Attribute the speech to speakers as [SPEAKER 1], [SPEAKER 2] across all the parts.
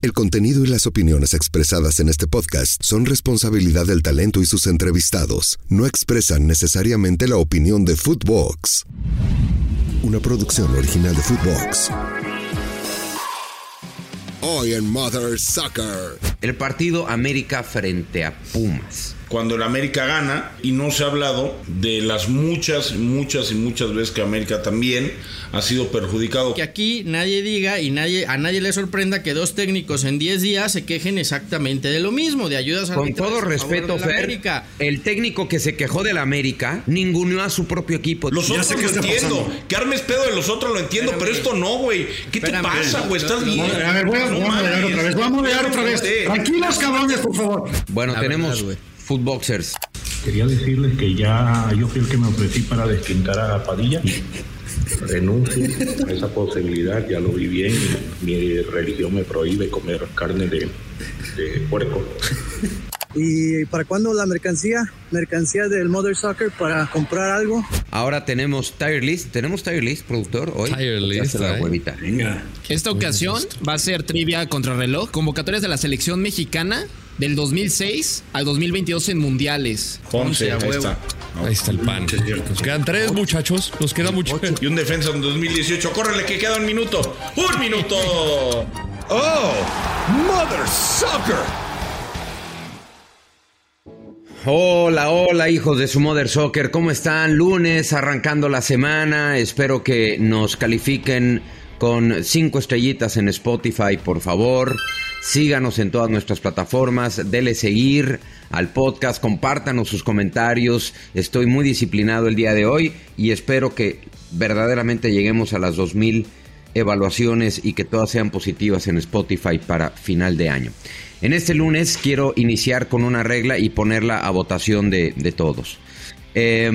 [SPEAKER 1] El contenido y las opiniones expresadas en este podcast son responsabilidad del talento y sus entrevistados. No expresan necesariamente la opinión de Footbox. Una producción original de Footbox. Hoy en Mother Sucker.
[SPEAKER 2] El partido América frente a Pumas.
[SPEAKER 3] Cuando el América gana, y no se ha hablado de las muchas, muchas y muchas veces que América también ha sido perjudicado.
[SPEAKER 4] Que aquí nadie diga y nadie, a nadie le sorprenda que dos técnicos en 10 días se quejen exactamente de lo mismo, de ayudas
[SPEAKER 2] Con todo
[SPEAKER 4] arbitrales a favor
[SPEAKER 2] respeto,
[SPEAKER 4] del
[SPEAKER 2] Fer,
[SPEAKER 4] América.
[SPEAKER 2] el técnico que se quejó del América ninguneó a su propio equipo.
[SPEAKER 3] Los otros
[SPEAKER 5] sé qué
[SPEAKER 3] lo
[SPEAKER 5] está
[SPEAKER 3] entiendo. Que armes pedo de los otros lo entiendo,
[SPEAKER 4] Espérame.
[SPEAKER 3] pero esto no, güey. ¿Qué
[SPEAKER 4] Espérame.
[SPEAKER 3] te pasa, güey? Estás bien.
[SPEAKER 5] A ver, voy a,
[SPEAKER 3] No
[SPEAKER 5] voy a moderar
[SPEAKER 3] mames.
[SPEAKER 5] otra vez. Voy a moderar otra vez.
[SPEAKER 3] Sí.
[SPEAKER 5] Tranquilos, cabrones, por favor.
[SPEAKER 2] bueno,
[SPEAKER 4] La
[SPEAKER 2] tenemos
[SPEAKER 4] verdad, güey.
[SPEAKER 2] footboxers.
[SPEAKER 6] Quería decirles que ya yo fui el que me ofrecí para desquintar a Padilla. Renuncio a esa posibilidad, ya lo vi bien. Mi religión me prohíbe comer carne de, de puerco.
[SPEAKER 7] ¿Y para cuándo la mercancía? Mercancía del Mother Soccer para comprar algo.
[SPEAKER 2] Ahora tenemos Tire List. ¿Tenemos Tire List, productor? Hoy.
[SPEAKER 8] Tire List,
[SPEAKER 2] Hace la
[SPEAKER 8] ay.
[SPEAKER 2] huevita.
[SPEAKER 5] Venga.
[SPEAKER 8] Esta ocasión va a ser trivia contra reloj, convocatorias de la selección mexicana del 2006 al 2022 en mundiales.
[SPEAKER 3] Once, ahí está.
[SPEAKER 8] Ahí está el pan.
[SPEAKER 5] Nos
[SPEAKER 8] quedan tres, muchachos. Nos queda mucho.
[SPEAKER 3] Y un defensa en 2018. Córrele, que queda un minuto. ¡Un minuto!
[SPEAKER 2] Hola, hola, hijos de su Mother Soccer. ¿Cómo están? Lunes, arrancando la semana. Espero que nos califiquen con cinco estrellitas en Spotify, por favor. Síganos en todas nuestras plataformas. Dele seguir al podcast. Compártanos sus comentarios. Estoy muy disciplinado el día de hoy y espero que verdaderamente lleguemos a las 2000 evaluaciones y que todas sean positivas en Spotify para final de año. En este lunes quiero iniciar con una regla y ponerla a votación de, de todos. Eh,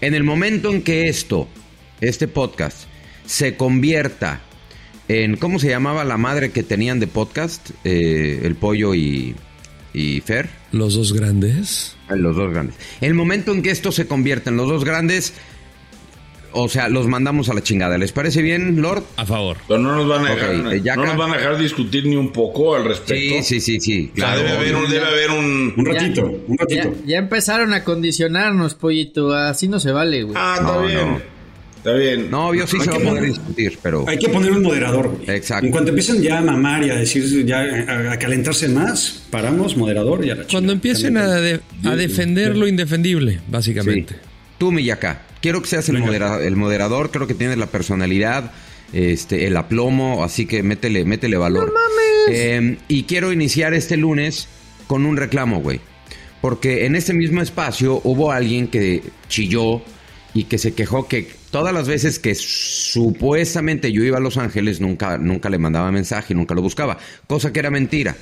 [SPEAKER 2] en el momento en que esto, este podcast, se convierta en, ¿cómo se llamaba la madre que tenían de podcast? Eh, el pollo y, y Fer.
[SPEAKER 8] Los dos grandes.
[SPEAKER 2] Los dos grandes. El momento en que esto se convierta en los dos grandes, o sea, los mandamos a la chingada. ¿Les parece bien, Lord?
[SPEAKER 8] A favor.
[SPEAKER 3] Pero no nos van a dejar,
[SPEAKER 2] Ok, eh, Yaka.
[SPEAKER 3] no nos van a dejar discutir ni un poco al respecto.
[SPEAKER 2] Sí, sí, sí, sí.
[SPEAKER 3] O sea,
[SPEAKER 2] Claro.
[SPEAKER 3] debe haber un, debe haber un,
[SPEAKER 5] Un ratito, un
[SPEAKER 4] Ya,
[SPEAKER 5] ratito.
[SPEAKER 4] ya empezaron a condicionarnos, pollito. Así no se vale, güey.
[SPEAKER 3] Ah, está
[SPEAKER 2] No,
[SPEAKER 3] bien.
[SPEAKER 2] no.
[SPEAKER 3] Está bien.
[SPEAKER 2] No, yo sí se va a
[SPEAKER 5] Aquí-
[SPEAKER 2] poder discutir, pero.
[SPEAKER 5] Hay que poner un moderador. güey.
[SPEAKER 2] Exacto.
[SPEAKER 5] En cuanto empiecen ya a mamar y a decir, ya a, a calentarse más, paramos, moderador y a la
[SPEAKER 9] Cuando
[SPEAKER 5] chingada.
[SPEAKER 9] empiecen a, de- a defender lo indefendible, básicamente.
[SPEAKER 2] Sí. Tú, Miyaka, quiero que seas el, modera- el moderador. Creo que tienes la personalidad, este, el aplomo, así que métele, métele valor. Eh, y quiero iniciar este lunes con un reclamo, güey. Porque en este mismo espacio hubo alguien que chilló y que se quejó que todas las veces que supuestamente yo iba a Los Ángeles nunca, nunca le mandaba mensaje, nunca lo buscaba, cosa que era mentira.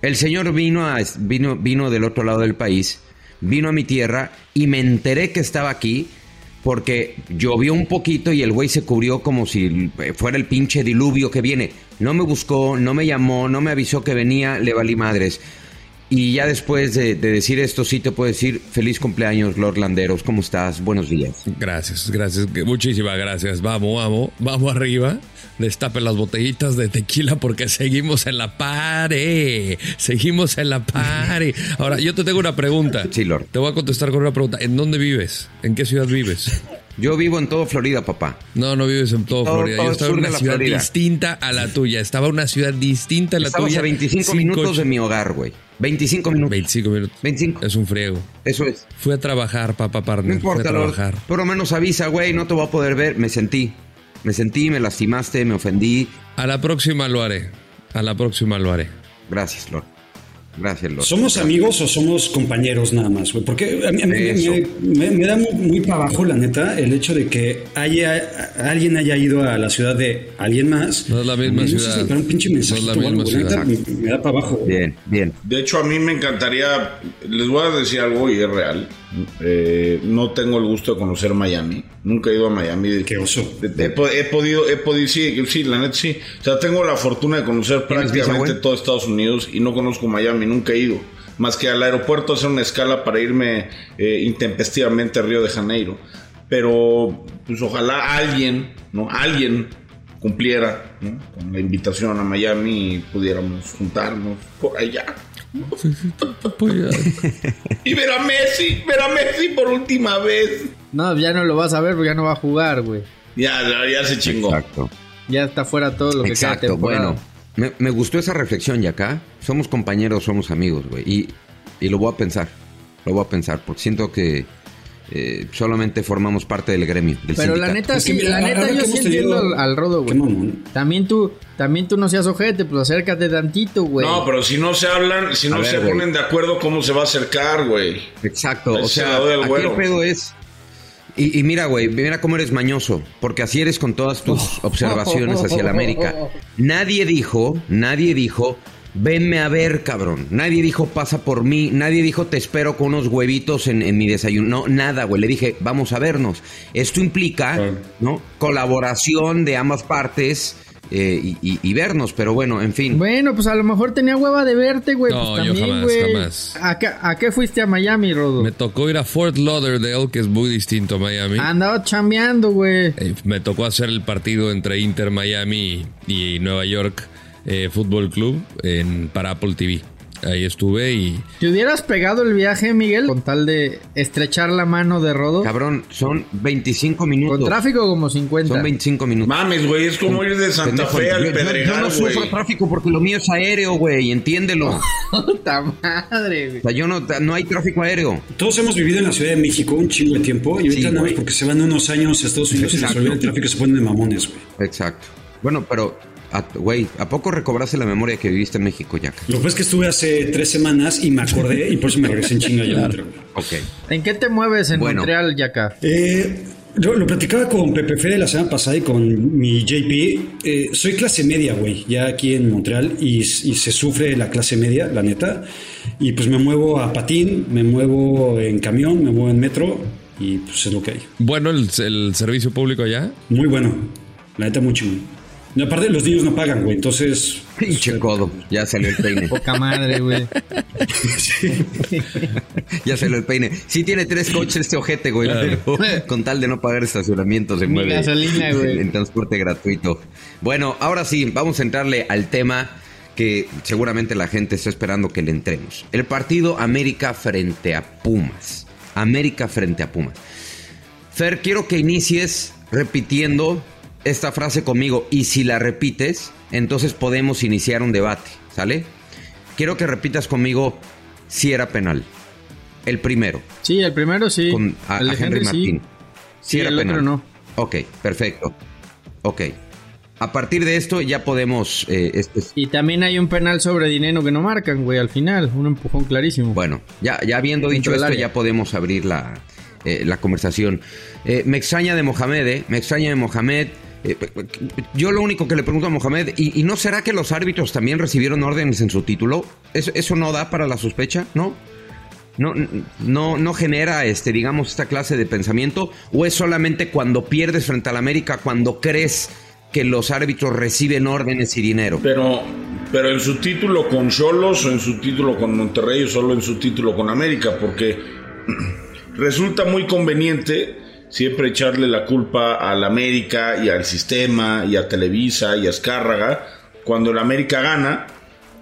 [SPEAKER 2] El señor vino, a- vino, vino del otro lado del país, vino a mi tierra y me enteré que estaba aquí porque llovió un poquito y el güey se cubrió como si fuera el pinche diluvio que viene. No me buscó, no me llamó, no me avisó que venía, le valí madres. Y ya después de, de decir esto, sí te puedo decir feliz cumpleaños, Lord Landeros. ¿Cómo estás? Buenos días.
[SPEAKER 9] Gracias, gracias. Muchísimas gracias. Vamos, vamos, vamos arriba. Destapen las botellitas de tequila porque seguimos en la pare. Seguimos en la pare. Ahora, yo te tengo una pregunta.
[SPEAKER 2] Sí, Lord.
[SPEAKER 9] Te voy a contestar con una pregunta. ¿En dónde vives? ¿En qué ciudad vives?
[SPEAKER 2] Yo vivo en todo Florida, papá.
[SPEAKER 9] No, no vives en todo
[SPEAKER 2] Todo-
[SPEAKER 9] Florida.
[SPEAKER 2] todo
[SPEAKER 9] Yo
[SPEAKER 2] el
[SPEAKER 9] estaba
[SPEAKER 2] sur
[SPEAKER 9] en
[SPEAKER 2] de
[SPEAKER 9] una
[SPEAKER 2] la
[SPEAKER 9] ciudad
[SPEAKER 2] Florida.
[SPEAKER 9] distinta a la tuya. Estaba en una ciudad distinta a la
[SPEAKER 2] Estabas
[SPEAKER 9] tuya.
[SPEAKER 2] a 25
[SPEAKER 9] sin
[SPEAKER 2] minutos
[SPEAKER 9] coche.
[SPEAKER 2] de mi hogar, güey. 25 minutos.
[SPEAKER 9] 25 minutos.
[SPEAKER 2] 25.
[SPEAKER 9] Es un friego.
[SPEAKER 2] Eso es.
[SPEAKER 9] Fui a trabajar, papá, partner.
[SPEAKER 2] No
[SPEAKER 9] Fui
[SPEAKER 2] importa,
[SPEAKER 9] a
[SPEAKER 2] Lord.
[SPEAKER 9] trabajar.
[SPEAKER 2] Por lo menos avisa, güey, no te voy a poder ver. Me sentí. Me sentí, me lastimaste, me ofendí.
[SPEAKER 9] A la próxima lo haré. A la próxima lo haré.
[SPEAKER 2] Gracias, Lord. Gracias, Lord.
[SPEAKER 5] ¿Somos amigos o somos compañeros nada más, güey? Porque a mí- a mí-
[SPEAKER 2] Eso.
[SPEAKER 5] me, me- me da muy, muy para abajo, la neta, el hecho de que haya, alguien haya ido a la ciudad de alguien más.
[SPEAKER 9] No es la
[SPEAKER 5] No
[SPEAKER 9] misma
[SPEAKER 5] sé
[SPEAKER 9] ciudad.
[SPEAKER 5] si para un pinche
[SPEAKER 9] No es la
[SPEAKER 5] mensajito o algo,
[SPEAKER 9] misma
[SPEAKER 5] güey, la neta,
[SPEAKER 2] ciudad.
[SPEAKER 5] me, me da para abajo. güey.
[SPEAKER 2] Bien, bien.
[SPEAKER 3] De hecho, a mí me encantaría, les voy a decir algo y es real. Eh, no tengo el gusto de conocer Miami. Nunca he ido a Miami.
[SPEAKER 5] Qué oso.
[SPEAKER 3] He, po- he podido, he podido, sí, sí, la neta sí. O sea, tengo la fortuna de conocer
[SPEAKER 2] ¿Tienes visa,
[SPEAKER 3] prácticamente
[SPEAKER 2] güey?
[SPEAKER 3] todo Estados Unidos y no conozco Miami, nunca he ido. Más que al aeropuerto hacer una escala para irme eh, intempestivamente a Río de Janeiro. Pero, pues ojalá alguien, ¿no? Alguien cumpliera ¿no? con la invitación a Miami y pudiéramos juntarnos por allá. Y ver a Messi, ver a Messi por última vez.
[SPEAKER 4] No, ya no lo vas a ver porque ya no va a jugar, güey.
[SPEAKER 3] Ya, ya, ya se chingó.
[SPEAKER 2] Exacto.
[SPEAKER 4] Ya está fuera todo lo que queda
[SPEAKER 2] Exacto,
[SPEAKER 4] temporada.
[SPEAKER 2] bueno. Me, me gustó esa reflexión, y acá Somos compañeros, somos amigos, güey. Y, y lo voy a pensar. Lo voy a pensar, porque siento que eh, solamente formamos parte del gremio. Del
[SPEAKER 4] Pero la
[SPEAKER 2] sindicato.
[SPEAKER 4] neta, sí,
[SPEAKER 5] mira,
[SPEAKER 4] la neta
[SPEAKER 5] ahora
[SPEAKER 4] yo
[SPEAKER 5] que
[SPEAKER 4] sí
[SPEAKER 5] hemos
[SPEAKER 4] entiendo
[SPEAKER 5] tenido-
[SPEAKER 4] al, al rodo,
[SPEAKER 5] Qué
[SPEAKER 4] güey.
[SPEAKER 5] mamón.
[SPEAKER 4] También tú, también tú no seas ojete, pues acércate tantito, güey.
[SPEAKER 3] No, pero si no se hablan, si
[SPEAKER 2] A
[SPEAKER 3] no
[SPEAKER 2] ver,
[SPEAKER 3] se
[SPEAKER 2] güey.
[SPEAKER 3] ponen de acuerdo, ¿cómo se va a acercar, güey?
[SPEAKER 2] Exacto,
[SPEAKER 3] Ahí
[SPEAKER 2] o
[SPEAKER 3] se
[SPEAKER 2] sea,
[SPEAKER 3] la doy al
[SPEAKER 2] aquí
[SPEAKER 3] güero.
[SPEAKER 2] el pedo es... Y, y mira, güey, mira cómo eres mañoso, porque así eres con todas tus observaciones hacia el América. Nadie dijo, nadie dijo, venme a ver, cabrón. Nadie dijo, pasa por mí. Nadie dijo, te espero con unos huevitos en, en mi desayuno. No, nada, güey. Le dije, vamos a vernos. Esto implica,
[SPEAKER 5] Claro.
[SPEAKER 2] ¿no? Colaboración de ambas partes eh, y, y- y vernos, pero bueno, en fin.
[SPEAKER 4] Bueno, pues a lo mejor tenía hueva de verte, güey.
[SPEAKER 9] No,
[SPEAKER 4] pues
[SPEAKER 9] yo
[SPEAKER 4] también,
[SPEAKER 9] jamás,
[SPEAKER 4] güey.
[SPEAKER 9] jamás.
[SPEAKER 4] ¿A qué, a qué fuiste a Miami, Rodo?
[SPEAKER 9] Me tocó ir a Fort Lauderdale, que es muy distinto a Miami.
[SPEAKER 2] Ah,
[SPEAKER 4] Andaba chambeando, güey.
[SPEAKER 9] Eh, me tocó hacer el partido entre Inter Miami y, y Nueva York eh, Fútbol Club en, para Apple TV. Ahí estuve y
[SPEAKER 4] Te hubieras pegado el viaje, Miguel, con tal de estrechar la mano de Rodo.
[SPEAKER 2] Cabrón, son 25 minutos.
[SPEAKER 4] Con tráfico como 50.
[SPEAKER 2] Son 25 minutos.
[SPEAKER 3] Mames, güey, es como ir de Santa
[SPEAKER 2] Pendejo,
[SPEAKER 3] Fe
[SPEAKER 2] yo-
[SPEAKER 3] al
[SPEAKER 2] yo- Yo
[SPEAKER 3] Pedregal,
[SPEAKER 2] no
[SPEAKER 3] güey. Oh.
[SPEAKER 2] sufro tráfico porque lo mío es aéreo, güey, entiéndelo. O
[SPEAKER 4] Puta madre, güey.
[SPEAKER 2] sea, yo no, no hay tráfico aéreo.
[SPEAKER 5] Todos hemos vivido en la Ciudad de México un chingo de tiempo y ahorita
[SPEAKER 2] Sí,
[SPEAKER 5] nada más
[SPEAKER 2] güey.
[SPEAKER 5] porque se van unos años a Estados Unidos y les
[SPEAKER 2] Exacto.
[SPEAKER 5] olvida el tráfico y se ponen de mamones, güey.
[SPEAKER 2] Exacto. Bueno, pero, a- güey, ¿a poco recobraste la memoria que viviste en México, Jack?
[SPEAKER 5] Lo que pasa es que estuve hace tres semanas y me acordé y por eso me regresé en chinga yo adentro, güey.
[SPEAKER 2] Ok.
[SPEAKER 4] ¿En qué te mueves en
[SPEAKER 2] Bueno.
[SPEAKER 4] Montreal, Yaka?
[SPEAKER 5] Eh, yo lo platicaba con Pepe Fede la semana pasada y con mi JP. Eh, soy clase media, güey, ya aquí en Montreal y, y se sufre la clase media, la neta. Y pues me muevo a patín, me muevo en camión, me muevo en metro y pues es lo que hay.
[SPEAKER 9] bueno, el, el servicio público allá.
[SPEAKER 5] Muy bueno, la neta, muy chingón. Y aparte, los niños no pagan, güey, entonces.
[SPEAKER 2] Pinche codo. Ya salió el peine.
[SPEAKER 4] Poca madre, güey.
[SPEAKER 2] Ya salió el peine. Sí tiene tres coches este ojete, güey. pero con tal de no pagar estacionamiento se
[SPEAKER 4] Ni
[SPEAKER 2] mueve.
[SPEAKER 4] gasolina, güey.
[SPEAKER 2] En transporte gratuito. Bueno, ahora sí, vamos a entrarle al tema que seguramente la gente está esperando que le entremos. El partido América frente a Pumas. América frente a Pumas. Fer, quiero que inicies repitiendo esta frase conmigo y si la repites, entonces podemos iniciar un debate, ¿sale? Quiero que repitas conmigo si era penal. El primero,
[SPEAKER 4] Sí, el primero sí.
[SPEAKER 2] con a,
[SPEAKER 4] el
[SPEAKER 2] a
[SPEAKER 4] de
[SPEAKER 2] Henry Martín. Si
[SPEAKER 4] Sí,
[SPEAKER 2] era
[SPEAKER 4] el otro
[SPEAKER 2] penal.
[SPEAKER 4] no.
[SPEAKER 2] Ok, perfecto. Ok. A partir de esto ya podemos... eh, este es-
[SPEAKER 4] Y también hay un penal sobre dinero que no marcan, güey, al final. Un empujón clarísimo.
[SPEAKER 2] Bueno, ya, ya habiendo dicho
[SPEAKER 4] Dentro del
[SPEAKER 2] esto,
[SPEAKER 4] área.
[SPEAKER 2] ya podemos abrir la, eh, la conversación. Eh, me extraña de Mohamed, ¿eh? Me extraña de Mohamed. Eh, yo lo único que le pregunto a Mohamed, ¿y, y no será que los árbitros también recibieron órdenes en su título? ¿Eso, eso no da para la sospecha? ¿No? No, no, no genera este, digamos, esta clase de pensamiento, o es solamente cuando pierdes frente al América, cuando crees que los árbitros reciben órdenes y dinero.
[SPEAKER 3] Pero, pero en su título con Cholos o en su título con Monterrey o solo en su título con América, porque resulta muy conveniente siempre echarle la culpa al América y al sistema y a Televisa y a Azcárraga cuando el América gana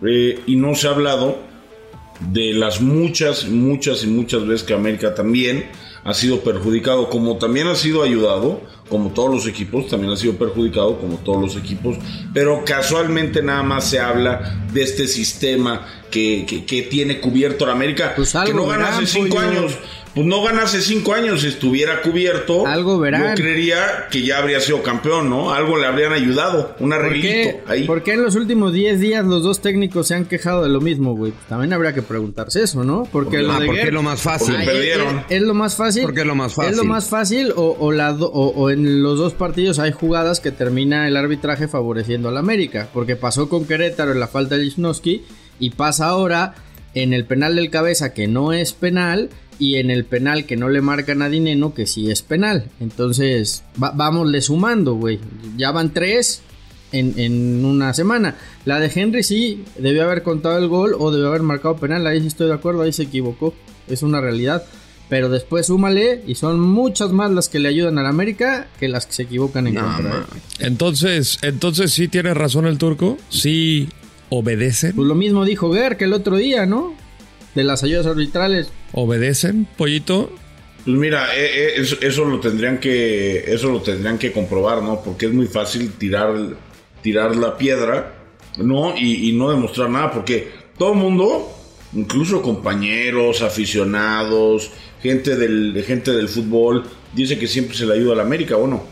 [SPEAKER 3] eh, y no se ha hablado de las muchas, muchas y muchas veces que América también ha sido perjudicado, como también ha sido ayudado, como todos los equipos, también ha sido perjudicado, como todos los equipos, pero casualmente nada más se habla de este sistema que, que- que tiene cubierto la América,
[SPEAKER 4] Pues algo
[SPEAKER 3] que no gana hace
[SPEAKER 4] verán,
[SPEAKER 3] cinco
[SPEAKER 4] pollo.
[SPEAKER 3] años. Pues no gana hace cinco años, si estuviera cubierto.
[SPEAKER 4] Algo verán.
[SPEAKER 3] Yo creería que ya habría sido campeón, ¿no? Algo le habrían ayudado, un
[SPEAKER 4] ¿Por
[SPEAKER 3] arreglito
[SPEAKER 4] qué,
[SPEAKER 3] ahí.
[SPEAKER 4] por qué en los últimos 10 días los dos técnicos se han quejado de lo mismo, güey? Pues también habría que preguntarse eso, ¿no? Porque
[SPEAKER 2] Ah,
[SPEAKER 4] lo de
[SPEAKER 2] porque
[SPEAKER 4] Guerra-
[SPEAKER 2] es lo más fácil.
[SPEAKER 4] Ah,
[SPEAKER 3] Porque perdieron.
[SPEAKER 4] Es, es lo más fácil.
[SPEAKER 2] Porque es lo más fácil.
[SPEAKER 4] Es lo más fácil o, o la do- o- o en los dos partidos hay jugadas que termina el arbitraje favoreciendo al América. Porque pasó con Querétaro en la falta de Lichnowsky y pasa ahora en el penal del cabeza que no es penal y en el penal que no le marcan a Dineno que sí es penal. Entonces va- vámosle sumando, güey. Ya van tres. En, en una semana. La de Henry sí debió haber contado el gol o debió haber marcado penal. Ahí sí estoy de acuerdo, ahí se equivocó. Es una realidad. Pero después súmale y son muchas más las que le ayudan al América que las que se equivocan en contra. ¿eh?
[SPEAKER 9] Entonces, entonces sí tiene razón el turco, sí obedecen,
[SPEAKER 4] Pues lo mismo dijo Ger que el otro día, ¿no? De las ayudas arbitrales.
[SPEAKER 9] obedecen, pollito.
[SPEAKER 3] Pues mira, eh, eh, eso, eso lo tendrían que eso lo tendrían que comprobar, ¿no? Porque es muy fácil tirar tirar la piedra, ¿no? Y, y no demostrar nada, porque todo el mundo, incluso compañeros, aficionados, gente del gente del fútbol, dice que siempre se le ayuda a la América, bueno.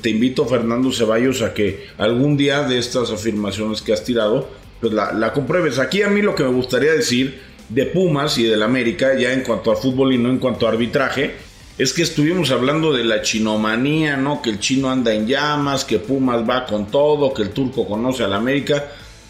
[SPEAKER 3] Te invito, Fernando Ceballos, a que algún día de estas afirmaciones que has tirado, pues la, la compruebes. Aquí a mí lo que me gustaría decir de Pumas y del América, ya en cuanto a fútbol y no en cuanto a arbitraje, es que estuvimos hablando de la chinomanía, ¿no? Que el chino anda en llamas, que Pumas va con todo, que el turco conoce al América,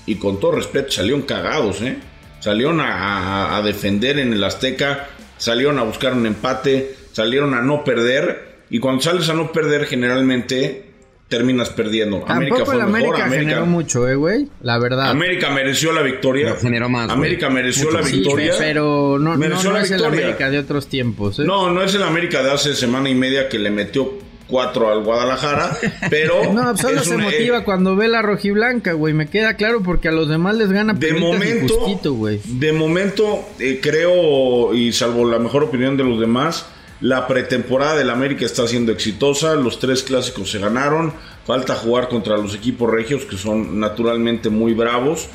[SPEAKER 3] y con todo respeto salieron cagados, ¿eh? Salieron a, a- a defender en el Azteca, salieron a buscar un empate, salieron a no perder, y cuando sales a no perder, generalmente terminas perdiendo.
[SPEAKER 4] Tampoco
[SPEAKER 3] fue
[SPEAKER 4] el
[SPEAKER 3] mejor,
[SPEAKER 4] América, generó mucho, ¿eh, güey? La verdad.
[SPEAKER 3] América mereció la victoria.
[SPEAKER 2] Pero generó más, güey.
[SPEAKER 3] América mereció
[SPEAKER 2] Mucho
[SPEAKER 3] la
[SPEAKER 2] más.
[SPEAKER 4] Sí,
[SPEAKER 3] victoria.
[SPEAKER 4] pero no, no,
[SPEAKER 3] Mereció
[SPEAKER 4] no
[SPEAKER 3] la
[SPEAKER 4] es el
[SPEAKER 3] victoria.
[SPEAKER 4] América de otros tiempos. ¿eh?
[SPEAKER 3] No, no es el América de hace semana y media que le metió cuatro al Guadalajara, pero
[SPEAKER 4] No, pues, solo
[SPEAKER 3] es
[SPEAKER 4] se
[SPEAKER 3] un-
[SPEAKER 4] motiva
[SPEAKER 3] eh,
[SPEAKER 4] cuando ve la rojiblanca, güey. Me queda claro porque a los demás les gana
[SPEAKER 3] de
[SPEAKER 4] Pumitas y
[SPEAKER 3] momento,
[SPEAKER 4] Cusquito, güey.
[SPEAKER 3] de momento eh, creo y salvo la mejor opinión de los demás, la pretemporada del América está siendo exitosa, los tres clásicos se ganaron, falta jugar contra los equipos regios que son naturalmente muy bravos.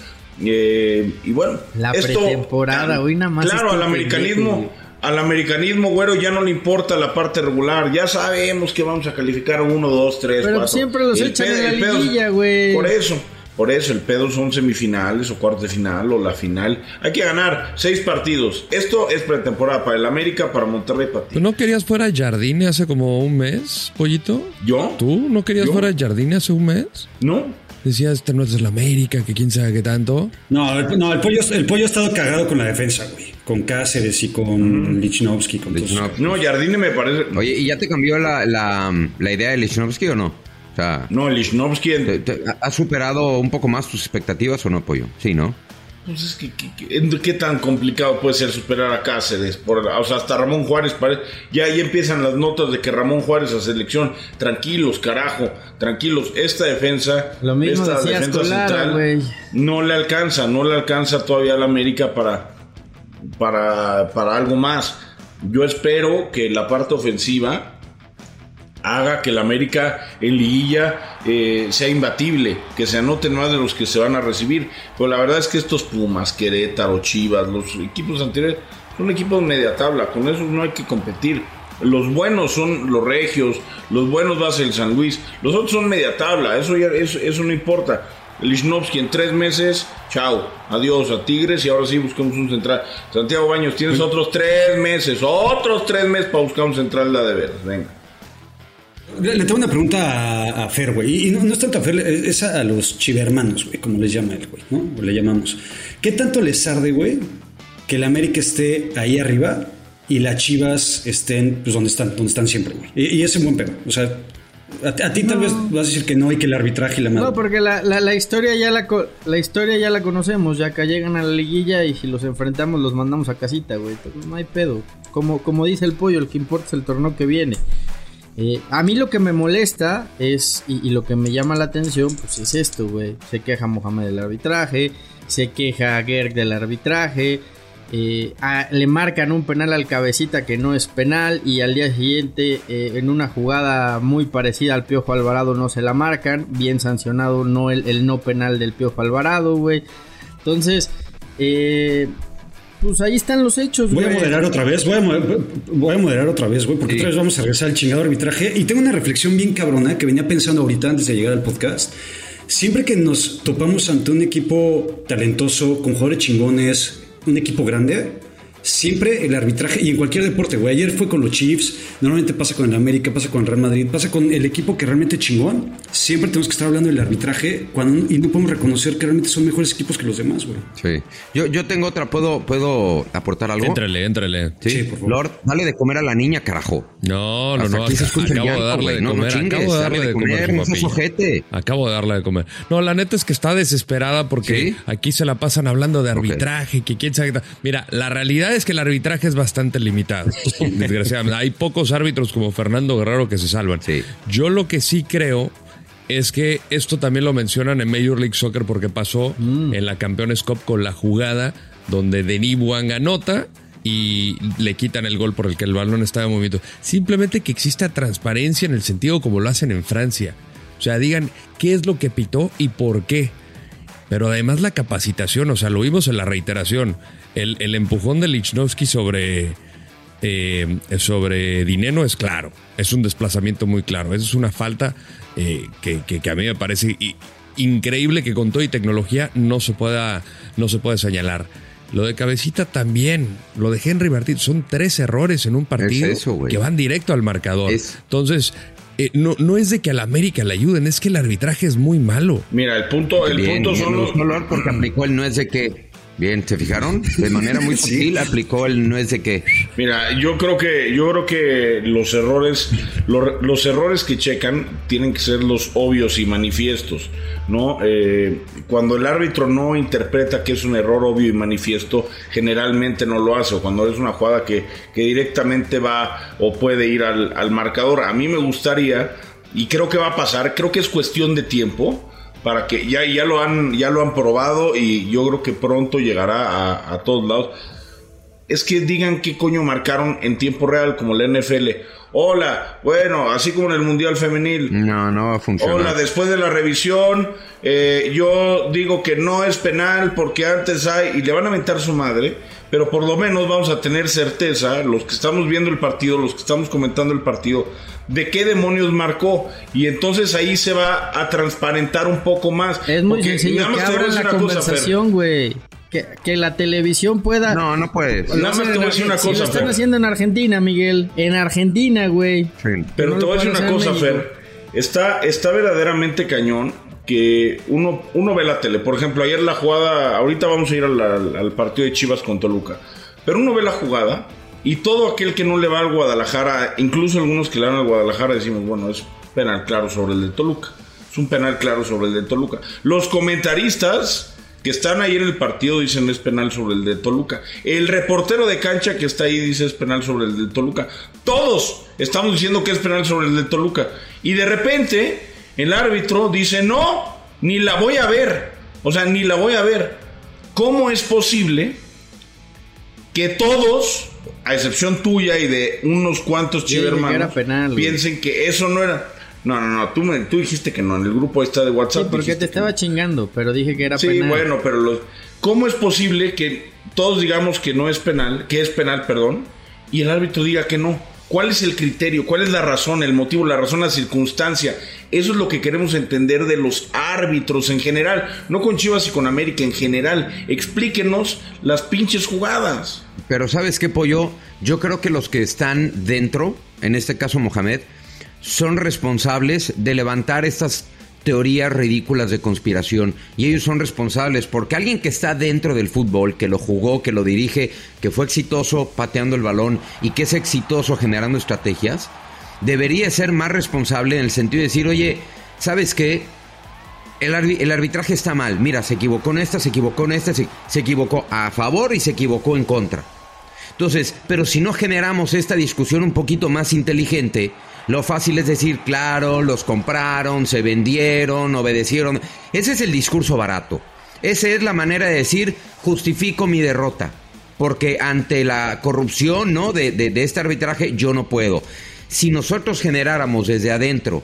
[SPEAKER 3] eh, y bueno,
[SPEAKER 4] La pretemporada, hoy nada más
[SPEAKER 3] Claro,
[SPEAKER 4] este
[SPEAKER 3] al americanismo,
[SPEAKER 4] pendejo, güey.
[SPEAKER 3] Al americanismo, güero, ya no le importa la parte regular. Ya sabemos que vamos a calificar 1, 2, 3,
[SPEAKER 4] Pero siempre los echan en la liguilla, güey.
[SPEAKER 3] Por eso. Por eso, el pedo son semifinales o cuartos de final o la final. Hay que ganar seis partidos. Esto es pretemporada para el América, para Monterrey, para
[SPEAKER 9] ¿Tú
[SPEAKER 3] ti.
[SPEAKER 9] no querías fuera Jardine hace como un mes, pollito?
[SPEAKER 3] ¿Yo?
[SPEAKER 9] ¿Tú no querías
[SPEAKER 3] ¿Yo?
[SPEAKER 9] fuera Jardine hace un mes?
[SPEAKER 3] ¿No?
[SPEAKER 9] Decías, este no es de la América, que quién sabe qué tanto.
[SPEAKER 5] No, el, no, el pollo, el pollo ha estado cagado con la defensa, güey. Con Cáceres y con Lichnowsky. Con todos.
[SPEAKER 2] Lichnowsky.
[SPEAKER 3] No, Jardine me parece...
[SPEAKER 2] Oye, ¿y ya te cambió la, la, la idea de Lichnowsky o no? O sea,
[SPEAKER 3] No, Lichnowsky... en-
[SPEAKER 9] Eh,
[SPEAKER 2] ¿te- te- ¿has superado un poco más tus expectativas o no, Pollo? Sí, ¿no?
[SPEAKER 3] Pues es que, que- que- en- qué tan complicado puede ser superar a Cáceres. Por, o sea, hasta Ramón Juárez parece. Ya ahí empiezan las notas de que Ramón Juárez a selección. Tranquilos, carajo, tranquilos. Esta defensa,
[SPEAKER 4] Lo mismo
[SPEAKER 3] esta
[SPEAKER 4] decías con Lara, güey.
[SPEAKER 3] no le alcanza, no le alcanza todavía a la América para, para, para algo más. Yo espero que la parte ofensiva haga que la América en liguilla eh, sea imbatible, que se anoten más de los que se van a recibir. Pero la verdad es que estos Pumas, Querétaro, Chivas, los equipos anteriores son equipos media tabla, con esos no hay que competir. Los buenos son los regios, los buenos va a ser el San Luis, los otros son media tabla, eso, ya, eso, eso no importa. Lichnowsky en tres meses, chao, adiós a Tigres y ahora sí buscamos un central. Santiago Baños, tienes otros tres meses, otros tres meses para buscar un central de a de veras, venga.
[SPEAKER 5] Le, le tengo una pregunta a, a Fer, güey. Y, y no, no es tanto a Fer, es a, a los chivermanos, güey, como les llama él, güey, ¿no? O le llamamos. ¿Qué tanto les arde, güey, que la América esté ahí arriba y las chivas estén, pues, donde están, donde están siempre, güey? Y, y es un buen pedo. O sea, a, ti- a ti tal vez vas a decir que no y que el arbitraje y la madre.
[SPEAKER 4] No, porque la, la- la historia ya la, co- la historia ya la conocemos, ya que llegan a la liguilla y si los enfrentamos los mandamos a casita, güey. Entonces, No hay pedo. Como, como dice el pollo, el que importa es el torneo que viene. Eh, a mí lo que me molesta es, y, y lo que me llama la atención, pues es esto, güey. Se queja Mohamed del arbitraje, se queja Gerg del arbitraje, eh, a- le marcan un penal al cabecita que no es penal y al día siguiente eh, en una jugada muy parecida al Piojo Alvarado no se la marcan, bien sancionado no el, el no penal del Piojo Alvarado, güey. Entonces, eh, pues ahí están los hechos,
[SPEAKER 5] Voy a
[SPEAKER 4] güey.
[SPEAKER 5] moderar otra vez, voy a, mo- voy a moderar otra vez, güey, porque otra vez vamos a regresar al chingado arbitraje. Y tengo una reflexión bien cabrona que venía pensando ahorita antes de llegar al podcast. Siempre que nos topamos ante un equipo talentoso, con jugadores chingones, un equipo grande, siempre el arbitraje, y en cualquier deporte, güey, ayer fue con los Chiefs, normalmente pasa con el América, pasa con el Real Madrid, pasa con el equipo que realmente es chingón, siempre tenemos que estar hablando del arbitraje cuando, y no podemos reconocer que realmente son mejores equipos que los demás, güey.
[SPEAKER 2] Sí. Yo, yo tengo otra, ¿puedo, puedo aportar algo?
[SPEAKER 9] Éntrale, éntrale.
[SPEAKER 2] ¿Sí?
[SPEAKER 5] Sí, por favor.
[SPEAKER 2] Lord, dale de comer a la niña, carajo.
[SPEAKER 9] No, no,
[SPEAKER 2] Hasta
[SPEAKER 9] no.
[SPEAKER 2] aquí se
[SPEAKER 9] ac-
[SPEAKER 2] escucha el
[SPEAKER 9] Acabo de
[SPEAKER 2] llanto,
[SPEAKER 9] darle
[SPEAKER 2] güey.
[SPEAKER 9] de
[SPEAKER 2] No, no
[SPEAKER 9] comer.
[SPEAKER 2] chingues,
[SPEAKER 9] Acabo de darle de comer.
[SPEAKER 2] no seas
[SPEAKER 9] papilla.
[SPEAKER 2] ojete.
[SPEAKER 9] Acabo de darle de comer. No, la neta es que está desesperada porque
[SPEAKER 2] ¿Sí?
[SPEAKER 9] aquí se la pasan hablando de arbitraje, que quién sabe. qué tal. Mira, la realidad es que el arbitraje es bastante limitado. Desgraciadamente. Hay pocos árbitros como Fernando Guerrero que se salvan.
[SPEAKER 2] Sí.
[SPEAKER 9] Yo lo que sí creo es que esto también lo mencionan en Major League Soccer porque pasó en la Campeones Cup con la jugada donde Denis Buang anota y le quitan el gol por el que el balón estaba en movimiento. Simplemente que exista transparencia en el sentido como lo hacen en Francia. O sea, digan qué es lo que pitó y por qué. Pero además la capacitación, o sea, lo vimos en la reiteración. El, el empujón de Lichnowsky sobre, eh, sobre Dineno es claro. Es un desplazamiento muy claro. Es una falta eh, que, que- que a mí me parece i- increíble que con todo y tecnología no se pueda, no se puede señalar. Lo de Cabecita también, lo de Henry Martín, son tres errores en un partido
[SPEAKER 2] eso, güey.
[SPEAKER 9] que van directo al marcador.
[SPEAKER 2] Es-
[SPEAKER 9] Entonces, eh, no, no es de que a la América le ayuden, es que el arbitraje es muy malo.
[SPEAKER 3] Mira, el punto, el
[SPEAKER 2] Bien,
[SPEAKER 3] punto
[SPEAKER 2] bien,
[SPEAKER 3] son
[SPEAKER 2] me
[SPEAKER 3] los.
[SPEAKER 2] gustó Lord porque aplicó el no es de que. Bien, ¿se fijaron? De manera muy sutil aplicó el no es de que.
[SPEAKER 3] Mira, yo creo que, yo creo que los errores, lo- los errores que checan tienen que ser los obvios y manifiestos, ¿no? Eh, cuando el árbitro no interpreta que es un error obvio y manifiesto, generalmente no lo hace, o cuando es una jugada que, que directamente va o puede ir al, al marcador. A mí me gustaría, y creo que va a pasar, creo que es cuestión de tiempo, para que ya, ya, lo, han, ya lo han probado y yo creo que pronto llegará a- a todos lados es que digan qué coño marcaron en tiempo real, como la NFL. Hola, bueno, así como en el Mundial Femenil.
[SPEAKER 2] No, no va a funcionar.
[SPEAKER 3] Hola, después de la revisión, eh, yo digo que no es penal porque antes hay, y le van a aventar su madre, pero por lo menos vamos a tener certeza, los que estamos viendo el partido, los que estamos comentando el partido, de qué demonios marcó. Y entonces ahí se va a transparentar un poco más.
[SPEAKER 4] Es muy
[SPEAKER 3] Porque
[SPEAKER 4] sencillo
[SPEAKER 3] nada
[SPEAKER 4] que
[SPEAKER 3] más te voy a
[SPEAKER 4] abran
[SPEAKER 3] decir
[SPEAKER 4] la
[SPEAKER 3] una cosa, Fer.
[SPEAKER 4] conversación, güey. Que, que la televisión pueda.
[SPEAKER 2] No, no puedes.
[SPEAKER 4] Lo
[SPEAKER 3] Nada más
[SPEAKER 4] hacen
[SPEAKER 3] te
[SPEAKER 4] en
[SPEAKER 3] voy a decir
[SPEAKER 4] Argen-
[SPEAKER 3] una
[SPEAKER 4] si
[SPEAKER 3] cosa,
[SPEAKER 4] Lo están
[SPEAKER 3] Fer.
[SPEAKER 4] haciendo en Argentina, Miguel. En Argentina, güey.
[SPEAKER 2] Sí.
[SPEAKER 3] Pero
[SPEAKER 4] No
[SPEAKER 3] te
[SPEAKER 4] lo
[SPEAKER 3] voy a decir
[SPEAKER 4] pueden
[SPEAKER 3] una cosa,
[SPEAKER 4] hacer en
[SPEAKER 3] Fer.
[SPEAKER 4] México.
[SPEAKER 3] Está, está verdaderamente cañón que uno, uno ve la tele. Por ejemplo, ayer la jugada, ahorita vamos a ir al, al- al partido de Chivas con Toluca. Pero uno ve la jugada y todo aquel que no le va al Guadalajara, incluso algunos que le van al Guadalajara, decimos, bueno, es penal claro sobre el de Toluca. Es un penal claro sobre el de Toluca. Los comentaristas que están ahí en el partido dicen es penal sobre el de Toluca. El reportero de cancha que está ahí dice es penal sobre el de Toluca. Todos estamos diciendo que es penal sobre el de Toluca. Y de repente el árbitro dice no, ni la voy a ver. O sea, ni la voy a ver. ¿Cómo es posible que todos, a excepción tuya y de unos cuantos
[SPEAKER 4] Yo dije que
[SPEAKER 3] chivermanos,
[SPEAKER 4] era penal, güey.
[SPEAKER 3] piensen que eso no era... No, no, no, tú, me, tú dijiste que no, en el grupo está de
[SPEAKER 4] Sí,
[SPEAKER 3] WhatsApp.
[SPEAKER 4] porque
[SPEAKER 3] dijiste
[SPEAKER 4] te
[SPEAKER 3] que no.
[SPEAKER 4] estaba chingando, pero dije que era
[SPEAKER 3] Sí,
[SPEAKER 4] penal.
[SPEAKER 3] bueno, pero los, ¿cómo es posible que todos digamos que no es penal, que es penal, perdón, y el árbitro diga que no? ¿Cuál es el criterio? ¿Cuál es la razón, el motivo, la razón, la circunstancia? Eso es lo que queremos entender de los árbitros en general, no con Chivas y con América en general. Explíquenos las pinches jugadas.
[SPEAKER 2] Pero ¿sabes qué, Pollo? Yo creo que los que están dentro, en este caso Mohamed, son responsables de levantar estas teorías ridículas de conspiración. Y ellos son responsables porque alguien que está dentro del fútbol, que lo jugó, que lo dirige, que fue exitoso pateando el balón y que es exitoso generando estrategias, debería ser más responsable en el sentido de decir, oye, ¿sabes qué? El, arbi- el arbitraje está mal. Mira, se equivocó en esta, se equivocó en esta, se, se equivocó a favor y se equivocó en contra. Entonces, pero si no generamos esta discusión un poquito más inteligente, lo fácil es decir, claro, los compraron, se vendieron, obedecieron. Ese es el discurso barato. Esa es la manera de decir, justifico mi derrota. Porque ante la corrupción ¿no? de, de- de este arbitraje yo no puedo. Si nosotros generáramos desde adentro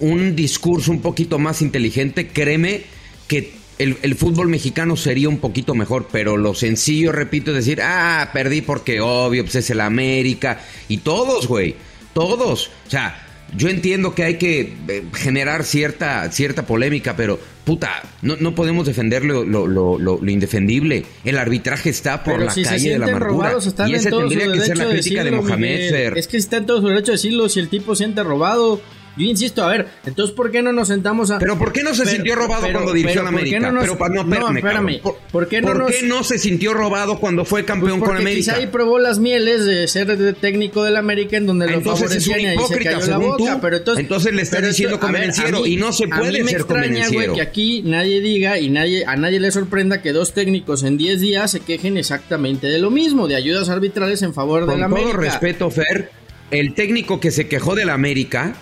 [SPEAKER 2] un discurso un poquito más inteligente, créeme que el, el fútbol mexicano sería un poquito mejor, pero lo sencillo, repito, es decir, ah, perdí porque obvio, pues es el América, y todos, güey, todos, o sea, yo entiendo que hay que eh, generar cierta, cierta polémica, pero puta, no, no podemos defender lo, lo- lo- lo- lo indefendible. El arbitraje está por
[SPEAKER 4] Pero
[SPEAKER 2] la
[SPEAKER 4] si se
[SPEAKER 2] calle de la
[SPEAKER 4] sienten
[SPEAKER 2] amargura.
[SPEAKER 4] robados, están
[SPEAKER 2] y
[SPEAKER 4] en
[SPEAKER 2] esa
[SPEAKER 4] todo su
[SPEAKER 2] tendría que
[SPEAKER 4] derecho
[SPEAKER 2] ser la
[SPEAKER 4] de
[SPEAKER 2] crítica de
[SPEAKER 4] decirlo,
[SPEAKER 2] Mohamed
[SPEAKER 4] Miguel.
[SPEAKER 2] Fer.
[SPEAKER 4] Es que está en todo su derecho de decirlo. Si el tipo siente robado, Yo insisto, a ver, entonces, ¿por qué no nos sentamos a.
[SPEAKER 2] Pero ¿por qué no se sintió robado cuando dirigió
[SPEAKER 4] pero
[SPEAKER 2] a
[SPEAKER 4] ¿por qué
[SPEAKER 2] América?
[SPEAKER 4] no nos-
[SPEAKER 2] Pero pa- no,
[SPEAKER 4] no,
[SPEAKER 2] espérame,
[SPEAKER 4] espérame.
[SPEAKER 2] cabrón. ¿Por,
[SPEAKER 4] ¿Por qué no
[SPEAKER 2] por
[SPEAKER 4] nos- Pues
[SPEAKER 2] qué no se sintió robado cuando fue campeón
[SPEAKER 4] Porque
[SPEAKER 2] con América?
[SPEAKER 4] quizá ahí probó las mieles de ser de técnico del América en donde lo
[SPEAKER 2] Entonces es un
[SPEAKER 4] favorecían y ahí se
[SPEAKER 2] hipócrita,
[SPEAKER 4] cayó la
[SPEAKER 2] según tú.
[SPEAKER 4] boca. Pero entonces,
[SPEAKER 2] Entonces le está
[SPEAKER 4] pero
[SPEAKER 2] diciendo
[SPEAKER 4] esto- a ver,
[SPEAKER 2] convenenciero
[SPEAKER 4] a mí-
[SPEAKER 2] y no se
[SPEAKER 4] a
[SPEAKER 2] puede
[SPEAKER 4] mí me
[SPEAKER 2] ser
[SPEAKER 4] extraña, güey,
[SPEAKER 2] convenenciero.
[SPEAKER 4] que aquí nadie diga y nadie a nadie le sorprenda que dos técnicos en 10 días se quejen exactamente de lo mismo, de ayudas arbitrales en favor
[SPEAKER 2] Con
[SPEAKER 4] del
[SPEAKER 2] todo
[SPEAKER 4] América.
[SPEAKER 2] respeto, Fer, el técnico que se quejó del América,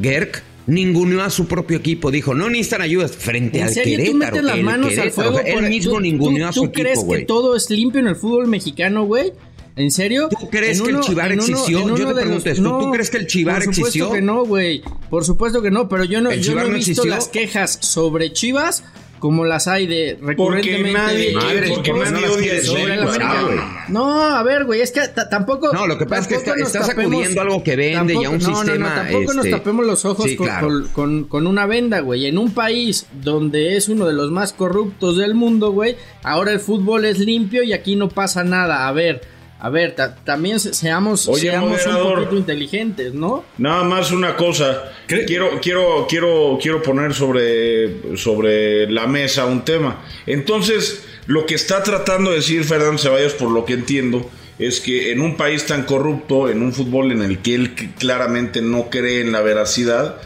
[SPEAKER 2] Gerk, ninguneó a su propio equipo. Dijo, no necesitan ayudas frente
[SPEAKER 4] ¿En
[SPEAKER 2] al
[SPEAKER 4] serio?
[SPEAKER 2] Querétaro.
[SPEAKER 4] ¿Tú metes las
[SPEAKER 2] el
[SPEAKER 4] manos al
[SPEAKER 2] Querétaro.
[SPEAKER 4] fuego?
[SPEAKER 2] O sea,
[SPEAKER 4] por-
[SPEAKER 2] Él mismo
[SPEAKER 4] ¿Tú-
[SPEAKER 2] ninguneó
[SPEAKER 4] tú-
[SPEAKER 2] a su
[SPEAKER 4] ¿Tú crees
[SPEAKER 2] equipo,
[SPEAKER 4] que
[SPEAKER 2] güey.
[SPEAKER 4] todo es limpio en el fútbol mexicano, güey? ¿En serio?
[SPEAKER 2] ¿Tú crees
[SPEAKER 4] En
[SPEAKER 2] que el Chivar
[SPEAKER 4] en
[SPEAKER 2] exigió?
[SPEAKER 4] en
[SPEAKER 2] Yo te
[SPEAKER 4] uno de
[SPEAKER 2] pregunto esto, ¿tú crees que el Chivar
[SPEAKER 4] Por supuesto
[SPEAKER 2] exigió?
[SPEAKER 4] que no, güey. Por supuesto que no, pero yo no,
[SPEAKER 2] ¿El
[SPEAKER 4] yo no
[SPEAKER 2] Chivar
[SPEAKER 4] he
[SPEAKER 2] no
[SPEAKER 4] visto
[SPEAKER 2] exigió?
[SPEAKER 4] las quejas sobre Chivas como las hay de recurrentemente.
[SPEAKER 3] nadie-
[SPEAKER 4] de-
[SPEAKER 3] Madre,
[SPEAKER 2] porque
[SPEAKER 4] sobre
[SPEAKER 2] nadie
[SPEAKER 4] las
[SPEAKER 2] odia
[SPEAKER 4] quejas
[SPEAKER 2] el
[SPEAKER 4] sobre el
[SPEAKER 2] Chivas,
[SPEAKER 4] América.
[SPEAKER 2] Ah, güey.
[SPEAKER 4] No, a ver, güey, es que ta- tampoco.
[SPEAKER 2] No, lo que pasa es que
[SPEAKER 4] tampoco
[SPEAKER 2] está-
[SPEAKER 4] nos
[SPEAKER 2] está sacudiendo algo que vende y a un sistema,
[SPEAKER 4] tampoco nos
[SPEAKER 2] este,
[SPEAKER 4] tapemos los ojos
[SPEAKER 2] sí,
[SPEAKER 4] con-
[SPEAKER 2] claro.
[SPEAKER 4] con, con, con una venda, güey. En un país donde es uno de los más corruptos del mundo, güey, ahora el fútbol es limpio y aquí no pasa nada. A ver, a ver, ta- también se- seamos,
[SPEAKER 3] Oye,
[SPEAKER 4] seamos un
[SPEAKER 3] moderador.
[SPEAKER 4] poquito inteligentes, ¿no?
[SPEAKER 3] Nada más una cosa.
[SPEAKER 5] ¿Qué?
[SPEAKER 3] Quiero, quiero, quiero, quiero poner sobre, sobre la mesa un tema. Entonces, lo que está tratando de decir Fernando Ceballos, por lo que entiendo, es que en un país tan corrupto, en un fútbol en el que él cl- claramente no cree en la veracidad,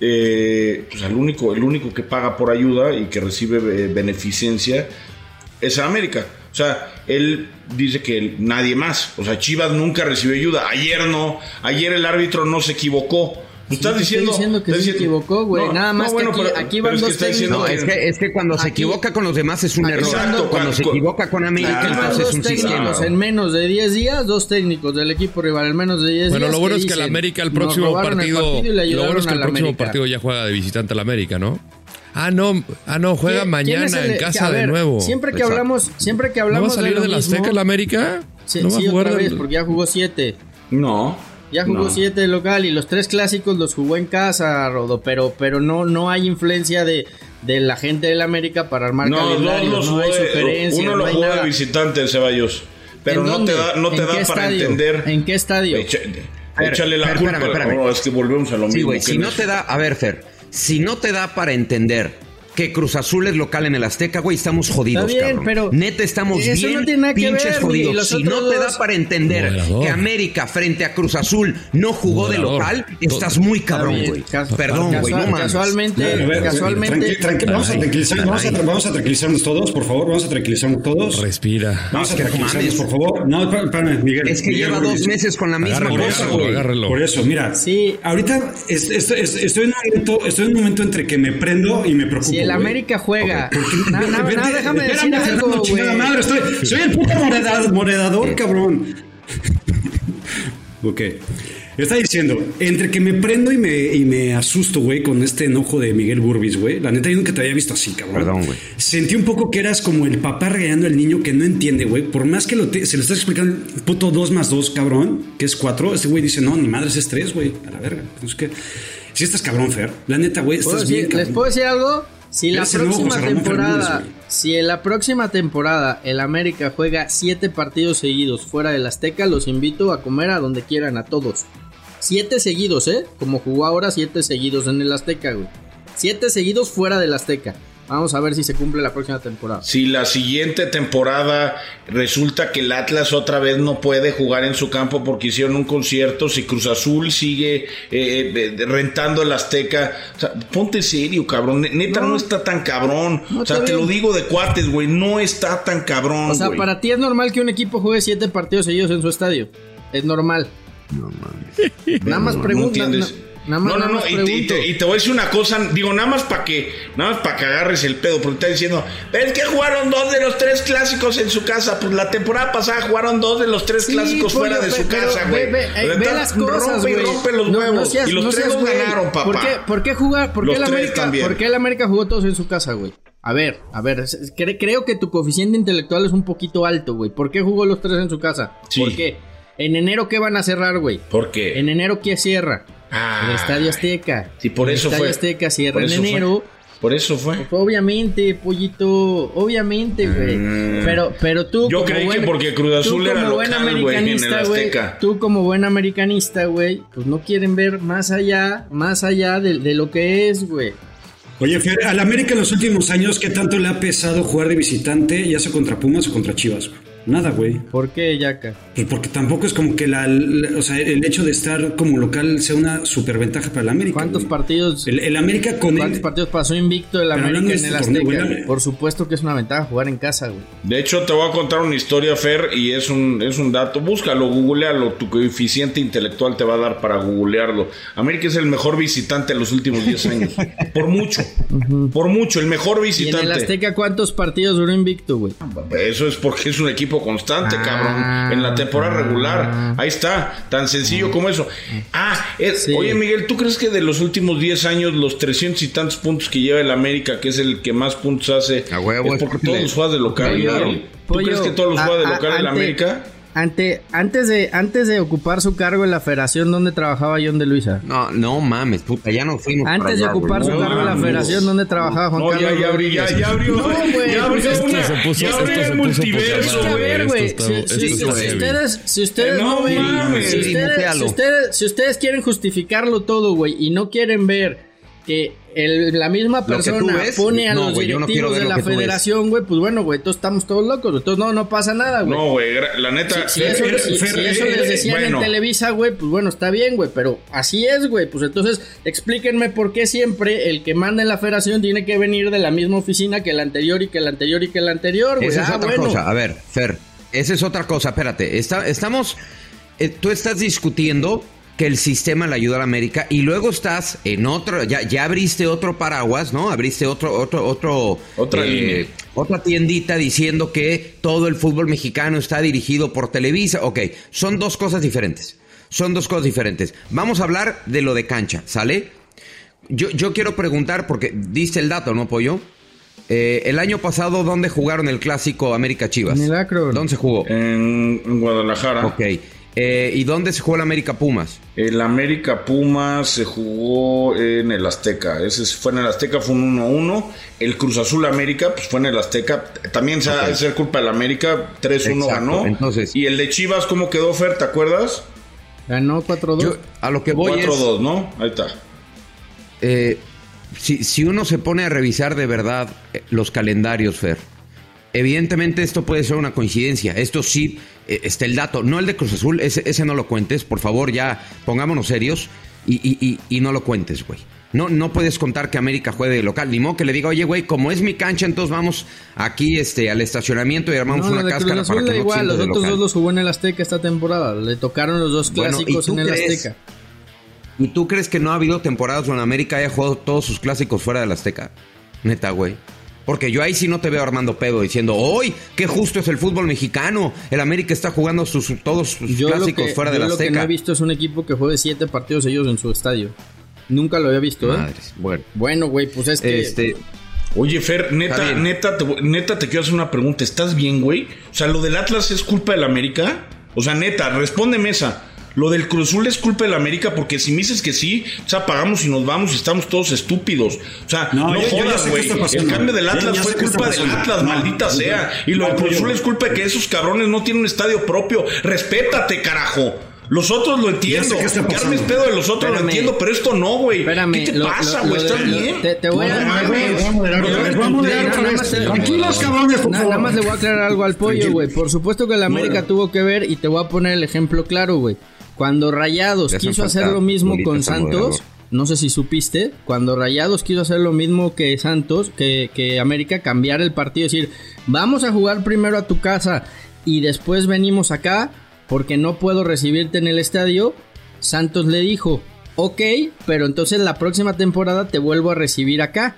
[SPEAKER 3] eh, pues el único, el único que paga por ayuda y que recibe eh, beneficencia es en América. O sea, él dice que él- nadie más. O sea, Chivas nunca recibió ayuda. Ayer no. Ayer el árbitro no se equivocó. Tú estás
[SPEAKER 4] te estoy
[SPEAKER 3] diciendo,
[SPEAKER 4] diciendo que
[SPEAKER 3] estás
[SPEAKER 4] sí se equivocó, güey. Nada más que aquí- aquí van
[SPEAKER 3] es que
[SPEAKER 4] dos
[SPEAKER 3] está diciendo
[SPEAKER 2] No,
[SPEAKER 4] técnicos.
[SPEAKER 2] es que, es que cuando se
[SPEAKER 4] Aquí-
[SPEAKER 2] equivoca con los demás es un
[SPEAKER 4] aquí
[SPEAKER 2] error.
[SPEAKER 4] van dos-
[SPEAKER 2] cuando se
[SPEAKER 3] con-
[SPEAKER 2] equivoca con América,
[SPEAKER 3] Aquí
[SPEAKER 4] Aquí van
[SPEAKER 3] claro,
[SPEAKER 2] entonces
[SPEAKER 4] dos
[SPEAKER 2] pues, es un sistema.
[SPEAKER 4] técnicos en menos de 10 días, dos técnicos del equipo rival en menos de 10
[SPEAKER 9] Bueno,
[SPEAKER 4] días.
[SPEAKER 9] lo bueno es que el
[SPEAKER 4] dicen,
[SPEAKER 9] América el
[SPEAKER 4] "Nos
[SPEAKER 9] próximo
[SPEAKER 4] robaron el
[SPEAKER 9] partido,
[SPEAKER 4] partido y le
[SPEAKER 9] lo bueno
[SPEAKER 4] ayudaron
[SPEAKER 9] es que el
[SPEAKER 4] al
[SPEAKER 9] próximo
[SPEAKER 4] América".
[SPEAKER 9] partido ya juega de visitante al América, ¿no? Ah, no, ah no, juega
[SPEAKER 4] ¿Quién- quién
[SPEAKER 9] mañana
[SPEAKER 4] es el-
[SPEAKER 9] en
[SPEAKER 4] que,
[SPEAKER 9] casa
[SPEAKER 4] a
[SPEAKER 9] de
[SPEAKER 4] ver,
[SPEAKER 9] nuevo.
[SPEAKER 4] Siempre que
[SPEAKER 2] Exacto.
[SPEAKER 4] hablamos, siempre que
[SPEAKER 9] ¿No va a
[SPEAKER 4] hablamos
[SPEAKER 9] salir
[SPEAKER 4] de lo
[SPEAKER 9] del
[SPEAKER 4] mismo,
[SPEAKER 9] Azteca el América?
[SPEAKER 4] Sí,
[SPEAKER 9] ¿No va
[SPEAKER 4] sí,
[SPEAKER 9] a jugar
[SPEAKER 4] otra
[SPEAKER 9] del-
[SPEAKER 4] vez, porque ya jugó 7.
[SPEAKER 3] No.
[SPEAKER 4] Ya jugó
[SPEAKER 3] No.
[SPEAKER 4] 7 de local y los tres clásicos los jugó en casa, Rodo, pero, pero no, no hay influencia de, de la gente del América para armar
[SPEAKER 3] No, dos
[SPEAKER 4] calendarios,
[SPEAKER 3] los
[SPEAKER 4] no
[SPEAKER 3] jugó
[SPEAKER 4] hay
[SPEAKER 3] de-
[SPEAKER 4] sugerencias,
[SPEAKER 3] uno
[SPEAKER 4] no
[SPEAKER 3] lo
[SPEAKER 4] hay
[SPEAKER 3] jugó de
[SPEAKER 4] nada.
[SPEAKER 3] visitante, Ceballos. Pero
[SPEAKER 4] ¿En
[SPEAKER 3] no te
[SPEAKER 4] dónde?
[SPEAKER 3] da, no te
[SPEAKER 4] ¿En
[SPEAKER 3] da
[SPEAKER 4] qué
[SPEAKER 3] para
[SPEAKER 4] estadio?
[SPEAKER 3] entender.
[SPEAKER 4] ¿En qué estadio?
[SPEAKER 3] Echa-
[SPEAKER 2] Fer,
[SPEAKER 3] échale la
[SPEAKER 2] Fer,
[SPEAKER 3] culpa.
[SPEAKER 2] espérame, espérame.
[SPEAKER 3] No, es que volvemos a lo
[SPEAKER 2] Sí,
[SPEAKER 3] mismo.
[SPEAKER 2] güey,
[SPEAKER 3] que
[SPEAKER 2] si
[SPEAKER 3] no
[SPEAKER 2] no
[SPEAKER 3] es-
[SPEAKER 2] te da, a ver, Fer, si no te da para entender que Cruz Azul es local en el Azteca, güey, estamos jodidos,
[SPEAKER 4] Está bien,
[SPEAKER 2] cabrón.
[SPEAKER 4] pero
[SPEAKER 2] Neta, estamos
[SPEAKER 4] eso
[SPEAKER 2] bien
[SPEAKER 4] no tiene nada que
[SPEAKER 2] pinches
[SPEAKER 4] ver, y
[SPEAKER 2] jodidos.
[SPEAKER 4] los
[SPEAKER 2] Si no
[SPEAKER 4] otros
[SPEAKER 2] te da
[SPEAKER 4] dos-
[SPEAKER 2] para entender
[SPEAKER 9] Moderador.
[SPEAKER 2] que América frente a Cruz Azul no jugó
[SPEAKER 9] Moderador.
[SPEAKER 2] de local, estás muy cabrón,
[SPEAKER 4] bien,
[SPEAKER 2] güey.
[SPEAKER 4] cas-
[SPEAKER 2] Perdón, güey, no
[SPEAKER 4] Eh, casual-
[SPEAKER 2] mames.
[SPEAKER 4] Casualmente,
[SPEAKER 5] A ver,
[SPEAKER 4] casualmente.
[SPEAKER 5] tranqui- tranqui- vamos, a tranquilizar- vamos a tra- vamos a tranquilizarnos todos, por favor. Vamos a tranquilizarnos todos.
[SPEAKER 9] Respira.
[SPEAKER 5] Vamos a
[SPEAKER 2] mames.
[SPEAKER 5] tranquilizarnos, por favor. No, espérame, espérame, Miguel.
[SPEAKER 2] Es que
[SPEAKER 5] Miguel,
[SPEAKER 2] lleva
[SPEAKER 5] Miguel.
[SPEAKER 2] dos meses con la misma
[SPEAKER 9] Agárralo,
[SPEAKER 2] cosa,
[SPEAKER 9] agárralo,
[SPEAKER 2] güey.
[SPEAKER 9] agárralo.
[SPEAKER 5] Por eso, mira,
[SPEAKER 4] Sí.
[SPEAKER 5] ahorita es- es- es- estoy, en un momento, estoy en un momento entre que me prendo y me preocupo.
[SPEAKER 4] Si el
[SPEAKER 5] güey.
[SPEAKER 4] América juega. No, no,
[SPEAKER 5] Vete,
[SPEAKER 4] no, déjame
[SPEAKER 5] espérame,
[SPEAKER 4] decir
[SPEAKER 5] Fernando,
[SPEAKER 4] algo,
[SPEAKER 5] chingada
[SPEAKER 4] güey.
[SPEAKER 5] madre, estoy- soy el puto moreda- moredador, cabrón. ok. Está diciendo, entre que me prendo y me, y me asusto, güey, con este enojo de Miguel Gurbis, güey. La neta, yo nunca te había visto así, cabrón.
[SPEAKER 2] Perdón, güey.
[SPEAKER 5] Sentí un poco que eras como el papá regañando al niño que no entiende, güey. Por más que lo te- se lo estás explicando, puto 2 más 2, cabrón, que es 4, este güey dice, no, ni madres es 3, güey. A la verga. Es que, si estás cabrón, Fer. La neta, güey,
[SPEAKER 4] ¿Puedo
[SPEAKER 5] estás
[SPEAKER 4] decir-
[SPEAKER 5] bien, cabrón.
[SPEAKER 4] Pues, ¿Les puedo decir algo? Si la
[SPEAKER 5] Eres el nuevo
[SPEAKER 4] próxima
[SPEAKER 5] José Ramón
[SPEAKER 4] temporada,
[SPEAKER 5] Fernández, güey.
[SPEAKER 4] si en la próxima temporada el América juega siete partidos seguidos fuera del Azteca, los invito a comer a donde quieran a todos. Siete seguidos, ¿eh? Como jugó ahora, siete seguidos en el Azteca, güey. Siete seguidos fuera del Azteca. Vamos a ver si se cumple la próxima temporada.
[SPEAKER 3] Si la siguiente temporada resulta que el Atlas otra vez no puede jugar en su campo porque hicieron un concierto, si Cruz Azul sigue eh, de- de- rentando el Azteca, o sea, ponte serio, cabrón. Ne- Neta, no,
[SPEAKER 4] No.
[SPEAKER 3] está tan cabrón.
[SPEAKER 4] No,
[SPEAKER 3] o sea,
[SPEAKER 4] está
[SPEAKER 3] te lo
[SPEAKER 4] bien.
[SPEAKER 3] digo de cuates, güey. No está tan cabrón.
[SPEAKER 4] O sea,
[SPEAKER 3] güey.
[SPEAKER 4] para ti es normal que un equipo juegue siete partidos seguidos en su estadio. Es normal. Nada más
[SPEAKER 3] No
[SPEAKER 4] pregunta. na-
[SPEAKER 3] entiendes.
[SPEAKER 4] nada más-
[SPEAKER 3] no, no,
[SPEAKER 4] nada
[SPEAKER 3] no,
[SPEAKER 4] más
[SPEAKER 3] y, te, y
[SPEAKER 4] pregunto.
[SPEAKER 3] te- y te voy a decir una cosa, digo, nada más para que, nada más para que agarres el pedo, porque está diciendo, es que jugaron dos de los tres clásicos en su casa, pues la temporada pasada jugaron dos de los tres
[SPEAKER 4] Sí,
[SPEAKER 3] clásicos
[SPEAKER 4] pollo,
[SPEAKER 3] fuera de
[SPEAKER 4] ve-
[SPEAKER 3] su
[SPEAKER 4] pero
[SPEAKER 3] casa,
[SPEAKER 4] ve-
[SPEAKER 3] güey.
[SPEAKER 4] Ve, eh,
[SPEAKER 3] Le
[SPEAKER 4] ve
[SPEAKER 3] están-
[SPEAKER 4] las cosas,
[SPEAKER 3] rompe y
[SPEAKER 4] güey.
[SPEAKER 3] rompe los
[SPEAKER 4] No-
[SPEAKER 3] huevos,
[SPEAKER 4] no seas-
[SPEAKER 3] y los
[SPEAKER 4] no
[SPEAKER 3] tres
[SPEAKER 4] seas
[SPEAKER 3] los
[SPEAKER 4] güey.
[SPEAKER 3] ganaron, papá.
[SPEAKER 4] ¿Por qué, por qué jugar? ¿Por qué,
[SPEAKER 3] Los
[SPEAKER 4] el
[SPEAKER 3] tres
[SPEAKER 4] América,
[SPEAKER 3] también.
[SPEAKER 4] por qué el América jugó todos en su casa, güey? A ver, a ver, es- es- cre- creo que tu coeficiente intelectual es un poquito alto, güey. ¿Por qué jugó los tres en su casa?
[SPEAKER 3] Sí.
[SPEAKER 4] ¿Por qué? En enero, ¿qué van a cerrar, güey?
[SPEAKER 3] ¿Por qué?
[SPEAKER 4] En enero, ¿qué cierra?
[SPEAKER 3] Ah.
[SPEAKER 4] el Estadio Azteca.
[SPEAKER 3] Sí, por
[SPEAKER 4] el
[SPEAKER 3] eso
[SPEAKER 4] Estadio
[SPEAKER 3] fue.
[SPEAKER 4] Azteca cierra
[SPEAKER 3] Por
[SPEAKER 4] en
[SPEAKER 3] eso fue.
[SPEAKER 4] enero.
[SPEAKER 3] Por eso fue.
[SPEAKER 4] Pues, Obviamente, pollito, obviamente, güey. Pero, pero tú.
[SPEAKER 3] Mm. Yo creí que porque Cruz Azul
[SPEAKER 4] tú
[SPEAKER 3] era
[SPEAKER 4] como buen
[SPEAKER 3] local, güey, en el
[SPEAKER 4] americanista, güey,
[SPEAKER 3] Azteca.
[SPEAKER 4] Tú como buen americanista, güey, pues no quieren ver más allá, más allá de, de lo que es, güey.
[SPEAKER 5] Oye, Fer, al América en los últimos años, ¿qué tanto le ha pesado jugar de visitante, ya sea contra Pumas o contra Chivas? güey? Nada, güey.
[SPEAKER 4] ¿Por qué, Yaka?
[SPEAKER 5] Pues porque tampoco es como que la, la- o sea, el hecho de estar como local sea una superventaja para el América.
[SPEAKER 4] ¿Cuántos
[SPEAKER 5] güey.
[SPEAKER 4] partidos?
[SPEAKER 5] Mm. El, el América con
[SPEAKER 4] ¿Cuántos
[SPEAKER 5] el,
[SPEAKER 4] partidos pasó invicto el
[SPEAKER 5] hablando
[SPEAKER 4] América
[SPEAKER 5] de
[SPEAKER 4] en
[SPEAKER 5] este
[SPEAKER 4] el
[SPEAKER 5] torneo,
[SPEAKER 4] Azteca?
[SPEAKER 5] güey,
[SPEAKER 4] güey? Por supuesto que es una ventaja jugar en casa, güey.
[SPEAKER 3] De hecho, te voy a contar una historia, Fer, y es un, es un dato. Búscalo, googlealo. Tu coeficiente intelectual te va a dar para googlearlo. América es el mejor visitante en los últimos 10 años. Por mucho. Por mucho, el mejor
[SPEAKER 4] ¿Y en el
[SPEAKER 3] visitante.
[SPEAKER 4] Azteca cuántos partidos duró invicto, güey?
[SPEAKER 3] Eso es porque es un equipo constante,
[SPEAKER 4] Ah.
[SPEAKER 3] cabrón. En la temporada regular. Ahí está. Tan sencillo como eso. Ah, es-
[SPEAKER 4] Sí.
[SPEAKER 3] oye, Miguel, ¿tú crees que de los últimos 10 años, los 300 y tantos puntos que lleva el América, que es el que más puntos hace,
[SPEAKER 2] A huevo,
[SPEAKER 3] es porque
[SPEAKER 2] es-
[SPEAKER 3] todos los juegas de local?
[SPEAKER 2] Pollo,
[SPEAKER 3] Miguel? ¿Tú
[SPEAKER 4] Pollo,
[SPEAKER 3] crees que todos los
[SPEAKER 4] a-
[SPEAKER 3] juegas de
[SPEAKER 4] a-
[SPEAKER 3] local en la
[SPEAKER 4] ante-
[SPEAKER 3] América?
[SPEAKER 4] Ante, antes, de, antes de ocupar su cargo en la federación donde trabajaba John de Luisa.
[SPEAKER 2] No, no mames, puta, ya no fuimos.
[SPEAKER 4] Antes de ocupar su
[SPEAKER 3] no,
[SPEAKER 4] cargo en la
[SPEAKER 3] mames.
[SPEAKER 4] federación donde trabajaba Juan
[SPEAKER 3] No, ya,
[SPEAKER 4] Carlos
[SPEAKER 3] ya abrió, ya,
[SPEAKER 4] Rodríguez.
[SPEAKER 3] ya abrió.
[SPEAKER 4] güey. pues,
[SPEAKER 3] ya abrió
[SPEAKER 9] Esto
[SPEAKER 3] una-
[SPEAKER 9] se puso-
[SPEAKER 3] ya abrió
[SPEAKER 9] esto se
[SPEAKER 3] el
[SPEAKER 9] puso poca
[SPEAKER 3] multiverso,
[SPEAKER 4] Es que, a
[SPEAKER 9] madre,
[SPEAKER 4] ver,
[SPEAKER 9] esto
[SPEAKER 4] güey,
[SPEAKER 9] está-
[SPEAKER 4] si-
[SPEAKER 9] esto
[SPEAKER 4] si-
[SPEAKER 9] está
[SPEAKER 4] si
[SPEAKER 9] heavy.
[SPEAKER 4] ustedes, si ustedes
[SPEAKER 3] No
[SPEAKER 4] no ven-
[SPEAKER 3] mames.
[SPEAKER 4] si
[SPEAKER 3] Sí,
[SPEAKER 4] ustedes, si
[SPEAKER 2] mutealo.
[SPEAKER 4] ustedes, si ustedes quieren justificarlo todo, güey, y no quieren ver que el- la
[SPEAKER 2] que
[SPEAKER 4] misma
[SPEAKER 2] tú
[SPEAKER 4] persona
[SPEAKER 2] ves,
[SPEAKER 4] pone a
[SPEAKER 2] no,
[SPEAKER 4] los
[SPEAKER 2] güey, yo no quiero
[SPEAKER 4] directivos
[SPEAKER 2] ver
[SPEAKER 4] de
[SPEAKER 2] lo
[SPEAKER 4] la
[SPEAKER 2] que tú ves.
[SPEAKER 4] federación, güey, pues bueno, güey, todos estamos todos locos, güey, entonces no, no pasa nada, güey.
[SPEAKER 3] No, güey, gra- la neta. eh,
[SPEAKER 4] Si eso,
[SPEAKER 5] Fer,
[SPEAKER 4] si-
[SPEAKER 5] Fer,
[SPEAKER 4] si eso
[SPEAKER 2] eh,
[SPEAKER 4] les decían
[SPEAKER 3] bueno.
[SPEAKER 4] en Televisa, güey, pues bueno, está bien, güey, pero así es, güey. Pues entonces, explíquenme por qué siempre el que manda en la federación tiene que venir de la misma oficina que el anterior y que el anterior y que el anterior, güey.
[SPEAKER 2] Esa es
[SPEAKER 4] Ah,
[SPEAKER 2] otra
[SPEAKER 4] bueno.
[SPEAKER 2] cosa. A ver, Fer, esa es otra cosa. Espérate, está- estamos. eh, tú estás discutiendo que el sistema le ayuda a la América y luego estás en otro. Ya, ya abriste otro paraguas, ¿no? Abriste otro, otro, otro. eh,
[SPEAKER 3] Otra línea.
[SPEAKER 2] Otra tiendita diciendo que todo el fútbol mexicano está dirigido por Televisa. Ok, son dos cosas diferentes. Son dos cosas diferentes. Vamos a hablar de lo de cancha, ¿sale? Yo, yo quiero preguntar, porque diste el dato, ¿no, Pollo? Eh, el año pasado, ¿dónde jugaron el clásico América Chivas?
[SPEAKER 4] En el Akron.
[SPEAKER 2] ¿Dónde se jugó?
[SPEAKER 3] En, en Guadalajara.
[SPEAKER 2] Ok. Eh, ¿Y dónde se jugó el América Pumas?
[SPEAKER 3] El América Puma se jugó en el Azteca. Ese es- fue en el Azteca, fue un 1-1. El Cruz Azul América, pues fue en el Azteca. También se ha de ser culpa del América. 3-1
[SPEAKER 2] Exacto,
[SPEAKER 3] ganó.
[SPEAKER 2] entonces-
[SPEAKER 3] y el de Chivas, ¿cómo quedó Fer? ¿Te acuerdas?
[SPEAKER 4] Ganó 4-2.
[SPEAKER 2] Yo, a lo que voy es,
[SPEAKER 3] 4-2, ¿no? Ahí está.
[SPEAKER 2] eh, si, si uno se pone a revisar de verdad eh, los calendarios, Fer, evidentemente esto puede ser una coincidencia. Esto sí eh, está el dato. No el de Cruz Azul, ese, ese no lo cuentes. Por favor, ya pongámonos serios y, y- y- y no lo cuentes, güey. No, no puedes contar que América juegue de local. Ni modo que le diga, oye, güey, como es mi cancha, entonces vamos aquí este, al estacionamiento y armamos
[SPEAKER 4] No,
[SPEAKER 2] una
[SPEAKER 4] lo de Cruz
[SPEAKER 2] cáscara para
[SPEAKER 4] Azul
[SPEAKER 2] que no
[SPEAKER 4] da
[SPEAKER 2] te
[SPEAKER 4] igual,
[SPEAKER 2] sientas
[SPEAKER 4] los
[SPEAKER 2] de
[SPEAKER 4] otros
[SPEAKER 2] local".
[SPEAKER 4] dos los jugó en el Azteca esta temporada. Le tocaron los dos
[SPEAKER 2] Bueno, ¿y
[SPEAKER 4] clásicos
[SPEAKER 2] tú
[SPEAKER 4] en el
[SPEAKER 2] crees?
[SPEAKER 4] Azteca.
[SPEAKER 2] ¿Y tú crees que no ha habido temporadas donde América haya jugado todos sus clásicos fuera del Azteca? Neta, güey. Porque yo ahí sí no te veo armando pedo diciendo, ¡hoy! ¡Qué justo es el fútbol mexicano! El América está jugando sus, todos sus
[SPEAKER 4] Yo lo
[SPEAKER 2] Pues clásicos
[SPEAKER 4] que,
[SPEAKER 2] fuera
[SPEAKER 4] yo
[SPEAKER 2] del
[SPEAKER 4] lo que no
[SPEAKER 2] Azteca.
[SPEAKER 4] he visto es un equipo que juegue 7 partidos ellos en su estadio. Nunca lo había visto, ¿eh?
[SPEAKER 2] Madres. Bueno,
[SPEAKER 4] Bueno, güey, pues es que...
[SPEAKER 2] este,
[SPEAKER 3] Oye, Fer,
[SPEAKER 2] Está
[SPEAKER 3] neta,
[SPEAKER 2] bien.
[SPEAKER 3] neta, te, voy- neta, te quiero hacer una pregunta. ¿Estás bien, güey? O sea, ¿lo del Atlas es culpa del América? O sea, neta, respóndeme esa. ¿Lo del Cruz Azul es culpa del América? Porque si me dices que sí, o sea, pagamos y nos vamos y estamos todos estúpidos. O sea, no,
[SPEAKER 5] No, yo- yo ya
[SPEAKER 3] jodas,
[SPEAKER 5] sé qué
[SPEAKER 3] güey.
[SPEAKER 5] está pasando.
[SPEAKER 3] El cambio del
[SPEAKER 5] Ya-
[SPEAKER 3] Atlas
[SPEAKER 5] ya
[SPEAKER 3] fue
[SPEAKER 5] sé qué está
[SPEAKER 3] culpa del
[SPEAKER 5] pasando.
[SPEAKER 3] Atlas,
[SPEAKER 5] No,
[SPEAKER 3] maldita
[SPEAKER 5] no,
[SPEAKER 3] sea. Y
[SPEAKER 5] no,
[SPEAKER 3] lo del
[SPEAKER 5] no,
[SPEAKER 3] Cruz
[SPEAKER 5] yo-
[SPEAKER 3] Azul es culpa de que esos cabrones no tienen un estadio propio. Respétate, carajo. Los otros lo entiendo.
[SPEAKER 5] qué está
[SPEAKER 3] Que armes
[SPEAKER 5] pasando.
[SPEAKER 3] pedo de los otros lo
[SPEAKER 4] Espérame.
[SPEAKER 3] entiendo, pero esto no, güey.
[SPEAKER 4] Espérame,
[SPEAKER 3] ¿Qué te
[SPEAKER 4] lo-
[SPEAKER 3] pasa,
[SPEAKER 4] lo-
[SPEAKER 3] güey?
[SPEAKER 4] lo de-
[SPEAKER 3] ¿Estás
[SPEAKER 4] lo-
[SPEAKER 3] bien?
[SPEAKER 4] te- te voy a-
[SPEAKER 3] No
[SPEAKER 4] me voy-
[SPEAKER 3] mames.
[SPEAKER 4] voy a moderar
[SPEAKER 3] Pero
[SPEAKER 4] otra
[SPEAKER 3] a ver,
[SPEAKER 4] vez.
[SPEAKER 3] vamos a moderar
[SPEAKER 4] Nada
[SPEAKER 3] otra
[SPEAKER 4] más
[SPEAKER 3] vez.
[SPEAKER 4] te-
[SPEAKER 5] Tranquilos, cabrones, por
[SPEAKER 4] Nada
[SPEAKER 5] favor.
[SPEAKER 4] más le voy a aclarar algo al pollo, güey. Por supuesto que la América tuvo que ver y te voy a poner el ejemplo claro, güey. Cuando Rayados
[SPEAKER 2] Le hacen
[SPEAKER 4] quiso hacer
[SPEAKER 2] falta
[SPEAKER 4] lo mismo
[SPEAKER 2] bolitas
[SPEAKER 4] con
[SPEAKER 2] al
[SPEAKER 4] Santos,
[SPEAKER 2] moderador.
[SPEAKER 4] no sé si supiste, cuando Rayados quiso hacer lo mismo que Santos, que, que América, cambiar el partido, decir, vamos a jugar primero a tu casa y después venimos acá porque no puedo recibirte en el estadio, Santos le dijo, ok, pero entonces la próxima temporada te vuelvo a recibir acá.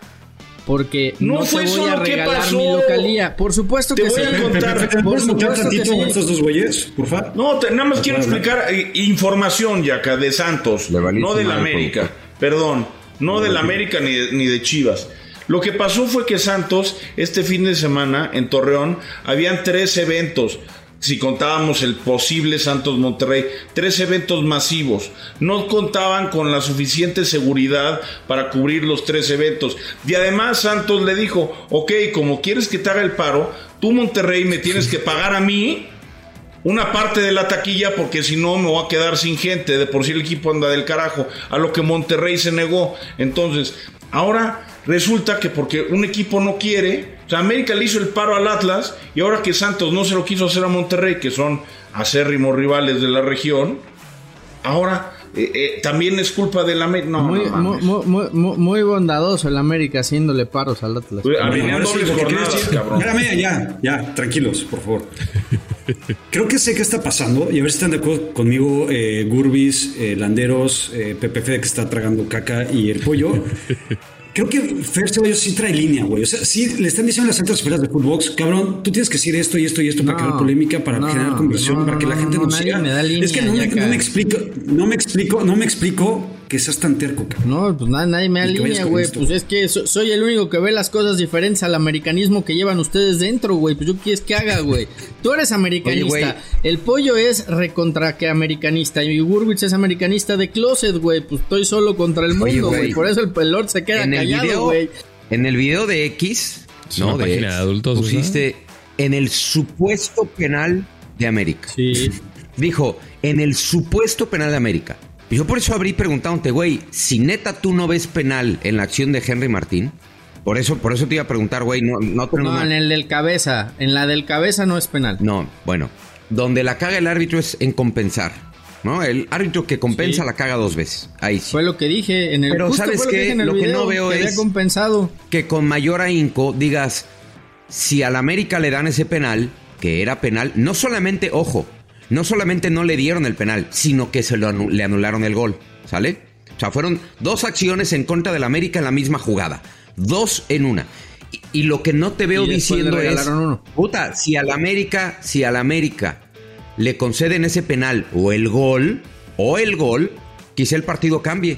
[SPEAKER 4] Porque
[SPEAKER 3] No
[SPEAKER 4] no, te
[SPEAKER 3] fue
[SPEAKER 4] voy
[SPEAKER 3] eso
[SPEAKER 4] a
[SPEAKER 3] lo que
[SPEAKER 4] regalar
[SPEAKER 3] pasó.
[SPEAKER 4] mi localía. Por supuesto
[SPEAKER 3] Te
[SPEAKER 4] que
[SPEAKER 3] voy
[SPEAKER 4] sí.
[SPEAKER 3] a contar.
[SPEAKER 5] Pepe,
[SPEAKER 4] Por
[SPEAKER 5] ¿Puedes mutear
[SPEAKER 4] supuesto que
[SPEAKER 5] tantito
[SPEAKER 4] sí.
[SPEAKER 5] a estos dos güeyes, por favor?
[SPEAKER 3] No, te- nada más quiero explicar eh, información, Yaka, de Santos,
[SPEAKER 2] Le valiste
[SPEAKER 3] no del
[SPEAKER 2] madre,
[SPEAKER 3] América. Perdón, no del América ni de, ni de Chivas. Lo que pasó fue que Santos, este fin de semana en Torreón, habían tres eventos. si contábamos el posible Santos Monterrey, tres eventos masivos. No contaban con la suficiente seguridad para cubrir los tres eventos. Y además Santos le dijo, ok, como quieres que te haga el paro, tú Monterrey me tienes que pagar a mí una parte de la taquilla porque si no me voy a quedar sin gente. De por sí el equipo anda del carajo. A lo que Monterrey se negó. Entonces, ahora resulta que porque un equipo no quiere, o sea, América le hizo el paro al Atlas y ahora que Santos no se lo quiso hacer a Monterrey, que son acérrimos rivales de la región, ahora... eh, eh, también es culpa del América. No,
[SPEAKER 4] Muy,
[SPEAKER 3] no mames.
[SPEAKER 4] muy- muy- muy- muy bondadoso el América haciéndole paros al Atlas.
[SPEAKER 3] Güey, alinean
[SPEAKER 5] Ahora sí,
[SPEAKER 3] dobles
[SPEAKER 5] lo que
[SPEAKER 3] jornadas,
[SPEAKER 5] quiero decir-
[SPEAKER 3] cabrón.
[SPEAKER 5] Espérame, ya, ya, tranquilos, por favor. Creo que sé qué está pasando y a ver si están de acuerdo conmigo eh, Gurbis, eh, Landeros, eh, PPF que está tragando caca y el pollo. Creo que Fer Ceballos sí trae línea, güey. O sea, sí le están diciendo a las altas esferas de Footbox, cabrón, tú tienes que decir esto y esto y esto para
[SPEAKER 4] No,
[SPEAKER 5] crear polémica, para
[SPEAKER 4] no,
[SPEAKER 5] generar conversión,
[SPEAKER 4] no,
[SPEAKER 5] para que la
[SPEAKER 4] no,
[SPEAKER 5] gente
[SPEAKER 4] no,
[SPEAKER 5] nos
[SPEAKER 4] nadie
[SPEAKER 5] siga.
[SPEAKER 4] me da
[SPEAKER 5] es que
[SPEAKER 4] línea,
[SPEAKER 5] no me,
[SPEAKER 4] ya,
[SPEAKER 5] no
[SPEAKER 4] cabrón.
[SPEAKER 5] me explico, no me explico, no me explico que seas tan terco, cabrón.
[SPEAKER 4] No, pues nada, nadie me da
[SPEAKER 5] Y que vayas
[SPEAKER 4] línea,
[SPEAKER 5] con
[SPEAKER 4] güey.
[SPEAKER 5] esto.
[SPEAKER 4] Pues es que so- soy el único que ve las cosas diferentes al americanismo que llevan ustedes dentro, güey. Pues yo quieres que haga, güey. Tú eres americanista.
[SPEAKER 2] Oye, güey.
[SPEAKER 4] el pollo es recontra que americanista. Y Gurwitz es americanista de closet, güey. Pues estoy solo contra el
[SPEAKER 2] Oye,
[SPEAKER 4] mundo, güey.
[SPEAKER 2] güey.
[SPEAKER 4] Por eso el, el Lord se queda
[SPEAKER 2] en el
[SPEAKER 4] callado,
[SPEAKER 2] video,
[SPEAKER 4] güey.
[SPEAKER 2] en el video de X,
[SPEAKER 9] Es
[SPEAKER 2] no,
[SPEAKER 9] una
[SPEAKER 2] de
[SPEAKER 9] página
[SPEAKER 2] X,
[SPEAKER 9] de adultos, ¿verdad?
[SPEAKER 2] pusiste en el supuesto penal de América.
[SPEAKER 4] Sí.
[SPEAKER 2] Dijo, en el supuesto penal de América. Y Yo por eso abrí preguntándote, güey, si neta tú no ves penal en la acción de Henry Martín, por eso, por eso te iba a preguntar, güey, no, no tenemos
[SPEAKER 4] No,
[SPEAKER 2] nada.
[SPEAKER 4] en el del cabeza. En la del cabeza no es penal.
[SPEAKER 2] No, bueno, donde la caga el árbitro es en compensar, ¿no? El árbitro que compensa
[SPEAKER 4] Sí.
[SPEAKER 2] la caga dos veces. Ahí sí.
[SPEAKER 4] Fue lo que dije en el
[SPEAKER 2] Pero
[SPEAKER 4] justo
[SPEAKER 2] ¿sabes
[SPEAKER 4] fue lo que
[SPEAKER 2] qué?
[SPEAKER 4] dije en el
[SPEAKER 2] Lo que
[SPEAKER 4] video,
[SPEAKER 2] no veo
[SPEAKER 4] había
[SPEAKER 2] es-
[SPEAKER 4] compensado.
[SPEAKER 2] que con mayor ahínco digas, si al América le dan ese penal, que era penal, no solamente, ojo, no solamente no le dieron el penal, sino que se lo anu- le anularon el gol, ¿sale? O sea, fueron dos acciones en contra del América en la misma jugada, dos en una. Y, y lo que no te veo
[SPEAKER 4] Y después
[SPEAKER 2] diciendo
[SPEAKER 4] le
[SPEAKER 2] es,
[SPEAKER 4] regalaron uno.
[SPEAKER 2] puta, si al América, si al América le conceden ese penal o el gol, o el gol, quizá el partido cambie.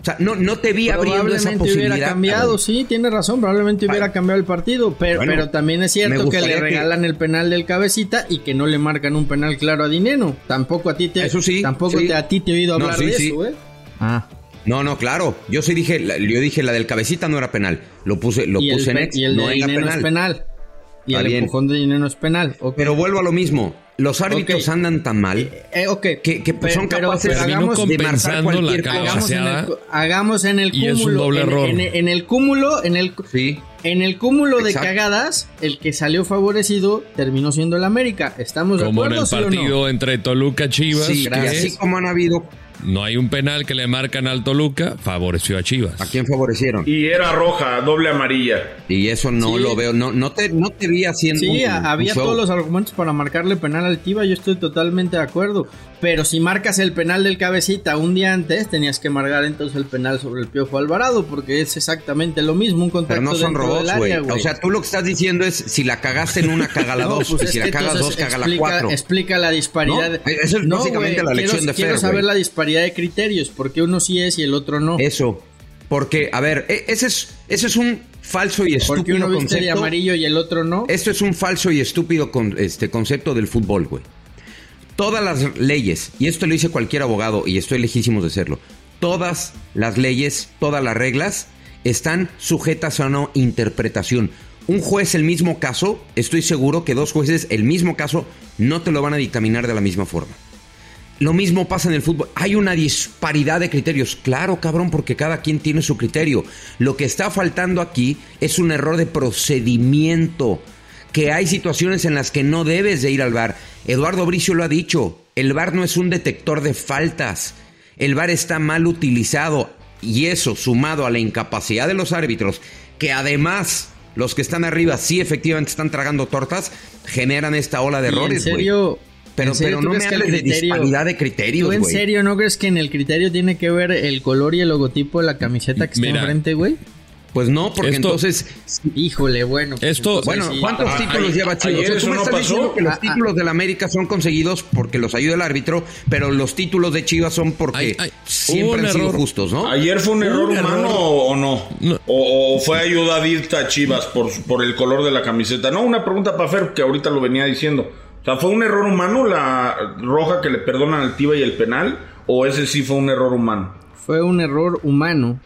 [SPEAKER 2] O sea, no, no te vi abriendo esa
[SPEAKER 4] Probablemente
[SPEAKER 2] posibilidad.
[SPEAKER 4] hubiera cambiado,
[SPEAKER 2] cabrón.
[SPEAKER 4] sí, tiene razón, probablemente hubiera
[SPEAKER 2] Ay.
[SPEAKER 4] cambiado el partido, pero,
[SPEAKER 2] Bueno,
[SPEAKER 4] pero también es
[SPEAKER 2] me
[SPEAKER 4] cierto que
[SPEAKER 2] gustaría
[SPEAKER 4] le
[SPEAKER 2] que-
[SPEAKER 4] regalan el penal del cabecita y que no le marcan un penal claro a Dineno. Tampoco a ti te,
[SPEAKER 2] Eso sí,
[SPEAKER 4] tampoco
[SPEAKER 2] sí.
[SPEAKER 4] te- a ti te he oído
[SPEAKER 2] No,
[SPEAKER 4] hablar
[SPEAKER 2] sí,
[SPEAKER 4] de
[SPEAKER 2] sí.
[SPEAKER 4] eso, güey. Ah,
[SPEAKER 2] No, no, claro. Yo sí dije, la- yo dije la del cabecita no era penal. Lo puse, lo
[SPEAKER 4] y, el,
[SPEAKER 2] puse en
[SPEAKER 4] pe-
[SPEAKER 2] ex,
[SPEAKER 4] y el
[SPEAKER 2] no
[SPEAKER 4] de
[SPEAKER 2] era
[SPEAKER 4] Dineno
[SPEAKER 2] penal.
[SPEAKER 4] es penal. Y
[SPEAKER 2] Está
[SPEAKER 4] el
[SPEAKER 2] bien.
[SPEAKER 4] empujón de Dineno es penal. ok.
[SPEAKER 2] Pero vuelvo a lo mismo. Los árbitros
[SPEAKER 4] Ok.
[SPEAKER 2] andan tan mal
[SPEAKER 4] Eh, ok.
[SPEAKER 2] que, que
[SPEAKER 4] Pe-
[SPEAKER 2] pues, son
[SPEAKER 4] pero-
[SPEAKER 2] capaces
[SPEAKER 4] pero
[SPEAKER 2] de
[SPEAKER 4] hagamos-
[SPEAKER 9] compensando
[SPEAKER 2] marcar cualquier
[SPEAKER 9] la
[SPEAKER 2] cosa.
[SPEAKER 9] cagada.
[SPEAKER 4] hagamos en el, cu- hagamos en el
[SPEAKER 9] Y
[SPEAKER 4] cúmulo.
[SPEAKER 9] es un doble
[SPEAKER 4] en,
[SPEAKER 9] error.
[SPEAKER 4] en- en el cúmulo, en el, cu-
[SPEAKER 2] Sí.
[SPEAKER 4] En el cúmulo de
[SPEAKER 2] Exacto.
[SPEAKER 4] cagadas, el que salió favorecido terminó siendo el América. ¿Estamos de
[SPEAKER 9] Como en
[SPEAKER 4] acuerdo,
[SPEAKER 9] el
[SPEAKER 4] sí o
[SPEAKER 9] partido
[SPEAKER 4] no?
[SPEAKER 9] entre Toluca Chivas,
[SPEAKER 2] Sí, y
[SPEAKER 9] que
[SPEAKER 2] así
[SPEAKER 9] es,
[SPEAKER 2] como han habido,
[SPEAKER 9] no hay un penal que le marcan al Toluca, favoreció a Chivas.
[SPEAKER 2] ¿a quién favorecieron?
[SPEAKER 3] Y era roja, doble amarilla.
[SPEAKER 2] Y eso no
[SPEAKER 4] Sí.
[SPEAKER 2] lo veo. No, no, te, no te vi haciendo.
[SPEAKER 4] Sí,
[SPEAKER 2] un-
[SPEAKER 4] a-
[SPEAKER 2] un
[SPEAKER 4] había
[SPEAKER 2] show.
[SPEAKER 4] todos los argumentos para marcarle penal al Tiva, yo estoy totalmente de acuerdo. Pero si marcas el penal del cabecita un día antes, tenías que marcar entonces el penal sobre el Piojo Alvarado, porque es exactamente lo mismo, un
[SPEAKER 2] Pero
[SPEAKER 4] contacto
[SPEAKER 2] no son
[SPEAKER 4] dentro del
[SPEAKER 2] robots,
[SPEAKER 4] área,
[SPEAKER 2] güey.
[SPEAKER 4] güey.
[SPEAKER 2] O sea, tú lo que estás diciendo es: si la cagaste en una, caga la
[SPEAKER 4] No,
[SPEAKER 2] dos.
[SPEAKER 4] pues
[SPEAKER 2] y
[SPEAKER 4] es
[SPEAKER 2] si la
[SPEAKER 4] que
[SPEAKER 2] cagas dos,
[SPEAKER 4] entonces
[SPEAKER 2] caga la
[SPEAKER 4] explica-
[SPEAKER 2] cuatro.
[SPEAKER 4] Explica la disparidad.
[SPEAKER 2] No, e-, eso es básicamente la
[SPEAKER 4] quiero-
[SPEAKER 2] lección de
[SPEAKER 4] Quiero
[SPEAKER 2] Fer,
[SPEAKER 4] saber
[SPEAKER 2] güey.
[SPEAKER 4] la disparidad de criterios, porque uno sí es y el otro no.
[SPEAKER 2] Eso. Porque, a ver, e- ese es, ese es un falso y estúpido
[SPEAKER 4] Porque uno viste de
[SPEAKER 2] concepto.
[SPEAKER 4] amarillo y el otro no.
[SPEAKER 2] Esto es un falso y estúpido con, este, concepto del fútbol, güey. Todas las leyes, y esto lo dice cualquier abogado, y estoy lejísimos de serlo, todas las leyes, todas las reglas están sujetas a una interpretación. Un juez el mismo caso, estoy seguro que dos jueces el mismo caso no te lo van a dictaminar de la misma forma. Lo mismo pasa en el fútbol. Hay una disparidad de criterios. Claro, cabrón, porque cada quien tiene su criterio. Lo que está faltando aquí es un error de procedimiento. Que hay situaciones en las que no debes de ir al bar. Eduardo Bricio lo ha dicho. El bar no es un detector de faltas. El bar está mal utilizado. Y eso, sumado a la incapacidad de los árbitros, que además los que están arriba sí efectivamente están tragando tortas, generan esta ola de
[SPEAKER 4] Y
[SPEAKER 2] errores,
[SPEAKER 4] En
[SPEAKER 2] güey.
[SPEAKER 4] serio.
[SPEAKER 2] Pero,
[SPEAKER 4] ¿en serio
[SPEAKER 2] pero
[SPEAKER 4] tú
[SPEAKER 2] no me
[SPEAKER 4] crees que el
[SPEAKER 2] hables de
[SPEAKER 4] criterio-
[SPEAKER 2] disparidad de
[SPEAKER 4] ¿Tú
[SPEAKER 2] criterios,
[SPEAKER 4] en
[SPEAKER 2] güey.
[SPEAKER 4] serio no crees que en el criterio tiene que ver el color y el logotipo de la camiseta que está
[SPEAKER 9] Mira.
[SPEAKER 4] enfrente, güey?
[SPEAKER 2] Pues no, porque
[SPEAKER 9] Esto-
[SPEAKER 2] entonces.
[SPEAKER 4] Híjole, bueno. pues
[SPEAKER 9] Esto-
[SPEAKER 4] entonces
[SPEAKER 2] Bueno,
[SPEAKER 4] sí.
[SPEAKER 2] ¿cuántos
[SPEAKER 3] Ah,
[SPEAKER 2] títulos
[SPEAKER 3] ayer-
[SPEAKER 2] lleva Chivas? O sea,
[SPEAKER 3] ayer
[SPEAKER 2] tú
[SPEAKER 3] eso
[SPEAKER 2] me
[SPEAKER 3] no
[SPEAKER 2] estás
[SPEAKER 3] pasó.
[SPEAKER 2] diciendo que los
[SPEAKER 4] Ah, ah.
[SPEAKER 2] títulos del América son conseguidos porque los ayuda el árbitro, pero los títulos de Chivas son porque
[SPEAKER 9] Ay, ay, hubo
[SPEAKER 2] siempre
[SPEAKER 9] un
[SPEAKER 2] han sido
[SPEAKER 9] error.
[SPEAKER 2] justos, ¿no?
[SPEAKER 3] ¿Ayer fue un error humano o o no?
[SPEAKER 9] No.
[SPEAKER 3] O, o fue ayudadita a Chivas por, su- por el color de la camiseta? No, una pregunta para Fer, que ahorita lo venía diciendo. O sea, ¿fue un error humano la roja que le perdonan al Tiva y el penal? ¿O ese sí fue un error humano?
[SPEAKER 4] Fue un error humano.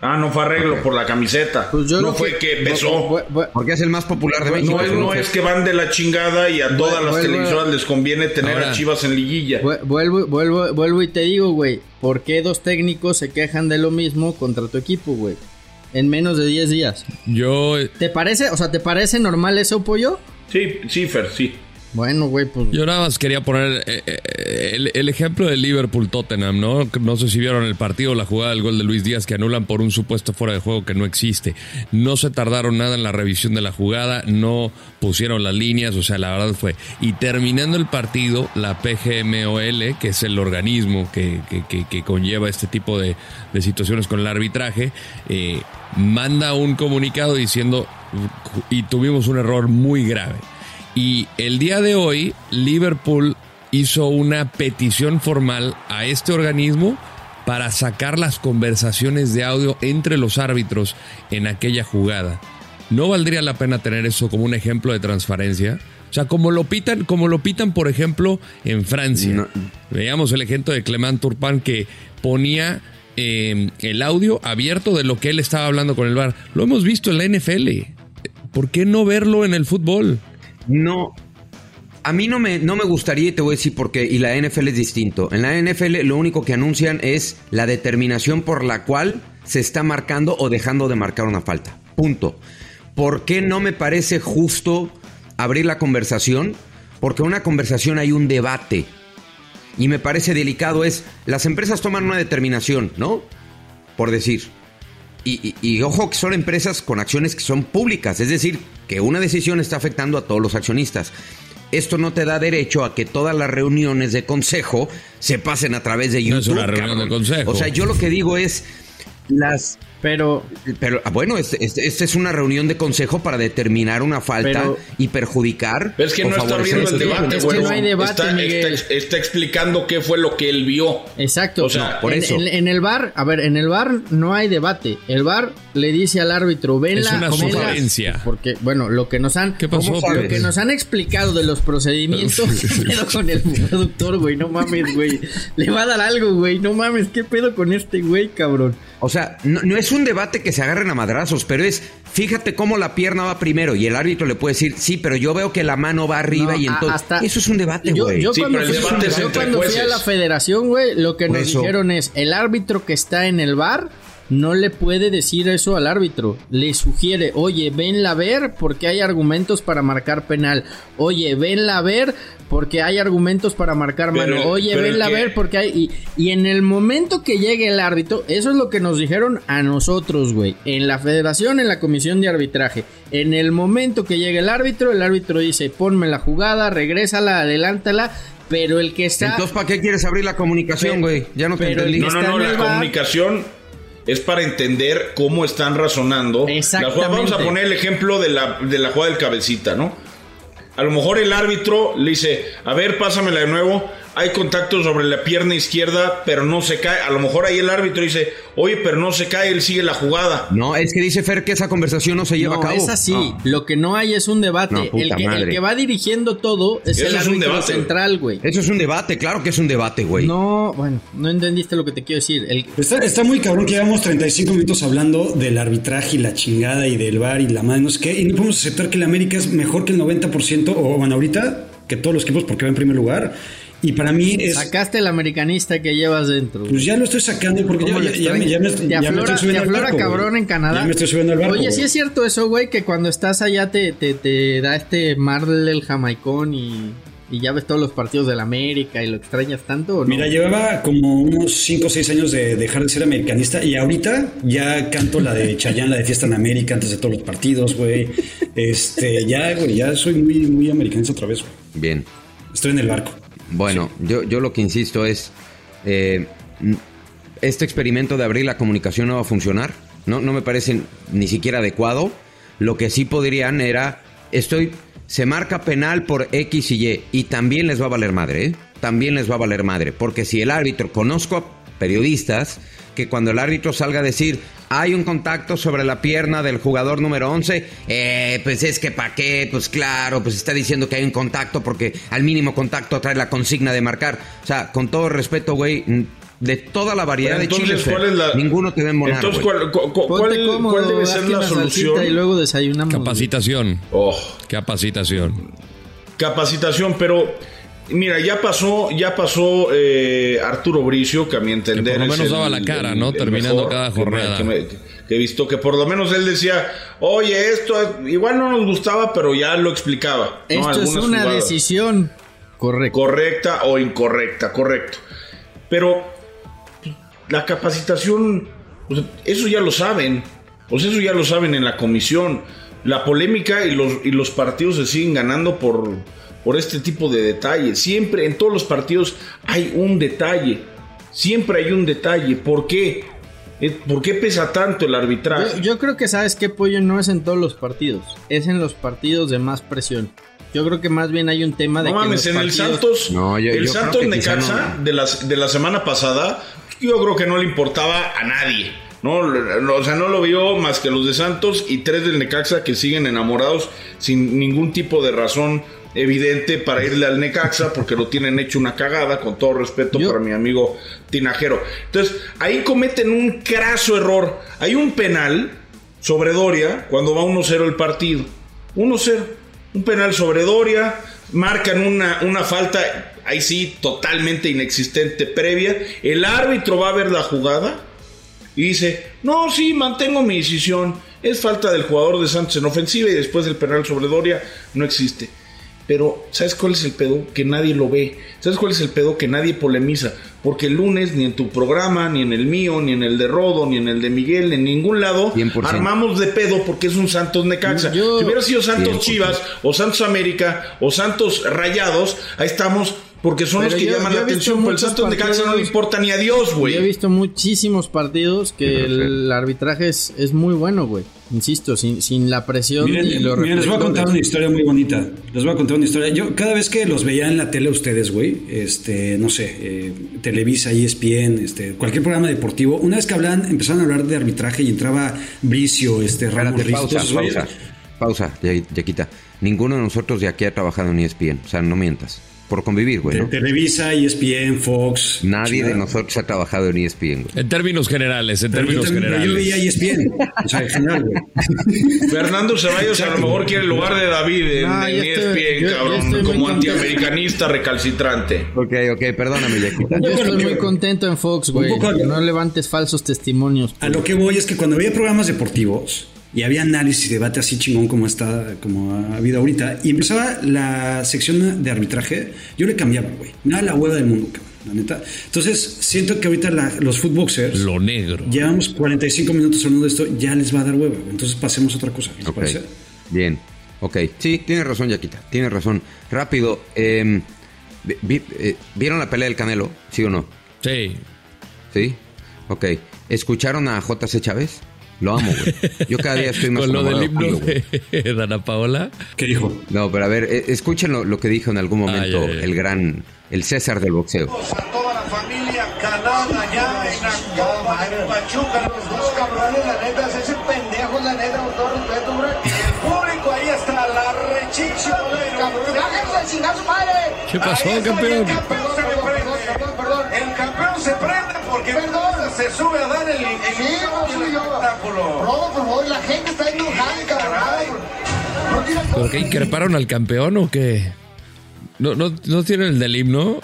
[SPEAKER 3] Ah, no fue arreglo por la camiseta.
[SPEAKER 4] Pues yo
[SPEAKER 3] no
[SPEAKER 4] lo
[SPEAKER 3] fue
[SPEAKER 4] que-
[SPEAKER 3] que besó.
[SPEAKER 4] Bu- bu- bu-
[SPEAKER 2] Porque es el más popular de México.
[SPEAKER 3] No es, no
[SPEAKER 2] entonces.
[SPEAKER 3] es que van de la chingada y a todas las
[SPEAKER 4] vuelvo-
[SPEAKER 3] televisoras les conviene tener
[SPEAKER 9] Ahora.
[SPEAKER 3] a Chivas en liguilla.
[SPEAKER 4] vu- Vuelvo, vuelvo, vuelvo y te digo, güey, ¿por qué dos técnicos se quejan de lo mismo contra tu equipo, güey? En menos de 10 días.
[SPEAKER 9] Yo,
[SPEAKER 4] ¿Te parece? O sea, ¿te parece normal eso, pollo?
[SPEAKER 3] Sí, sí, Fer, sí.
[SPEAKER 4] Bueno, güey, pues...
[SPEAKER 9] yo nada más quería poner eh, eh, el, el ejemplo de Liverpool-Tottenham, ¿no? No sé si vieron el partido, la jugada del gol de Luis Díaz que anulan por un supuesto fuera de juego que no existe. No se tardaron nada en la revisión de la jugada, no pusieron las líneas, o sea, la verdad fue. Y terminando el partido, la PGMOL, que es el organismo que, que- que- que conlleva este tipo de, de situaciones con el arbitraje, eh, manda un comunicado diciendo, y tuvimos un error muy grave. Y el día de hoy, Liverpool hizo una petición formal a este organismo para sacar las conversaciones de audio entre los árbitros en aquella jugada. ¿No valdría la pena tener eso como un ejemplo de transparencia? O sea, como lo pitan, como lo pitan, por ejemplo, en Francia.
[SPEAKER 2] No.
[SPEAKER 9] Veíamos el ejemplo de Clement Turpin que ponía eh, el audio abierto de lo que él estaba hablando con el bar. Lo hemos visto en la NFL. ¿Por qué no verlo en el fútbol?
[SPEAKER 2] No. A mí no me, no me gustaría y te voy a decir por qué. Y la NFL es distinto. En la NFL lo único que anuncian es la determinación por la cual se está marcando o dejando de marcar una falta. Punto. ¿Por qué no me parece justo abrir la conversación? Porque en una conversación hay un debate. Y me parece delicado es, las empresas toman una determinación, ¿no? Por decir, y, y- y ojo que son empresas con acciones que son públicas, es decir, que una decisión está afectando a todos los accionistas. Esto no te da derecho a que todas las reuniones de consejo se pasen a través de YouTube.
[SPEAKER 9] No es una reunión
[SPEAKER 2] cabrón.
[SPEAKER 9] de consejo.
[SPEAKER 2] O sea, yo lo que digo es las
[SPEAKER 4] Pero,
[SPEAKER 2] pero ah, bueno, esta este, este es una reunión de consejo para determinar una falta
[SPEAKER 4] Pero-
[SPEAKER 2] y perjudicar.
[SPEAKER 3] Pero es que
[SPEAKER 2] o
[SPEAKER 3] no está
[SPEAKER 2] favorecer
[SPEAKER 3] viendo
[SPEAKER 2] a
[SPEAKER 3] el
[SPEAKER 2] ese
[SPEAKER 3] debate,
[SPEAKER 4] Es que
[SPEAKER 3] güey.
[SPEAKER 4] no hay debate,
[SPEAKER 3] está,
[SPEAKER 4] Miguel.
[SPEAKER 3] está- está explicando qué fue lo que él vio.
[SPEAKER 4] Exacto.
[SPEAKER 3] O sea,
[SPEAKER 4] No,
[SPEAKER 2] por
[SPEAKER 4] en,
[SPEAKER 2] eso.
[SPEAKER 4] En, en el bar, a ver, en el bar no hay debate. El bar le dice al árbitro, venla,
[SPEAKER 9] Es una
[SPEAKER 4] venla".
[SPEAKER 9] sugerencia.
[SPEAKER 4] Porque, bueno, lo que nos han,
[SPEAKER 9] ¿Qué pasó,
[SPEAKER 4] ¿cómo sabes?
[SPEAKER 9] Pérez?
[SPEAKER 4] lo que nos han explicado de los procedimientos, ¿qué pedo con el productor, güey? No mames, güey. Le va a dar algo, güey. No mames, ¿qué pedo con este güey, cabrón?
[SPEAKER 2] O sea, no, no es un debate que se agarren a madrazos, pero es fíjate cómo la pierna va primero y el árbitro le puede decir, sí, pero yo veo que la mano va arriba
[SPEAKER 4] No,
[SPEAKER 2] y
[SPEAKER 4] a-
[SPEAKER 2] entonces.
[SPEAKER 4] hasta-
[SPEAKER 2] Eso es un debate,
[SPEAKER 4] Yo,
[SPEAKER 2] güey.
[SPEAKER 4] yo
[SPEAKER 3] Sí,
[SPEAKER 4] cuando,
[SPEAKER 3] pero el
[SPEAKER 4] fui,
[SPEAKER 3] debate es
[SPEAKER 4] yo
[SPEAKER 3] entre
[SPEAKER 4] cuando fui a
[SPEAKER 3] jueces.
[SPEAKER 4] la federación, güey, lo que
[SPEAKER 2] Por
[SPEAKER 4] nos
[SPEAKER 2] eso.
[SPEAKER 4] dijeron es, el árbitro que está en el bar no le puede decir eso al árbitro. Le sugiere, oye, venla a ver porque hay argumentos para marcar penal. Oye, venla a ver porque hay argumentos para marcar
[SPEAKER 3] Pero-
[SPEAKER 4] mano. Oye,
[SPEAKER 3] pero
[SPEAKER 4] venla a
[SPEAKER 3] es que-
[SPEAKER 4] ver porque hay... Y, y en el momento que llegue el árbitro, eso es lo que nos dijeron a nosotros, güey. En la federación, en la comisión de arbitraje. En el momento que llegue el árbitro, el árbitro dice, ponme la jugada, regrésala, adelántala. Pero el que está...
[SPEAKER 2] entonces, ¿para qué quieres abrir la comunicación,
[SPEAKER 4] Pero-
[SPEAKER 2] güey? Ya no te
[SPEAKER 4] pero el
[SPEAKER 2] entendí.
[SPEAKER 4] que
[SPEAKER 3] No, no,
[SPEAKER 4] está
[SPEAKER 3] no,
[SPEAKER 4] en
[SPEAKER 3] la
[SPEAKER 4] el bar.
[SPEAKER 3] comunicación es para entender cómo están razonando. La jugada- vamos a
[SPEAKER 4] Exactamente.
[SPEAKER 3] poner el ejemplo de la, de la jugada del cabecita, ¿no? A lo mejor el árbitro le dice, a ver, pásamela de nuevo, hay contacto sobre la pierna izquierda, pero no se cae. A lo mejor ahí el árbitro dice, oye, pero no se cae, él sigue la jugada.
[SPEAKER 2] No, es que dice Fer que esa conversación no se lleva
[SPEAKER 4] no,
[SPEAKER 2] a cabo.
[SPEAKER 4] es así.
[SPEAKER 2] No.
[SPEAKER 4] Lo que no hay es un debate.
[SPEAKER 2] No, puta
[SPEAKER 4] el, que, el
[SPEAKER 2] madre.
[SPEAKER 4] que va dirigiendo todo es
[SPEAKER 3] Eso
[SPEAKER 4] el
[SPEAKER 3] es un
[SPEAKER 4] árbitro
[SPEAKER 3] debate.
[SPEAKER 4] central, güey.
[SPEAKER 2] Eso es un debate, claro que es un debate, Eh, güey.
[SPEAKER 4] No, bueno, no entendiste lo que te quiero decir. El,
[SPEAKER 5] Está, está muy cabrón que llevamos 35 minutos hablando del arbitraje y la chingada y del bar y la madre, no sé qué, y no podemos aceptar que el América es mejor que el 90%, o bueno, ahorita, que todos los equipos porque va en primer lugar. Y para mí es.
[SPEAKER 4] sacaste el americanista que llevas dentro. güey.
[SPEAKER 5] Pues ya lo estoy sacando porque ya,
[SPEAKER 4] ¿Cómo lo
[SPEAKER 5] ya- ya me, ya me-
[SPEAKER 4] extrañas?
[SPEAKER 5] ya
[SPEAKER 4] Te
[SPEAKER 5] me
[SPEAKER 4] aflora,
[SPEAKER 5] estoy
[SPEAKER 4] te
[SPEAKER 5] subiendo al
[SPEAKER 4] aflora
[SPEAKER 5] barco. güey.
[SPEAKER 4] cabrón en Canadá.
[SPEAKER 5] Ya me estoy subiendo al barco.
[SPEAKER 4] Oye, sí
[SPEAKER 5] güey.
[SPEAKER 4] es cierto eso, güey, que cuando estás allá te, te, te da este Marlel el jamaicón y, y ya ves todos los partidos del América y lo extrañas tanto, ¿o no?
[SPEAKER 5] Mira, llevaba como unos 5 o 6 años de dejar de ser americanista y ahorita ya canto la de Chayanne, la de Fiesta en América antes de todos los partidos, güey. Este, ya, güey, ya soy muy, muy americanista otra vez, güey.
[SPEAKER 2] Bien.
[SPEAKER 5] Estoy en el barco.
[SPEAKER 2] Bueno, yo, yo lo que insisto es, eh, n- este experimento de abrir la comunicación no va a funcionar, no, no me parece ni siquiera adecuado. Lo que sí podrían era, estoy, se marca penal por X y Y, y también les va a valer madre, ¿eh? también les va a valer madre, porque si el árbitro, conozco a periodistas que cuando el árbitro salga a decir hay un contacto sobre la pierna del jugador número 11, eh, pues es que para qué, pues claro, pues está diciendo que hay un contacto porque al mínimo contacto trae la consigna de marcar. O sea, con todo respeto, güey, de toda la variedad
[SPEAKER 3] Pero
[SPEAKER 2] de
[SPEAKER 3] entonces,
[SPEAKER 2] chiles,
[SPEAKER 3] ¿cuál
[SPEAKER 2] eh,
[SPEAKER 3] es la-
[SPEAKER 2] ninguno te ve embonar,
[SPEAKER 3] Entonces,
[SPEAKER 2] güey.
[SPEAKER 3] ¿cuál, cu- cu-
[SPEAKER 4] Ponte
[SPEAKER 3] cuál-
[SPEAKER 4] cómodo,
[SPEAKER 3] cuál debe ser
[SPEAKER 4] hazte
[SPEAKER 3] la
[SPEAKER 4] una salsita
[SPEAKER 3] solución?
[SPEAKER 4] Y luego desayunamos.
[SPEAKER 9] Capacitación,
[SPEAKER 3] Oh,
[SPEAKER 9] capacitación.
[SPEAKER 3] capacitación, pero mira, ya pasó, ya pasó eh, Arturo Bricio, que a mi entender.
[SPEAKER 9] Que por lo
[SPEAKER 3] es
[SPEAKER 9] menos daba la cara, ¿no? Terminando cada
[SPEAKER 3] que me-
[SPEAKER 9] jornada.
[SPEAKER 3] Que, me- que he visto que por lo menos él decía, oye, esto igual no nos gustaba, pero ya lo explicaba. ¿no?
[SPEAKER 4] Esto es
[SPEAKER 3] Algunas
[SPEAKER 4] una
[SPEAKER 3] jugadas.
[SPEAKER 4] decisión correcta.
[SPEAKER 3] Correcta o incorrecta, correcto. Pero la capacitación, o sea, eso ya lo saben. Pues eso ya lo saben en la comisión. La polémica y los, y los partidos se siguen ganando por, por este tipo de detalles. Siempre en todos los partidos hay un detalle. Siempre hay un detalle. ¿Por qué? Eh, ¿Por qué pesa tanto el arbitraje?
[SPEAKER 4] Yo, yo creo que sabes que Pollo no es en todos los partidos, es en los partidos de más presión. Yo creo que más bien hay un tema de
[SPEAKER 3] No
[SPEAKER 4] que
[SPEAKER 3] mames,
[SPEAKER 4] los
[SPEAKER 3] en el
[SPEAKER 4] partidos-
[SPEAKER 3] Santos,
[SPEAKER 2] No, yo-
[SPEAKER 3] el
[SPEAKER 2] yo creo
[SPEAKER 3] Santos
[SPEAKER 2] que quizá
[SPEAKER 3] Necaxa
[SPEAKER 2] no.
[SPEAKER 3] de, las, de la semana pasada, yo creo que no le importaba a nadie. No, Lo- lo- o sea, no lo vio más que los de Santos y tres del Necaxa que siguen enamorados sin ningún tipo de razón evidente para irle al Necaxa porque lo tienen hecho una cagada, con todo respeto
[SPEAKER 4] Yo-
[SPEAKER 3] para mi amigo Tinajero. Entonces, ahí cometen un craso error. Hay un penal sobre Doria cuando va 1-0 el partido. 1-0. Un penal sobre Doria. Marcan una, una falta, ahí sí, totalmente inexistente previa. El árbitro va a ver la jugada y dice, no, sí, mantengo mi decisión. Es falta del jugador de Santos en ofensiva y después del penal sobre Doria no existe. Pero, ¿sabes cuál es el pedo? Que nadie lo ve. ¿Sabes cuál es el pedo? Que nadie polemiza. Porque el lunes, ni en tu programa, ni en el mío, ni en el de Rodo, ni en el de Miguel, en ningún lado,
[SPEAKER 2] 100%.
[SPEAKER 3] armamos de pedo porque es un Santos Necaxa.
[SPEAKER 4] Yo-
[SPEAKER 3] Si hubiera sido Santos
[SPEAKER 2] 100%.
[SPEAKER 3] Chivas, o Santos América, o Santos Rayados, ahí estamos porque son
[SPEAKER 4] Pero
[SPEAKER 3] los que
[SPEAKER 4] yo-
[SPEAKER 3] llaman
[SPEAKER 4] yo
[SPEAKER 3] la
[SPEAKER 4] he visto
[SPEAKER 3] atención. Pero el
[SPEAKER 4] muchos
[SPEAKER 3] Santos Necaxa no le
[SPEAKER 4] partidos-
[SPEAKER 3] importa ni a Dios, güey.
[SPEAKER 4] Yo he visto muchísimos partidos que el arbitraje es, es muy bueno, güey. Insisto, sin, sin la presión y
[SPEAKER 5] Miren,
[SPEAKER 4] los
[SPEAKER 5] miren, les voy a
[SPEAKER 4] reflectores.
[SPEAKER 5] contar una historia muy bonita. Les voy a contar una historia. Yo cada vez que los veía en la tele ustedes, güey, este, no sé, eh, Televisa, ESPN, este, cualquier programa deportivo, una vez que hablan, empezaron a hablar de arbitraje y entraba Bricio, este, Ramos,
[SPEAKER 2] Espérate,
[SPEAKER 5] Rizo,
[SPEAKER 2] pausa,
[SPEAKER 5] todos esos güeyes.
[SPEAKER 2] pausa, pausa, ya- Yaquita. Ninguno de nosotros de aquí ha trabajado en E ESPN, o sea, no mientas. Por convivir, güey,
[SPEAKER 5] Te-
[SPEAKER 2] ¿no?
[SPEAKER 5] Televisa, E ESPN, Fox.
[SPEAKER 2] Nadie de
[SPEAKER 5] chingada.
[SPEAKER 2] nosotros ha trabajado en E ESPN, güey.
[SPEAKER 9] En términos generales, en
[SPEAKER 5] Pero yo,
[SPEAKER 9] términos
[SPEAKER 5] también- pero yo E
[SPEAKER 9] generales.
[SPEAKER 5] veía ESPN. O sea, en general, güey.
[SPEAKER 3] Fernando Ceballos a lo mejor quiere el lugar de David en, E
[SPEAKER 4] No,
[SPEAKER 3] en
[SPEAKER 4] yo estoy-
[SPEAKER 3] ESPN,
[SPEAKER 4] yo- yo
[SPEAKER 3] cabrón,
[SPEAKER 4] estoy muy
[SPEAKER 3] como
[SPEAKER 4] contento.
[SPEAKER 3] antiamericanista recalcitrante.
[SPEAKER 2] Ok, ok, perdóname, Yaquita.
[SPEAKER 4] Yo estoy muy contento en Fox, güey.
[SPEAKER 5] poco-
[SPEAKER 4] que No levantes falsos testimonios.
[SPEAKER 5] A lo que voy es que cuando había programas deportivos y había análisis y debate así chingón como está, como ha habido ahorita, y empezaba la sección de arbitraje, yo le cambiaba, güey. Me daba la hueva del mundo, cabrón, la neta. Entonces, siento que ahorita la- los footboxers,
[SPEAKER 9] Lo negro.
[SPEAKER 5] llevamos 45 minutos hablando de esto, ya les va a dar hueva. güey. Entonces, pasemos a otra cosa, ¿les
[SPEAKER 2] Ok,
[SPEAKER 5] parece?
[SPEAKER 2] Bien. Ok, sí, tienes razón, Yaquita. Tienes razón. Rápido, eh, vi- vi- eh, ¿vieron la pelea del Canelo? ¿Sí o no?
[SPEAKER 9] Sí.
[SPEAKER 2] ¿Sí? Ok. ¿Escucharon a JC Chávez? Lo amo, güey. Yo cada día estoy más
[SPEAKER 9] Con lo del
[SPEAKER 2] enamorado de
[SPEAKER 9] himno
[SPEAKER 2] Canelo, güey.
[SPEAKER 9] de Dana Paola.
[SPEAKER 5] ¿Qué dijo?
[SPEAKER 2] No, pero a ver, eh, escuchen lo, lo que dijo en algún momento
[SPEAKER 9] ay, ay.
[SPEAKER 2] el gran, el César del boxeo.
[SPEAKER 10] a toda la familia calada ya en Acoma, en Pachuca, los dos cabrones, la neta, ese pendejo, la neta, con todo respeto, hombre. El público ahí está, la rechicha, cabrón. ¡Bájense chingar su madre!
[SPEAKER 9] ¿Qué pasó,
[SPEAKER 10] Ahí está,
[SPEAKER 9] campeón?
[SPEAKER 10] El campeón se prende, perdón, perdón. El campeón se prende porque perdón, se sube a dar el, el, el espectáculo.
[SPEAKER 11] Robo, por favor, la gente está enojada, cabrón. No digas
[SPEAKER 9] ¿Pero qué increparon al campeón o qué? ¿No, no, no tienen el del himno?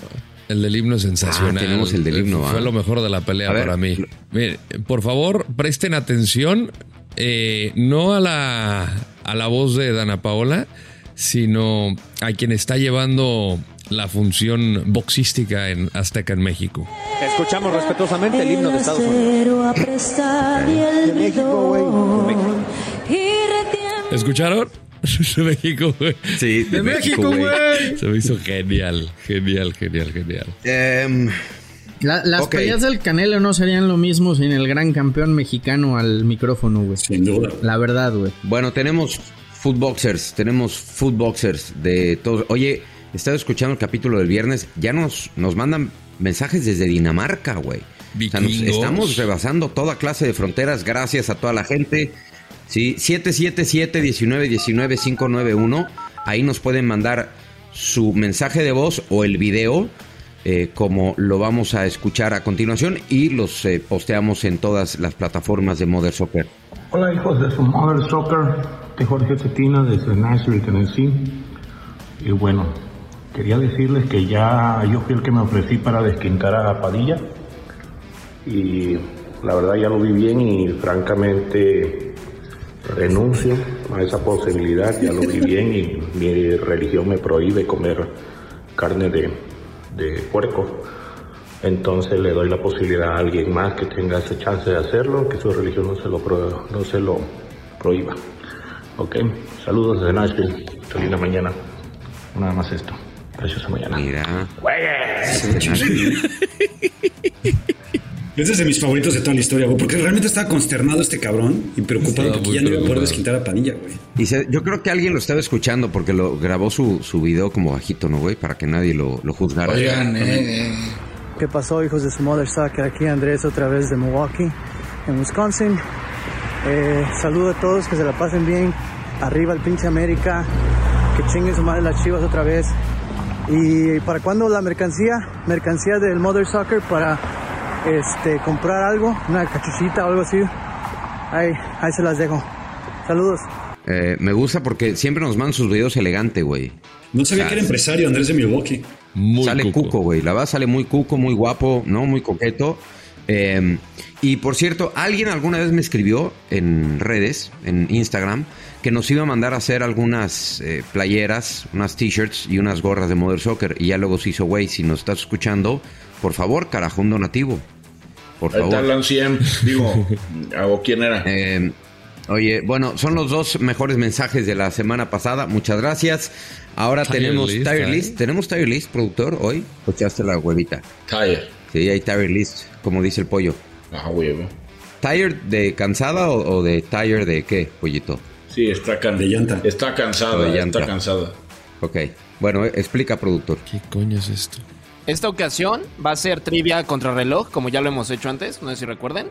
[SPEAKER 9] El del himno es sensacional.
[SPEAKER 2] Ah, tenemos el del himno,
[SPEAKER 9] Fue
[SPEAKER 2] ah.
[SPEAKER 9] lo mejor de la pelea
[SPEAKER 2] A ver.
[SPEAKER 9] para mí. Mire, por favor, presten atención, eh, no a la, a la voz de Dana Paola, sino a quien está llevando la función boxística en Azteca en México.
[SPEAKER 10] Escuchamos respetuosamente
[SPEAKER 11] el himno de Estados Unidos. a prestar y el bidón. Y retiene-
[SPEAKER 9] ¿Escucharon? De México, güey.
[SPEAKER 2] Sí, de, México, güey.
[SPEAKER 9] Se me hizo genial, genial, genial, genial.
[SPEAKER 2] Em,
[SPEAKER 4] La- las
[SPEAKER 2] Ok.
[SPEAKER 4] peleas del Canelo no serían lo mismo sin el gran campeón mexicano al micrófono, güey.
[SPEAKER 5] Sin duda. güey.
[SPEAKER 4] La verdad, güey.
[SPEAKER 2] bueno, tenemos footboxers, tenemos footboxers de todos. Oye, estaba escuchando el capítulo del viernes, ya nos, nos mandan mensajes desde Dinamarca, güey. O sea, nos estamos rebasando toda clase de fronteras. Gracias a toda la gente. Sí, 777-1919-591. Ahí nos pueden mandar su mensaje de voz o el video, eh, como lo vamos a escuchar a continuación, y los eh, posteamos en todas las plataformas de Mother Soccer.
[SPEAKER 12] Hola hijos de su Mother Soccer, de Jorge Cetina desde Nashville, Tennessee. Y bueno, quería decirles que ya yo fui el que me ofrecí para desquintar a Padilla.
[SPEAKER 6] Y la verdad ya lo vi bien y francamente renuncio a esa posibilidad, ya lo vi bien y mi religión me prohíbe comer carne de, de puerco. Entonces le doy la posibilidad a alguien más que tenga esa chance de hacerlo, que su religión no se lo, pro- no se lo prohíba. Ok, saludos desde Nashville, Hasta linda mañana. Nada más esto. Gracias a mañana.
[SPEAKER 2] Mira.
[SPEAKER 5] Ese es de mis favoritos de toda la historia, güey, porque realmente estaba consternado este cabrón y preocupado
[SPEAKER 2] Estaba
[SPEAKER 5] porque
[SPEAKER 2] muy
[SPEAKER 5] ya no iba a poder
[SPEAKER 2] preocupado.
[SPEAKER 5] desquitar a Padilla, güey.
[SPEAKER 2] Y se- yo creo que alguien lo estaba escuchando porque lo grabó su, su video como bajito, ¿no, güey? Para que nadie lo, lo juzgara.
[SPEAKER 4] eh,
[SPEAKER 7] ¿Qué pasó, hijos de su mother soccer? Aquí Andrés otra vez de Milwaukee, en Wisconsin. Eh, saludo a todos, que se la pasen bien. Arriba el pinche América, que chinguen su madre las chivas otra vez. ¿Y para cuándo la mercancía? Mercancía del mother soccer para este, comprar algo, una cachuchita o algo así. Ahí, ahí se las dejo. Saludos.
[SPEAKER 2] Eh, me gusta porque siempre nos mandan sus videos elegante, güey.
[SPEAKER 5] No sabía
[SPEAKER 2] O sea,
[SPEAKER 5] que era empresario Andrés de Milwaukee.
[SPEAKER 2] sale cuco, güey. La verdad sale muy cuco, muy guapo, ¿no? Muy coqueto. Eh, y por cierto, alguien alguna vez me escribió en redes, en Instagram, que nos iba a mandar a hacer algunas eh, playeras, unas t-shirts y unas gorras de Mother Soccer. Y ya luego se hizo, güey, si nos estás escuchando, por favor, carajo, un donativo. Por
[SPEAKER 3] Ahí está
[SPEAKER 2] favor.
[SPEAKER 3] Alan Siem, digo, ¿a vos quién era?
[SPEAKER 2] Eh, oye, bueno, son los dos mejores mensajes de la semana pasada. Muchas gracias. Ahora
[SPEAKER 9] Tire
[SPEAKER 2] tenemos
[SPEAKER 9] list,
[SPEAKER 2] Tire
[SPEAKER 9] ¿eh?
[SPEAKER 2] List. ¿Tenemos Tire List, productor, hoy? Escuchaste la huevita.
[SPEAKER 3] Tire.
[SPEAKER 2] Sí, hay Tire List, como dice el pollo.
[SPEAKER 3] Ah, huevo.
[SPEAKER 2] ¿Tire de cansada o, o de tire de qué, pollito?
[SPEAKER 3] Sí, está, can-
[SPEAKER 5] De llanta.
[SPEAKER 3] está cansada,
[SPEAKER 2] De llanta.
[SPEAKER 3] está cansada.
[SPEAKER 2] Ok. Bueno, eh, explica, productor.
[SPEAKER 9] ¿Qué coño es esto?
[SPEAKER 8] Esta ocasión va a ser trivia contra reloj, como ya lo hemos hecho antes, no sé si recuerden.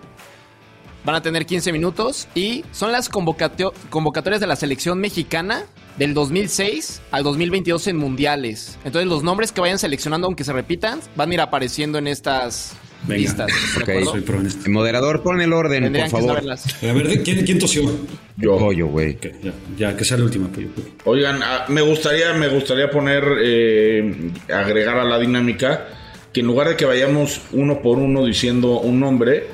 [SPEAKER 8] Van a tener 15 minutos y son las convocatio- convocatorias de la selección mexicana del 2006 al 2022 en mundiales. Entonces los nombres que vayan seleccionando, aunque se repitan, van a ir apareciendo en estas
[SPEAKER 5] Venga.
[SPEAKER 8] listas. ¿de
[SPEAKER 2] Ok.
[SPEAKER 8] acuerdo?
[SPEAKER 5] Soy pro en esto.
[SPEAKER 2] El moderador, pon el orden,
[SPEAKER 8] Tendrían
[SPEAKER 2] por
[SPEAKER 8] que
[SPEAKER 2] favor.
[SPEAKER 8] saberlas.
[SPEAKER 5] A ver, ¿de- ¿quién, quién tosió?
[SPEAKER 3] Yo.
[SPEAKER 2] Pollo, güey.
[SPEAKER 5] Ok, ya, ya, que sea la última, pues, pollo. pollo.
[SPEAKER 3] Oigan, ah, me gustaría, me gustaría poner, eh, agregar a la dinámica que en lugar de que vayamos uno por uno diciendo un nombre,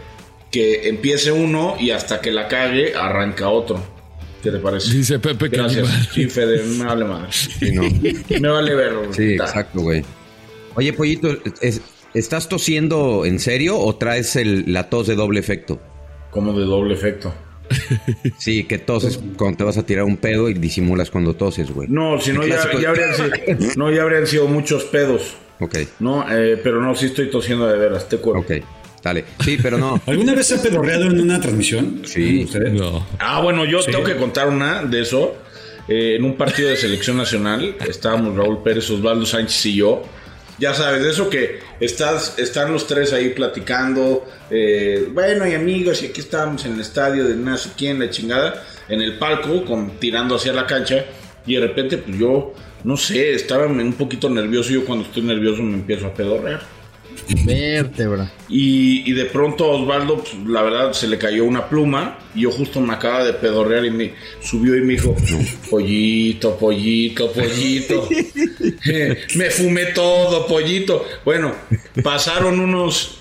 [SPEAKER 3] que empiece uno y hasta que la cague arranca otro. ¿Qué te parece?
[SPEAKER 9] Dice Pepe
[SPEAKER 3] Gracias.
[SPEAKER 9] Calimán.
[SPEAKER 3] Sí, Fede, me vale madre.
[SPEAKER 2] Sí, no.
[SPEAKER 3] Me vale ver.
[SPEAKER 2] Sí,
[SPEAKER 3] Ta.
[SPEAKER 2] exacto, güey. Oye, pollito, es- ¿estás tosiendo en serio o traes el- la tos de doble efecto?
[SPEAKER 3] Como de doble efecto.
[SPEAKER 2] Sí, que toses cuando te vas a tirar un pedo y disimulas cuando toses, güey.
[SPEAKER 3] No, si no,
[SPEAKER 2] El
[SPEAKER 3] ya,
[SPEAKER 2] clásico-
[SPEAKER 3] ya habrían sido, no, ya habrían sido muchos pedos.
[SPEAKER 2] Ok,
[SPEAKER 3] No, eh, pero no, sí estoy tosiendo de veras, te cuento.
[SPEAKER 2] ok. Dale. Sí, pero no.
[SPEAKER 5] ¿Alguna vez se ha pedorreado en una transmisión?
[SPEAKER 2] Sí.
[SPEAKER 5] ¿Ustedes?
[SPEAKER 9] No.
[SPEAKER 3] Ah, bueno, yo tengo que contar una de eso. Eh, en un partido de selección nacional estábamos Raúl Pérez, Osvaldo Sánchez y yo. Ya sabes, de eso que estás, están los tres ahí platicando. eh, bueno, y amigos, y aquí estábamos en el estadio de no sé quién, la chingada, en el palco, con, tirando hacia la cancha. Y de repente, pues yo, no sé, estaba un poquito nervioso. Yo cuando estoy nervioso me empiezo a pedorrear.
[SPEAKER 4] Vértebra.
[SPEAKER 3] Y, y de pronto a Osvaldo, pues, la verdad, se le cayó una pluma. Y yo justo me acaba de pedorrear y me subió y me dijo: Pollito, pollito, pollito. Eh, me fumé todo, pollito. Bueno, pasaron unos.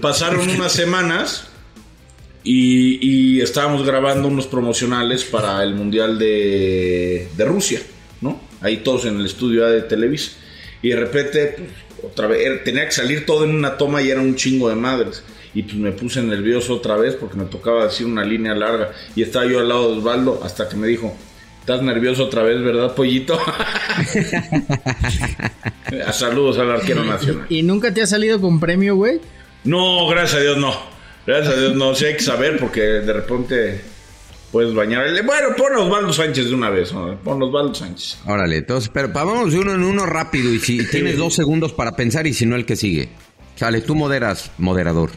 [SPEAKER 3] Pasaron unas semanas. Y, y estábamos grabando unos promocionales para el Mundial de, de Rusia, ¿no? Ahí todos en el estudio de Televisa. Y de repente, pues, otra vez, era- tenía que salir todo en una toma y era un chingo de madres. Y pues me puse nervioso otra vez porque me tocaba decir una línea larga. Y estaba yo al lado de Osvaldo hasta que me dijo, estás nervioso otra vez, ¿verdad, pollito? Saludos al arquero nacional.
[SPEAKER 4] ¿Y nunca te ha salido con premio, güey?
[SPEAKER 3] No, gracias a Dios no. Gracias a Dios no. Sí hay que saber porque de repente puedes bañar. Eh, Bueno, pon a Osvaldo Sánchez de una vez. ¿no? Pon a Osvaldo Sánchez.
[SPEAKER 2] Órale, entonces, pero pa- vamos de uno en uno rápido y si tienes dos segundos para pensar y si no el que sigue. Sale, tú moderas, moderador.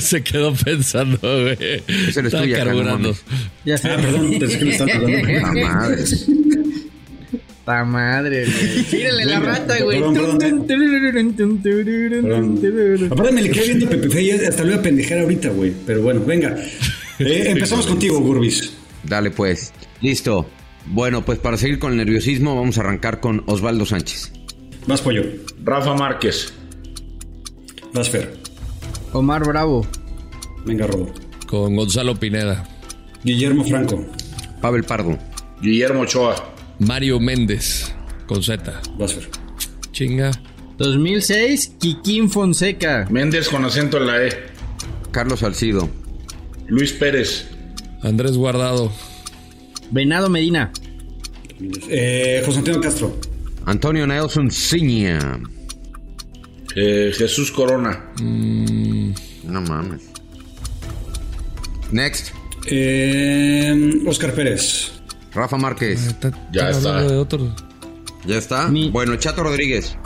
[SPEAKER 9] Se quedó pensando, güey.
[SPEAKER 2] Ese eres
[SPEAKER 9] Estaba
[SPEAKER 2] tú, Yaka, no
[SPEAKER 9] carburando.
[SPEAKER 2] mames.
[SPEAKER 4] Ya está.
[SPEAKER 5] Ah, perdón, pensé que me estaban
[SPEAKER 2] Ah,
[SPEAKER 5] tocando.
[SPEAKER 2] madre.
[SPEAKER 4] Ta madre, güey. Gírale la
[SPEAKER 5] Bueno,
[SPEAKER 4] rata, güey.
[SPEAKER 5] perdón, perdón,
[SPEAKER 4] Tun, tun, tun, tururun,
[SPEAKER 5] Perdón.
[SPEAKER 4] tururun.
[SPEAKER 5] Aparte me le quedé viendo a Pepe Fe y hasta lo voy a pendejar ahorita, güey. Pero bueno, venga. Eh, empezamos contigo, Gurbis.
[SPEAKER 2] Dale, pues. Listo. Bueno, pues para seguir con el nerviosismo, vamos a arrancar con Osvaldo Sánchez.
[SPEAKER 5] Vas pollo.
[SPEAKER 3] Rafa Márquez,
[SPEAKER 5] Vas Fer.
[SPEAKER 4] Omar Bravo.
[SPEAKER 5] Venga, Robo.
[SPEAKER 9] Con Gonzalo Pineda.
[SPEAKER 5] Guillermo Franco.
[SPEAKER 2] Pavel Pardo.
[SPEAKER 3] Guillermo Ochoa,
[SPEAKER 9] Mario Méndez. Con Z.
[SPEAKER 5] Vas Fer.
[SPEAKER 9] Chinga.
[SPEAKER 4] 2006, Kikín Fonseca.
[SPEAKER 3] Méndez con acento en la E,
[SPEAKER 2] Carlos Salcido.
[SPEAKER 3] Luis Pérez,
[SPEAKER 9] Andrés Guardado.
[SPEAKER 4] Venado Medina.
[SPEAKER 5] Eh, José Antonio Castro.
[SPEAKER 2] Antonio Nelson Ciña.
[SPEAKER 3] eh, Jesús Corona,
[SPEAKER 2] No mames. Next.
[SPEAKER 5] Eh, Oscar Pérez.
[SPEAKER 2] Rafa Márquez.
[SPEAKER 3] Ya está.
[SPEAKER 9] hablando de otro.
[SPEAKER 2] ¿Ya está?
[SPEAKER 4] Mi-
[SPEAKER 2] Bueno, Chato Rodríguez.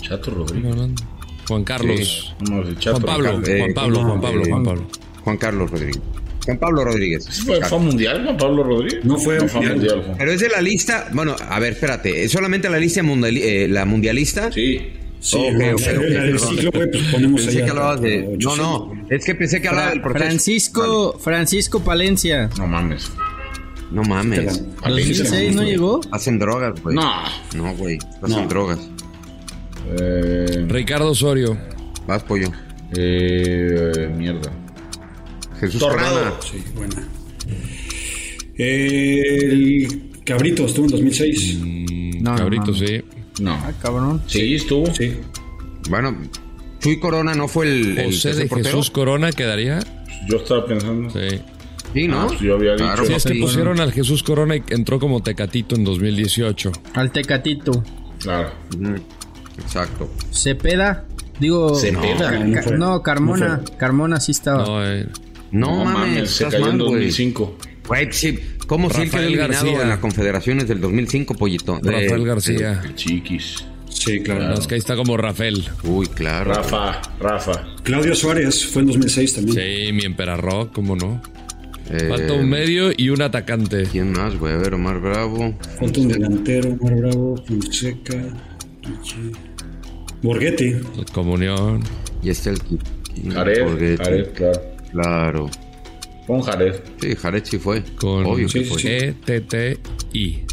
[SPEAKER 3] Chato Rodríguez.
[SPEAKER 9] Hablando. Juan Carlos.
[SPEAKER 3] Vamos, el Chato
[SPEAKER 9] Juan Pablo.
[SPEAKER 2] Rodríguez.
[SPEAKER 9] Juan Pablo.
[SPEAKER 5] Eh,
[SPEAKER 9] Juan Pablo.
[SPEAKER 2] eh,
[SPEAKER 9] Juan Pablo.
[SPEAKER 2] Juan Carlos Rodríguez. Juan Pablo Rodríguez.
[SPEAKER 3] ¿Fue, fue mundial Juan Pablo Rodríguez?
[SPEAKER 5] No fue mundial.
[SPEAKER 3] mundial. Juan.
[SPEAKER 2] Pero es de la lista. Bueno, a ver, espérate. ¿Es solamente la lista mundiali- eh, la mundialista?
[SPEAKER 3] Sí.
[SPEAKER 5] Sí,
[SPEAKER 2] Ok,
[SPEAKER 5] güey,
[SPEAKER 2] ok,
[SPEAKER 5] la
[SPEAKER 2] ok,
[SPEAKER 5] del
[SPEAKER 2] perdón.
[SPEAKER 5] ciclo, güey, pues ponemos
[SPEAKER 2] Pensé
[SPEAKER 5] allá
[SPEAKER 2] que hablabas de.
[SPEAKER 5] como
[SPEAKER 2] No,
[SPEAKER 5] 800.
[SPEAKER 2] no. Es que pensé que hablaba del proceso.
[SPEAKER 4] Francisco, Francisco Palencia.
[SPEAKER 3] No mames.
[SPEAKER 2] Vale. No mames.
[SPEAKER 5] Espera.
[SPEAKER 3] Valencia.
[SPEAKER 4] 2006 no llegó.
[SPEAKER 2] Hacen drogas, güey.
[SPEAKER 3] No.
[SPEAKER 2] No, güey. Hacen
[SPEAKER 5] No.
[SPEAKER 2] drogas.
[SPEAKER 3] Eh,
[SPEAKER 9] Ricardo Osorio.
[SPEAKER 2] Vas, pollo.
[SPEAKER 3] eh, mierda.
[SPEAKER 2] Jesús
[SPEAKER 3] Torrado.
[SPEAKER 2] Corona.
[SPEAKER 5] Sí, buena. Eh, el Cabrito estuvo en 2006.
[SPEAKER 4] no,
[SPEAKER 9] Cabrito,
[SPEAKER 4] mames.
[SPEAKER 9] sí.
[SPEAKER 4] Ah,
[SPEAKER 3] No.
[SPEAKER 4] cabrón.
[SPEAKER 3] Sí, estuvo.
[SPEAKER 5] Sí.
[SPEAKER 2] Bueno, Chuy Corona no fue el. el
[SPEAKER 9] José
[SPEAKER 2] tercer
[SPEAKER 9] de
[SPEAKER 2] portero?
[SPEAKER 9] Jesús Corona quedaría.
[SPEAKER 3] Yo estaba pensando.
[SPEAKER 9] Sí.
[SPEAKER 2] Sí, ¿no?
[SPEAKER 3] Ah, pues yo había
[SPEAKER 2] Claro,
[SPEAKER 9] Sí,
[SPEAKER 3] dicho.
[SPEAKER 9] es que
[SPEAKER 2] sí.
[SPEAKER 9] pusieron al Jesús Corona y entró como Tecatito en 2018.
[SPEAKER 4] Al Tecatito.
[SPEAKER 3] Claro.
[SPEAKER 2] Ujú. Exacto.
[SPEAKER 4] Cepeda. Digo.
[SPEAKER 3] Cepeda.
[SPEAKER 4] Ca-
[SPEAKER 5] No fue.
[SPEAKER 4] no, Carmona.
[SPEAKER 5] No
[SPEAKER 4] Carmona sí
[SPEAKER 2] Ah.
[SPEAKER 4] estaba.
[SPEAKER 9] No, eh,
[SPEAKER 2] No,
[SPEAKER 3] No
[SPEAKER 2] mames,
[SPEAKER 3] mames, se
[SPEAKER 2] estás
[SPEAKER 3] cayó
[SPEAKER 2] mal,
[SPEAKER 3] en
[SPEAKER 2] güey.
[SPEAKER 3] 2005.
[SPEAKER 2] Güey, Pues sí, ¿Cómo sí
[SPEAKER 9] Rafael
[SPEAKER 2] quedó eliminado
[SPEAKER 9] García.
[SPEAKER 2] en las confederaciones del 2005, pollito?
[SPEAKER 9] Rafael
[SPEAKER 2] Eh,
[SPEAKER 9] García.
[SPEAKER 3] El Chiquis.
[SPEAKER 5] Sí, claro.
[SPEAKER 9] No, es que ahí está como Rafael.
[SPEAKER 2] Uy, claro.
[SPEAKER 3] Rafa, Rafa.
[SPEAKER 5] Claudio Suárez fue en 2006 también.
[SPEAKER 9] Sí, mi emperarro, cómo no.
[SPEAKER 2] Eh,
[SPEAKER 9] Falta un medio y un atacante.
[SPEAKER 2] ¿Quién más, güey? A ver, Omar Bravo.
[SPEAKER 5] Falta un delantero, Omar Bravo, Fonseca, Borghetti.
[SPEAKER 9] Comunión.
[SPEAKER 2] Y está el...
[SPEAKER 3] Jared.
[SPEAKER 2] Borghetti.
[SPEAKER 3] Jared, claro.
[SPEAKER 2] Claro.
[SPEAKER 3] Pon Jared.
[SPEAKER 2] Sí, Jared sí fue.
[SPEAKER 9] Con Eh. E
[SPEAKER 2] Obvio que
[SPEAKER 5] sí,
[SPEAKER 2] fue.
[SPEAKER 5] sí.
[SPEAKER 9] E-T-T-I.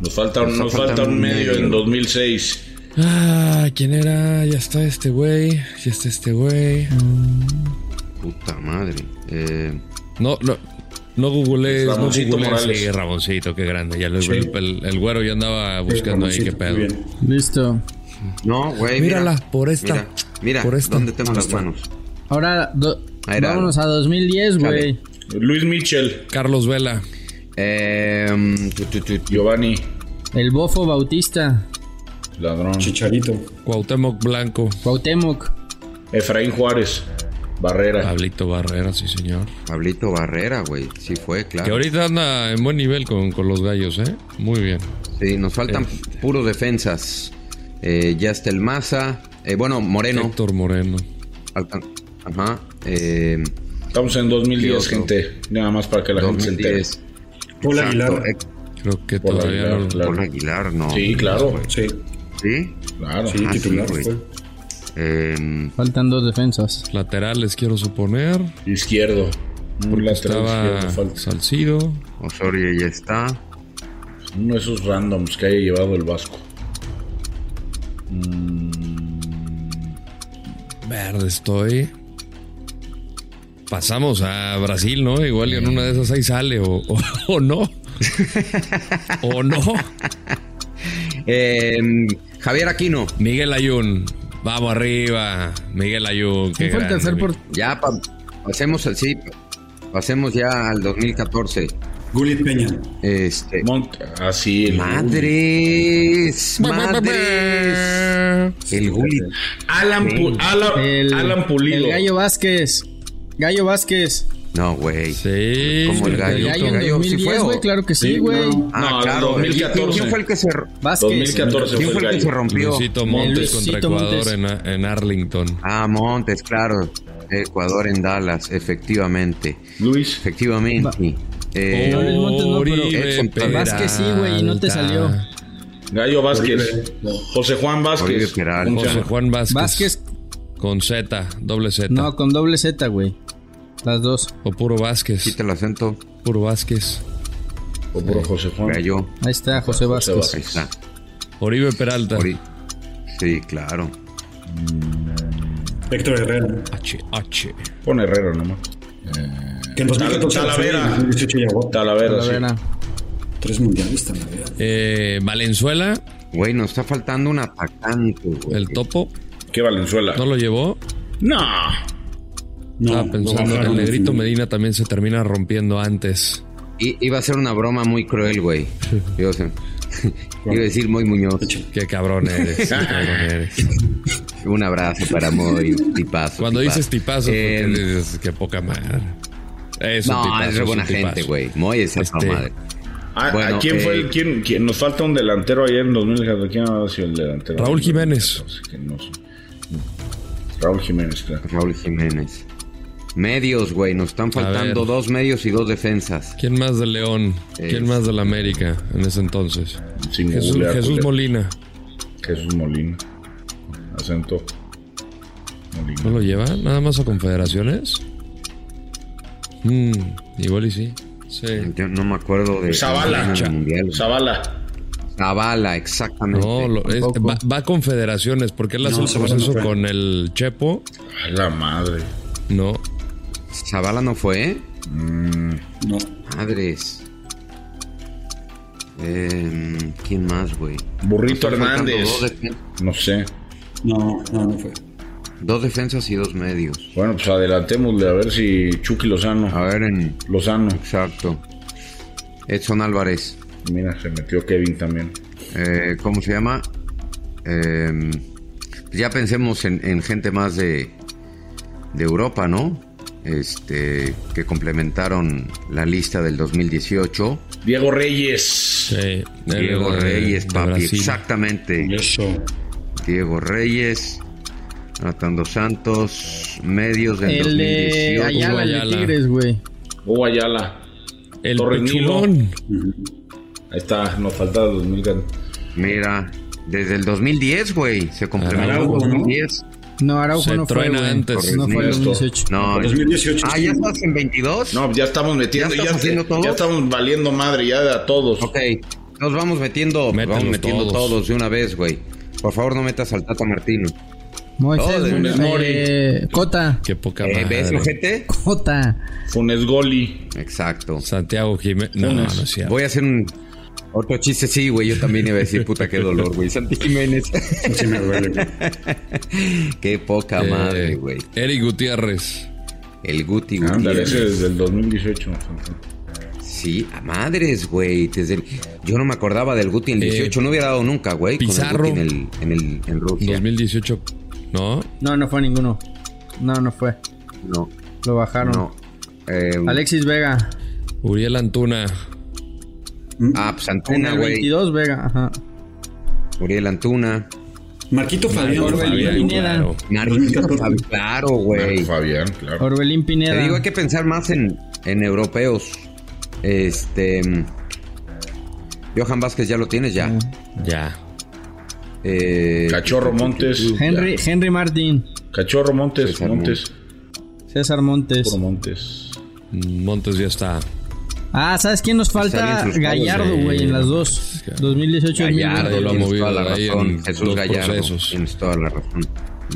[SPEAKER 3] Nos falta,
[SPEAKER 2] Nos
[SPEAKER 3] nos
[SPEAKER 2] falta
[SPEAKER 3] falta un
[SPEAKER 2] un
[SPEAKER 3] medio
[SPEAKER 2] medio.
[SPEAKER 3] en 2006.
[SPEAKER 9] Ah, ¿quién era? Ya está este güey. Ya está este güey.
[SPEAKER 2] Puta madre. Eh,
[SPEAKER 9] No, no. No googlees, no
[SPEAKER 3] Ramoncito
[SPEAKER 9] googlees.
[SPEAKER 3] Morales.
[SPEAKER 9] Sí, Ramoncito, qué grande. Ya lo, el, el güero ya andaba buscando ahí, qué
[SPEAKER 5] Ramoncito,
[SPEAKER 9] pedo.
[SPEAKER 5] muy bien.
[SPEAKER 4] Listo.
[SPEAKER 2] no, güey. mira.
[SPEAKER 9] Mírala, por esta.
[SPEAKER 2] Mira, mira
[SPEAKER 9] por esta.
[SPEAKER 2] ¿dónde tengo las manos?
[SPEAKER 4] Ahora, do-
[SPEAKER 2] Ah, era-
[SPEAKER 4] vámonos a 2010, güey.
[SPEAKER 3] Luis Mitchell,
[SPEAKER 9] Carlos Vela.
[SPEAKER 2] Eh, tu, tu, tu,
[SPEAKER 3] Giovanni,
[SPEAKER 4] El Bofo Bautista.
[SPEAKER 3] ladrón.
[SPEAKER 5] Chicharito.
[SPEAKER 9] Cuauhtémoc Blanco.
[SPEAKER 4] Cuauhtémoc.
[SPEAKER 3] Efraín Juárez, Barrera.
[SPEAKER 9] Pablito Barrera, sí, señor.
[SPEAKER 2] Pablito Barrera, güey. Sí fue,
[SPEAKER 9] Que
[SPEAKER 2] claro.
[SPEAKER 9] ahorita anda en buen nivel con, con los gallos, ¿eh? Muy bien.
[SPEAKER 2] Sí, nos faltan
[SPEAKER 9] Eh.
[SPEAKER 2] puros defensas. Eh, ya está el Maza. Eh, bueno, Moreno.
[SPEAKER 9] Héctor Moreno.
[SPEAKER 2] Alcan- Ajá. Eh,
[SPEAKER 3] Estamos en 2010,
[SPEAKER 2] Qué oso.
[SPEAKER 3] gente. Nada más para que la gente
[SPEAKER 2] 2010.
[SPEAKER 3] se entere.
[SPEAKER 5] Paul
[SPEAKER 2] Exacto,
[SPEAKER 5] Aguilar.
[SPEAKER 2] Héctor
[SPEAKER 9] Creo que
[SPEAKER 3] Por la
[SPEAKER 9] todavía
[SPEAKER 3] Aguilar,
[SPEAKER 9] no.
[SPEAKER 3] claro.
[SPEAKER 2] Aguilar, no.
[SPEAKER 3] Sí, claro.
[SPEAKER 5] Sí,
[SPEAKER 2] ¿Sí?
[SPEAKER 3] Claro.
[SPEAKER 5] sí,
[SPEAKER 2] Ah, sí,
[SPEAKER 5] titular.
[SPEAKER 2] güey.
[SPEAKER 5] fue.
[SPEAKER 2] Eh,
[SPEAKER 4] Faltan dos defensas.
[SPEAKER 9] Laterales, quiero suponer.
[SPEAKER 3] Izquierdo. Un lateral
[SPEAKER 9] Estaba
[SPEAKER 3] izquierdo falta.
[SPEAKER 9] Salcido.
[SPEAKER 2] Osorio ya está.
[SPEAKER 3] Uno de esos randoms que haya llevado el Vasco.
[SPEAKER 9] Verde estoy. Pasamos a Brasil, ¿no? Igual y en una de esas ahí sale, o, o- o no. o no.
[SPEAKER 2] Eh, Javier Aquino.
[SPEAKER 9] Miguel Ayun. Vamos arriba. Miguel Ayun.
[SPEAKER 4] ¿Quién
[SPEAKER 9] qué
[SPEAKER 4] fue el
[SPEAKER 9] grande,
[SPEAKER 4] tercer
[SPEAKER 9] mi-
[SPEAKER 4] por-
[SPEAKER 2] Ya pa- pasemos al sí. Pasemos ya al 2014.
[SPEAKER 5] Gullit Peña.
[SPEAKER 2] Este.
[SPEAKER 3] Mont así el
[SPEAKER 2] Madres. Madres. El Gullit.
[SPEAKER 3] Alan, Pu- Alan,
[SPEAKER 4] El,
[SPEAKER 3] Alan Pulido.
[SPEAKER 4] el Gallo Vázquez. Gallo Vázquez.
[SPEAKER 2] No, güey.
[SPEAKER 9] Sí.
[SPEAKER 2] Como el gallo.
[SPEAKER 4] Gallo en
[SPEAKER 2] El gallo sí
[SPEAKER 4] 2010,
[SPEAKER 2] fue.
[SPEAKER 4] güey,
[SPEAKER 2] o-
[SPEAKER 4] claro que sí, güey.
[SPEAKER 2] Ah,
[SPEAKER 3] No,
[SPEAKER 2] claro.
[SPEAKER 3] 2014.
[SPEAKER 2] ¿Y ¿Quién fue el que se r-
[SPEAKER 4] Vázquez.
[SPEAKER 3] 2014
[SPEAKER 2] ¿Quién
[SPEAKER 3] fue
[SPEAKER 2] fue
[SPEAKER 3] el
[SPEAKER 2] el que se
[SPEAKER 3] gallo.
[SPEAKER 2] rompió?
[SPEAKER 9] Luisito Montes
[SPEAKER 4] Luisito
[SPEAKER 9] contra Ecuador
[SPEAKER 4] Montes.
[SPEAKER 9] en, a- en Arlington.
[SPEAKER 2] Ah, Montes, claro. Ecuador en Dallas, efectivamente.
[SPEAKER 3] Luis.
[SPEAKER 2] Efectivamente. Eh,
[SPEAKER 4] No, Luis Montes no, pero-
[SPEAKER 9] Oribe
[SPEAKER 2] Edson
[SPEAKER 9] Peralta.
[SPEAKER 4] Vázquez sí, güey, y no te salió.
[SPEAKER 3] Gallo Vázquez. José Juan
[SPEAKER 2] Oribe
[SPEAKER 3] Vázquez.
[SPEAKER 2] Peralta.
[SPEAKER 3] ¿Cómo se
[SPEAKER 9] José
[SPEAKER 3] llama?
[SPEAKER 9] Juan Vázquez.
[SPEAKER 4] Vázquez,
[SPEAKER 9] Con Z, doble Z.
[SPEAKER 4] no, con doble Z, güey. Las dos.
[SPEAKER 9] O puro Vázquez.
[SPEAKER 2] Quita el acento.
[SPEAKER 9] Puro Vázquez.
[SPEAKER 3] O puro José Juan.
[SPEAKER 2] Gallo.
[SPEAKER 4] Ahí está, José Vázquez.
[SPEAKER 2] Ahí está.
[SPEAKER 9] Oribe Peralta.
[SPEAKER 2] Ori- Sí, claro.
[SPEAKER 5] Héctor Herrera,
[SPEAKER 9] H, H.
[SPEAKER 3] Pon Herrero nomás.
[SPEAKER 5] que en 2014 la fue,
[SPEAKER 3] Talavera.
[SPEAKER 5] en 2018 llegó.
[SPEAKER 3] Talavera, sí.
[SPEAKER 4] Talavera.
[SPEAKER 5] Tres mundiales, Talavera.
[SPEAKER 9] Eh, Valenzuela,
[SPEAKER 2] Güey, nos está faltando un atacante, güey.
[SPEAKER 9] el topo.
[SPEAKER 3] ¿Qué Valenzuela?
[SPEAKER 9] No lo llevó.
[SPEAKER 3] No.
[SPEAKER 5] No,
[SPEAKER 9] Estaba Ah, pensando,
[SPEAKER 5] bajaron.
[SPEAKER 9] el negrito Medina también se termina rompiendo antes.
[SPEAKER 2] I- iba a ser una broma muy cruel, güey. Yo sé. Iba a decir Moy Muñoz.
[SPEAKER 9] Qué cabrón eres. qué cabrón eres.
[SPEAKER 2] Un abrazo para Moy. Tipazo.
[SPEAKER 9] Cuando
[SPEAKER 2] tipazo.
[SPEAKER 9] dices tipazo,
[SPEAKER 2] Eh,
[SPEAKER 9] porque dices que poca madre. Es un
[SPEAKER 2] no,
[SPEAKER 9] tipazo,
[SPEAKER 2] es re
[SPEAKER 9] un
[SPEAKER 2] buena
[SPEAKER 9] tipazo.
[SPEAKER 2] gente, güey. Moy es esa
[SPEAKER 9] Este,
[SPEAKER 2] madre.
[SPEAKER 3] ¿A, a
[SPEAKER 2] Bueno,
[SPEAKER 3] quién fue
[SPEAKER 2] eh,
[SPEAKER 3] el quién, quién- Nos falta un delantero ayer en 2014. ¿Quién ha sido el delantero?
[SPEAKER 9] Raúl Jiménez.
[SPEAKER 3] Que no sé. Raúl Jiménez, claro.
[SPEAKER 2] Raúl Jiménez. Medios, güey. Nos están faltando
[SPEAKER 9] ver.
[SPEAKER 2] dos medios y dos defensas.
[SPEAKER 9] ¿Quién más de León? ¿Quién
[SPEAKER 2] Es-
[SPEAKER 9] más de la América en ese entonces?
[SPEAKER 3] Sin
[SPEAKER 9] Jesús,
[SPEAKER 3] googlear,
[SPEAKER 9] Jesús
[SPEAKER 3] googlear.
[SPEAKER 9] Molina.
[SPEAKER 3] Jesús Molina. Acento. Molina.
[SPEAKER 9] ¿No lo lleva? ¿Nada más a Confederaciones? Mm, igual y sí. Sí.
[SPEAKER 2] Yo no me acuerdo de.
[SPEAKER 3] Zavala.
[SPEAKER 2] del Mundial, güey.
[SPEAKER 3] Zavala.
[SPEAKER 2] Zavala, exactamente.
[SPEAKER 9] No, lo- es- va, va a Confederaciones, porque él hace
[SPEAKER 5] No,
[SPEAKER 9] el
[SPEAKER 5] Zavala no
[SPEAKER 9] proceso
[SPEAKER 5] fue.
[SPEAKER 9] con el Chepo.
[SPEAKER 3] A la madre.
[SPEAKER 9] No.
[SPEAKER 2] Zavala no fue, ¿eh?
[SPEAKER 5] No,
[SPEAKER 2] Madres. Em, ¿Quién más, güey?
[SPEAKER 3] Burrito
[SPEAKER 2] Nos están faltando
[SPEAKER 3] Hernández.
[SPEAKER 2] Dos, defen-
[SPEAKER 3] No sé.
[SPEAKER 5] no, no, no fue.
[SPEAKER 2] dos defensas y dos medios.
[SPEAKER 3] Bueno, pues adelantémosle a ver si Chucky Lozano.
[SPEAKER 2] A ver, en.
[SPEAKER 3] Lozano.
[SPEAKER 2] Exacto. Edson Álvarez.
[SPEAKER 3] Mira, se metió Kevin también.
[SPEAKER 2] Eh, ¿Cómo se llama? Em, ya pensemos en, en gente más de, de Europa, ¿no? Este, que complementaron la lista del 2018.
[SPEAKER 3] Diego Reyes.
[SPEAKER 9] Sí, él
[SPEAKER 2] Diego
[SPEAKER 9] era de-
[SPEAKER 2] Reyes,
[SPEAKER 9] de
[SPEAKER 2] papi,
[SPEAKER 9] Brasil.
[SPEAKER 2] exactamente.
[SPEAKER 5] Eso.
[SPEAKER 2] Diego Reyes, Jonathan dos Santos, medios del
[SPEAKER 4] El de
[SPEAKER 2] 2018.
[SPEAKER 4] Ayala, el de
[SPEAKER 9] Ayala.
[SPEAKER 4] Tigres, güey.
[SPEAKER 3] Hugo Ayala.
[SPEAKER 9] El
[SPEAKER 3] Torres Nilo.
[SPEAKER 9] Pechugón.
[SPEAKER 3] Ahí está, nos falta 2000.
[SPEAKER 2] Mira, desde el 2010, güey, se complementó el
[SPEAKER 5] Araujo, ¿no?
[SPEAKER 2] 2010.
[SPEAKER 4] No, Araujo
[SPEAKER 9] Se
[SPEAKER 4] no fue,
[SPEAKER 9] truena
[SPEAKER 4] güey.
[SPEAKER 9] antes.
[SPEAKER 4] Pues No fue el
[SPEAKER 3] Ernesto.
[SPEAKER 4] 2018.
[SPEAKER 2] No,
[SPEAKER 5] 2018.
[SPEAKER 2] ah, ya estás en 22.
[SPEAKER 3] No, ya estamos metiendo,
[SPEAKER 2] ¿Ya
[SPEAKER 3] ya,
[SPEAKER 2] estamos haciendo
[SPEAKER 3] te-
[SPEAKER 2] todo?
[SPEAKER 3] ya estamos valiendo madre ya de a todos.
[SPEAKER 2] Ok, nos vamos metiendo,
[SPEAKER 9] Mételos
[SPEAKER 2] vamos metiendo todos.
[SPEAKER 9] todos.
[SPEAKER 2] de una vez, güey. Por favor, no metas al Tata Martino.
[SPEAKER 4] Moisés,
[SPEAKER 2] Oh, de
[SPEAKER 4] Mon-
[SPEAKER 2] Funes
[SPEAKER 3] Mori.
[SPEAKER 4] eh, Cota.
[SPEAKER 9] Qué poca
[SPEAKER 2] Eh, ¿Ves,
[SPEAKER 9] Ah, madre.
[SPEAKER 2] ojete?
[SPEAKER 4] Cota.
[SPEAKER 3] Funes Goli.
[SPEAKER 2] Exacto.
[SPEAKER 9] Santiago Jiménez. No, no, no es cierto.
[SPEAKER 2] Voy a hacer un otro chiste, sí, güey. Yo también iba a decir, puta, qué dolor, güey. Santi Jiménez.
[SPEAKER 5] Sí me duele, güey.
[SPEAKER 2] qué poca
[SPEAKER 9] Eh,
[SPEAKER 2] madre, güey.
[SPEAKER 9] Eric Gutiérrez.
[SPEAKER 2] El Guti, güey.
[SPEAKER 3] Ándale, ese desde el 2018.
[SPEAKER 2] Sí, a madres, güey. Desde el- Yo no me acordaba del Guti en el
[SPEAKER 9] Eh,
[SPEAKER 2] 18. no hubiera dado nunca, güey. con el
[SPEAKER 9] Pizarro.
[SPEAKER 2] Guti en el, en el en Rusia.
[SPEAKER 9] 2018. ¿No?
[SPEAKER 4] No, no fue ninguno. No, no fue.
[SPEAKER 2] No,
[SPEAKER 4] Lo bajaron.
[SPEAKER 2] no. Eh,
[SPEAKER 4] Alexis Vega.
[SPEAKER 9] Uriel Antuna.
[SPEAKER 2] Ah, pues
[SPEAKER 4] En
[SPEAKER 2] Antuna,
[SPEAKER 4] el
[SPEAKER 2] güey.
[SPEAKER 4] 22, Vega. Ajá.
[SPEAKER 2] Uriel Antuna.
[SPEAKER 5] Marquito Fabián.
[SPEAKER 4] Fabián,
[SPEAKER 5] Ah.
[SPEAKER 4] Pineda.
[SPEAKER 9] claro.
[SPEAKER 2] Narciso
[SPEAKER 5] 2014.
[SPEAKER 2] Fabi- claro, güey.
[SPEAKER 3] Ah, Fabián, claro.
[SPEAKER 4] Orbelín
[SPEAKER 2] Te
[SPEAKER 4] Pineda.
[SPEAKER 2] digo, hay que pensar más en, en europeos. Este. mm, Johan Vázquez ya lo tienes ya.
[SPEAKER 9] Ya.
[SPEAKER 2] Eh,
[SPEAKER 3] Cachorro Montes.
[SPEAKER 4] Henry,
[SPEAKER 3] Ya.
[SPEAKER 4] Henry Martín.
[SPEAKER 3] Cachorro Montes.
[SPEAKER 2] César
[SPEAKER 3] Montes.
[SPEAKER 4] César Montes.
[SPEAKER 3] Puro Montes.
[SPEAKER 9] Montes ya está.
[SPEAKER 4] Ah, ¿sabes quién nos
[SPEAKER 2] Está
[SPEAKER 4] falta?
[SPEAKER 2] bien sus
[SPEAKER 4] Gallardo,
[SPEAKER 9] padres,
[SPEAKER 4] güey,
[SPEAKER 9] sí,
[SPEAKER 4] en las
[SPEAKER 9] no
[SPEAKER 4] dos.
[SPEAKER 9] mames,
[SPEAKER 4] 2018
[SPEAKER 2] Gallardo,
[SPEAKER 9] Gallardo lo
[SPEAKER 2] lo
[SPEAKER 9] ha
[SPEAKER 2] tienes
[SPEAKER 9] movido
[SPEAKER 2] toda la
[SPEAKER 9] ahí
[SPEAKER 2] razón.
[SPEAKER 9] en
[SPEAKER 2] Jesús
[SPEAKER 9] dos
[SPEAKER 2] Gallardo,
[SPEAKER 9] procesos.
[SPEAKER 2] tienes toda la razón.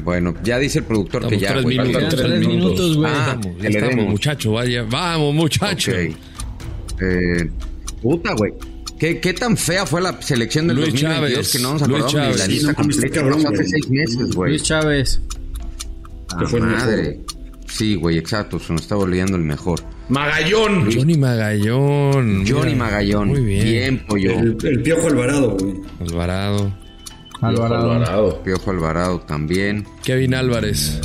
[SPEAKER 2] Bueno, ya dice el productor que
[SPEAKER 9] Estamos
[SPEAKER 2] ya,
[SPEAKER 9] tres
[SPEAKER 2] güey.
[SPEAKER 9] minutos.
[SPEAKER 2] faltan
[SPEAKER 4] Faltan
[SPEAKER 9] tres
[SPEAKER 4] tres minutos, güey.
[SPEAKER 2] Ah,
[SPEAKER 9] Estamos,
[SPEAKER 2] que
[SPEAKER 9] ya
[SPEAKER 2] le
[SPEAKER 9] estamos,
[SPEAKER 2] demos.
[SPEAKER 9] muchacho. Vaya. Vamos, muchacho.
[SPEAKER 2] Ok. Eh, puta, güey. ¿Qué, qué tan fea fue la selección del
[SPEAKER 9] Luis
[SPEAKER 2] 2022
[SPEAKER 9] Chávez.
[SPEAKER 2] que no nos
[SPEAKER 9] Luis
[SPEAKER 2] acordamos de la
[SPEAKER 9] Chávez.
[SPEAKER 2] lista
[SPEAKER 5] Sí, no,
[SPEAKER 2] completa?
[SPEAKER 5] está cabrón,
[SPEAKER 2] Pasó hace
[SPEAKER 5] güey.
[SPEAKER 2] seis meses, güey.
[SPEAKER 4] Luis Chávez.
[SPEAKER 2] Ah,
[SPEAKER 5] fue el mejor.
[SPEAKER 2] madre. Sí, güey, exacto. Se nos estaba olvidando el mejor.
[SPEAKER 3] Magallón.
[SPEAKER 9] Johnny Magallón.
[SPEAKER 2] Johnny
[SPEAKER 9] Mira,
[SPEAKER 2] Magallón.
[SPEAKER 9] Muy bien.
[SPEAKER 2] pollo.
[SPEAKER 5] El, el Piojo Alvarado, güey.
[SPEAKER 9] Alvarado.
[SPEAKER 4] Alvarado.
[SPEAKER 3] Alvarado.
[SPEAKER 2] Piojo Alvarado también.
[SPEAKER 9] Kevin Álvarez.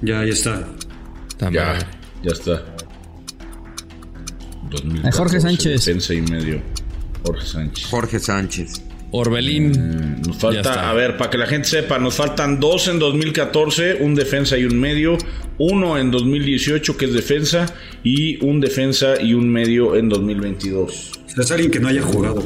[SPEAKER 5] Ya, ya está.
[SPEAKER 3] Ah,
[SPEAKER 9] También.
[SPEAKER 3] Ya. Ya está. 2014,
[SPEAKER 4] A Jorge Sánchez.
[SPEAKER 3] defensa y medio. Jorge Sánchez. Mm,
[SPEAKER 2] Jorge Sánchez.
[SPEAKER 9] Orbelín.
[SPEAKER 3] Nos falta, a ver, para que la gente sepa, nos faltan dos en 2014, un defensa y un medio, uno en 2018 que es defensa y un defensa y un medio en 2022.
[SPEAKER 5] Es alguien que no haya jugado.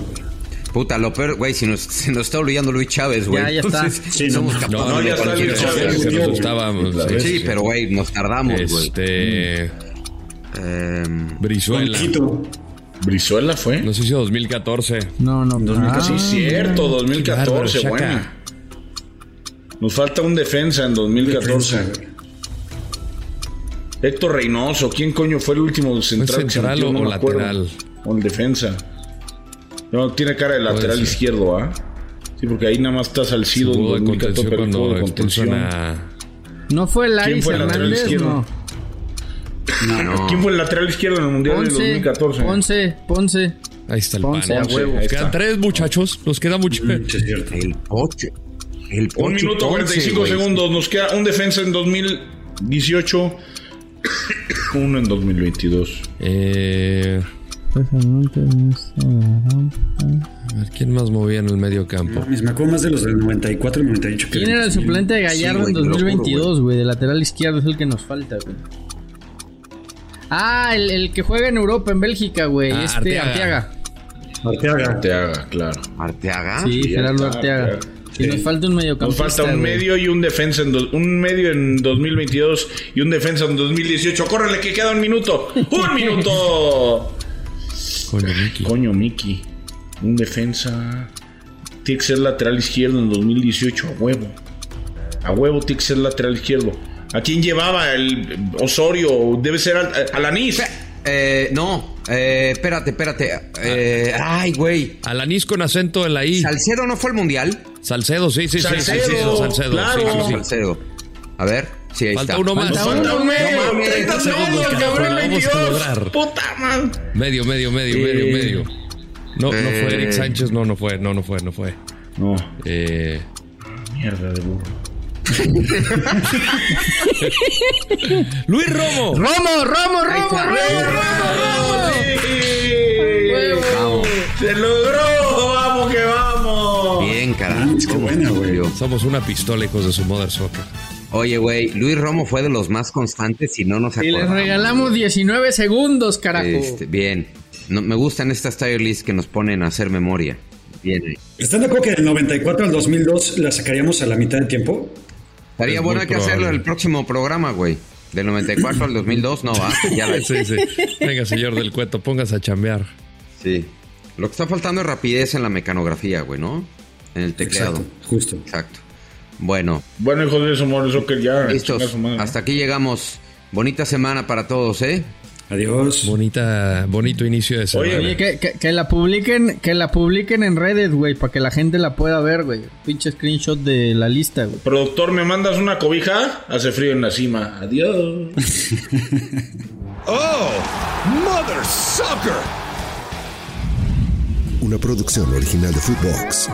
[SPEAKER 2] Puta, lo peor, güey, si nos, se nos está olvidando Luis Chávez, güey.
[SPEAKER 4] Ya, ya está.
[SPEAKER 2] Entonces,
[SPEAKER 4] Sí, no,
[SPEAKER 2] somos
[SPEAKER 4] no,
[SPEAKER 3] Ah,
[SPEAKER 2] capaces
[SPEAKER 9] no,
[SPEAKER 2] de
[SPEAKER 9] ya está
[SPEAKER 2] cualquier
[SPEAKER 9] Luis
[SPEAKER 2] cosa.
[SPEAKER 9] Chávez,
[SPEAKER 2] Sí,
[SPEAKER 9] que nos estábamos,
[SPEAKER 2] Sí,
[SPEAKER 9] sí.
[SPEAKER 2] pero, güey, nos tardamos, güey.
[SPEAKER 9] Este.
[SPEAKER 2] Em,
[SPEAKER 9] Brizuela.
[SPEAKER 5] Quito.
[SPEAKER 3] ¿Brizuela fue?
[SPEAKER 9] Nos hizo 2014.
[SPEAKER 4] No, no.
[SPEAKER 3] 2014.
[SPEAKER 4] Ah,
[SPEAKER 3] sí, cierto, 2014,
[SPEAKER 9] Qué bárbaro,
[SPEAKER 3] bueno.
[SPEAKER 9] Chaca.
[SPEAKER 3] Nos falta un defensa en 2014.
[SPEAKER 5] Defensa, güey.
[SPEAKER 3] Héctor Reynoso, ¿quién coño fue el último central? que se
[SPEAKER 9] central
[SPEAKER 3] metió?
[SPEAKER 9] o
[SPEAKER 3] me acuerdo.
[SPEAKER 9] lateral?
[SPEAKER 3] O en defensa. No, tiene cara de lateral
[SPEAKER 9] ser.
[SPEAKER 3] izquierdo, ¿ah? Sí, porque ahí nada más está Salcido en
[SPEAKER 9] Jugó de contención
[SPEAKER 3] 2014, pero jugó
[SPEAKER 9] cuando
[SPEAKER 3] de
[SPEAKER 9] expulsan
[SPEAKER 3] contención.
[SPEAKER 9] a.
[SPEAKER 4] ¿No fue
[SPEAKER 3] ¿Quién
[SPEAKER 4] Laris
[SPEAKER 3] fue el lateral
[SPEAKER 4] Hernández?
[SPEAKER 3] izquierdo?
[SPEAKER 4] No.
[SPEAKER 3] ¿Quién fue el lateral izquierdo en el Mundial del
[SPEAKER 4] Ponce,
[SPEAKER 3] 2014?
[SPEAKER 4] Ponce, Ponce.
[SPEAKER 9] Ahí está el
[SPEAKER 4] Ponce,
[SPEAKER 9] pan.
[SPEAKER 4] a
[SPEAKER 9] Nos
[SPEAKER 3] Ahí
[SPEAKER 4] huevo.
[SPEAKER 3] está.
[SPEAKER 9] Quedan tres muchachos. Nos queda mucho.
[SPEAKER 3] Mm.
[SPEAKER 5] Sí, es cierto.
[SPEAKER 2] el poche. El poche
[SPEAKER 3] Un minuto
[SPEAKER 2] Ponce,
[SPEAKER 3] 45
[SPEAKER 2] güey.
[SPEAKER 3] segundos. Nos queda un defensa en 2018, uno en 2022.
[SPEAKER 9] Eh, a ver, ¿quién más movía en el medio campo?
[SPEAKER 3] Mm.
[SPEAKER 5] Mames, me acuerdo más de los del 94 y 98. que
[SPEAKER 4] ¿Quién era el
[SPEAKER 5] sí.
[SPEAKER 4] suplente de Gallardo
[SPEAKER 2] Sí, güey, te
[SPEAKER 4] en
[SPEAKER 2] lo juro,
[SPEAKER 4] 2022, güey? De lateral izquierdo es el que nos falta, güey. Ah, el, el que juega en Europa, en Bélgica, güey.
[SPEAKER 9] Ah,
[SPEAKER 4] este,
[SPEAKER 9] Arteaga.
[SPEAKER 4] Arteaga.
[SPEAKER 5] Arteaga.
[SPEAKER 3] Te haga, claro.
[SPEAKER 2] Ah, Arteaga.
[SPEAKER 4] Sí,
[SPEAKER 3] sí,
[SPEAKER 4] Gerardo
[SPEAKER 3] está,
[SPEAKER 4] Arteaga.
[SPEAKER 3] Arteaga.
[SPEAKER 4] Y nos falta un
[SPEAKER 3] Nos
[SPEAKER 4] mediocampista.
[SPEAKER 3] falta un
[SPEAKER 4] güey.
[SPEAKER 3] medio y un defensa en dos- un medio en 2022 y un defensa en 2018. Córrele que queda un minuto. Un minuto.
[SPEAKER 9] Coño, Miki.
[SPEAKER 3] Coño, Miki. Un defensa. Tiene que ser lateral izquierdo en 2018. A huevo. A huevo tiene que ser lateral izquierdo. ¿A quién llevaba el Osorio? Debe ser al, Alanis.
[SPEAKER 2] Eh, no, eh, espérate, espérate. Eh, ay, güey.
[SPEAKER 9] Alanis con acento en la I.
[SPEAKER 2] ¿Salcedo no fue al mundial?
[SPEAKER 9] Salcedo, sí, sí, sí, sí, sí, sí,
[SPEAKER 3] Salcedo,
[SPEAKER 9] Salcedo,
[SPEAKER 3] claro.
[SPEAKER 9] sí, sí, sí.
[SPEAKER 2] Salcedo. A ver, sí, ahí
[SPEAKER 9] Falta
[SPEAKER 2] está.
[SPEAKER 9] uno más.
[SPEAKER 4] Falta uno.
[SPEAKER 2] No mames,
[SPEAKER 3] 30
[SPEAKER 2] no
[SPEAKER 3] segundos,
[SPEAKER 9] segundos,
[SPEAKER 3] cabrón,
[SPEAKER 9] cabrón, vamos a
[SPEAKER 3] 22.
[SPEAKER 9] lograr.
[SPEAKER 3] Puta madre.
[SPEAKER 9] Medio, medio, medio,
[SPEAKER 2] Eh,
[SPEAKER 9] medio, medio. No, no fue
[SPEAKER 2] eh.
[SPEAKER 9] Eric Sánchez, no, no fue, no, no fue, no fue.
[SPEAKER 3] No,
[SPEAKER 9] Eh,
[SPEAKER 3] mierda de burro.
[SPEAKER 9] Luis Romo.
[SPEAKER 4] ¡Romo, Romo,
[SPEAKER 2] Ahí
[SPEAKER 4] Romo,
[SPEAKER 2] está.
[SPEAKER 4] Romo!
[SPEAKER 2] Vamos.
[SPEAKER 3] ¡Se logró! ¡Vamos que vamos!
[SPEAKER 2] Bien, carajo.
[SPEAKER 5] Qué buena, güey.
[SPEAKER 9] Somos una pistola, hijos de su mother soccer.
[SPEAKER 2] Oye, güey, Luis Romo fue de los más constantes y no nos
[SPEAKER 4] Y les
[SPEAKER 2] acordamos.
[SPEAKER 4] regalamos 19 segundos, carajo.
[SPEAKER 2] Este, bien. No, me gustan estas tier lists que nos ponen a hacer memoria. Bien. ahí.
[SPEAKER 5] ¿Están de acuerdo que del 94 al 2002 la sacaríamos a la mitad de tiempo?
[SPEAKER 2] Estaría
[SPEAKER 9] Es
[SPEAKER 2] bueno
[SPEAKER 9] muy
[SPEAKER 2] que hacerlo
[SPEAKER 9] probable.
[SPEAKER 2] el próximo programa, güey. Del 94 al 2002, no va. Ya la
[SPEAKER 9] Sí, sí. Venga, señor del cueto, póngase a chambear.
[SPEAKER 2] Sí. Lo que está faltando es rapidez en la mecanografía, güey, ¿no? En el teclado. Exacto.
[SPEAKER 5] Exacto, justo.
[SPEAKER 2] Bueno,
[SPEAKER 3] Bueno, hijos de su madre, eso que ya. chinga
[SPEAKER 2] listos.
[SPEAKER 3] su madre.
[SPEAKER 2] Hasta aquí llegamos. Bonita semana para todos, ¿eh?
[SPEAKER 5] Adiós.
[SPEAKER 9] Bonita, bonito inicio de semana.
[SPEAKER 4] Oye, que, que- que la publiquen, que la publiquen en redes, güey, para que la gente la pueda ver, güey. Pinche screenshot de la lista, güey.
[SPEAKER 3] Productor, ¿me mandas una cobija? Hace frío en la cima. Adiós.
[SPEAKER 1] Una producción original de Footbox.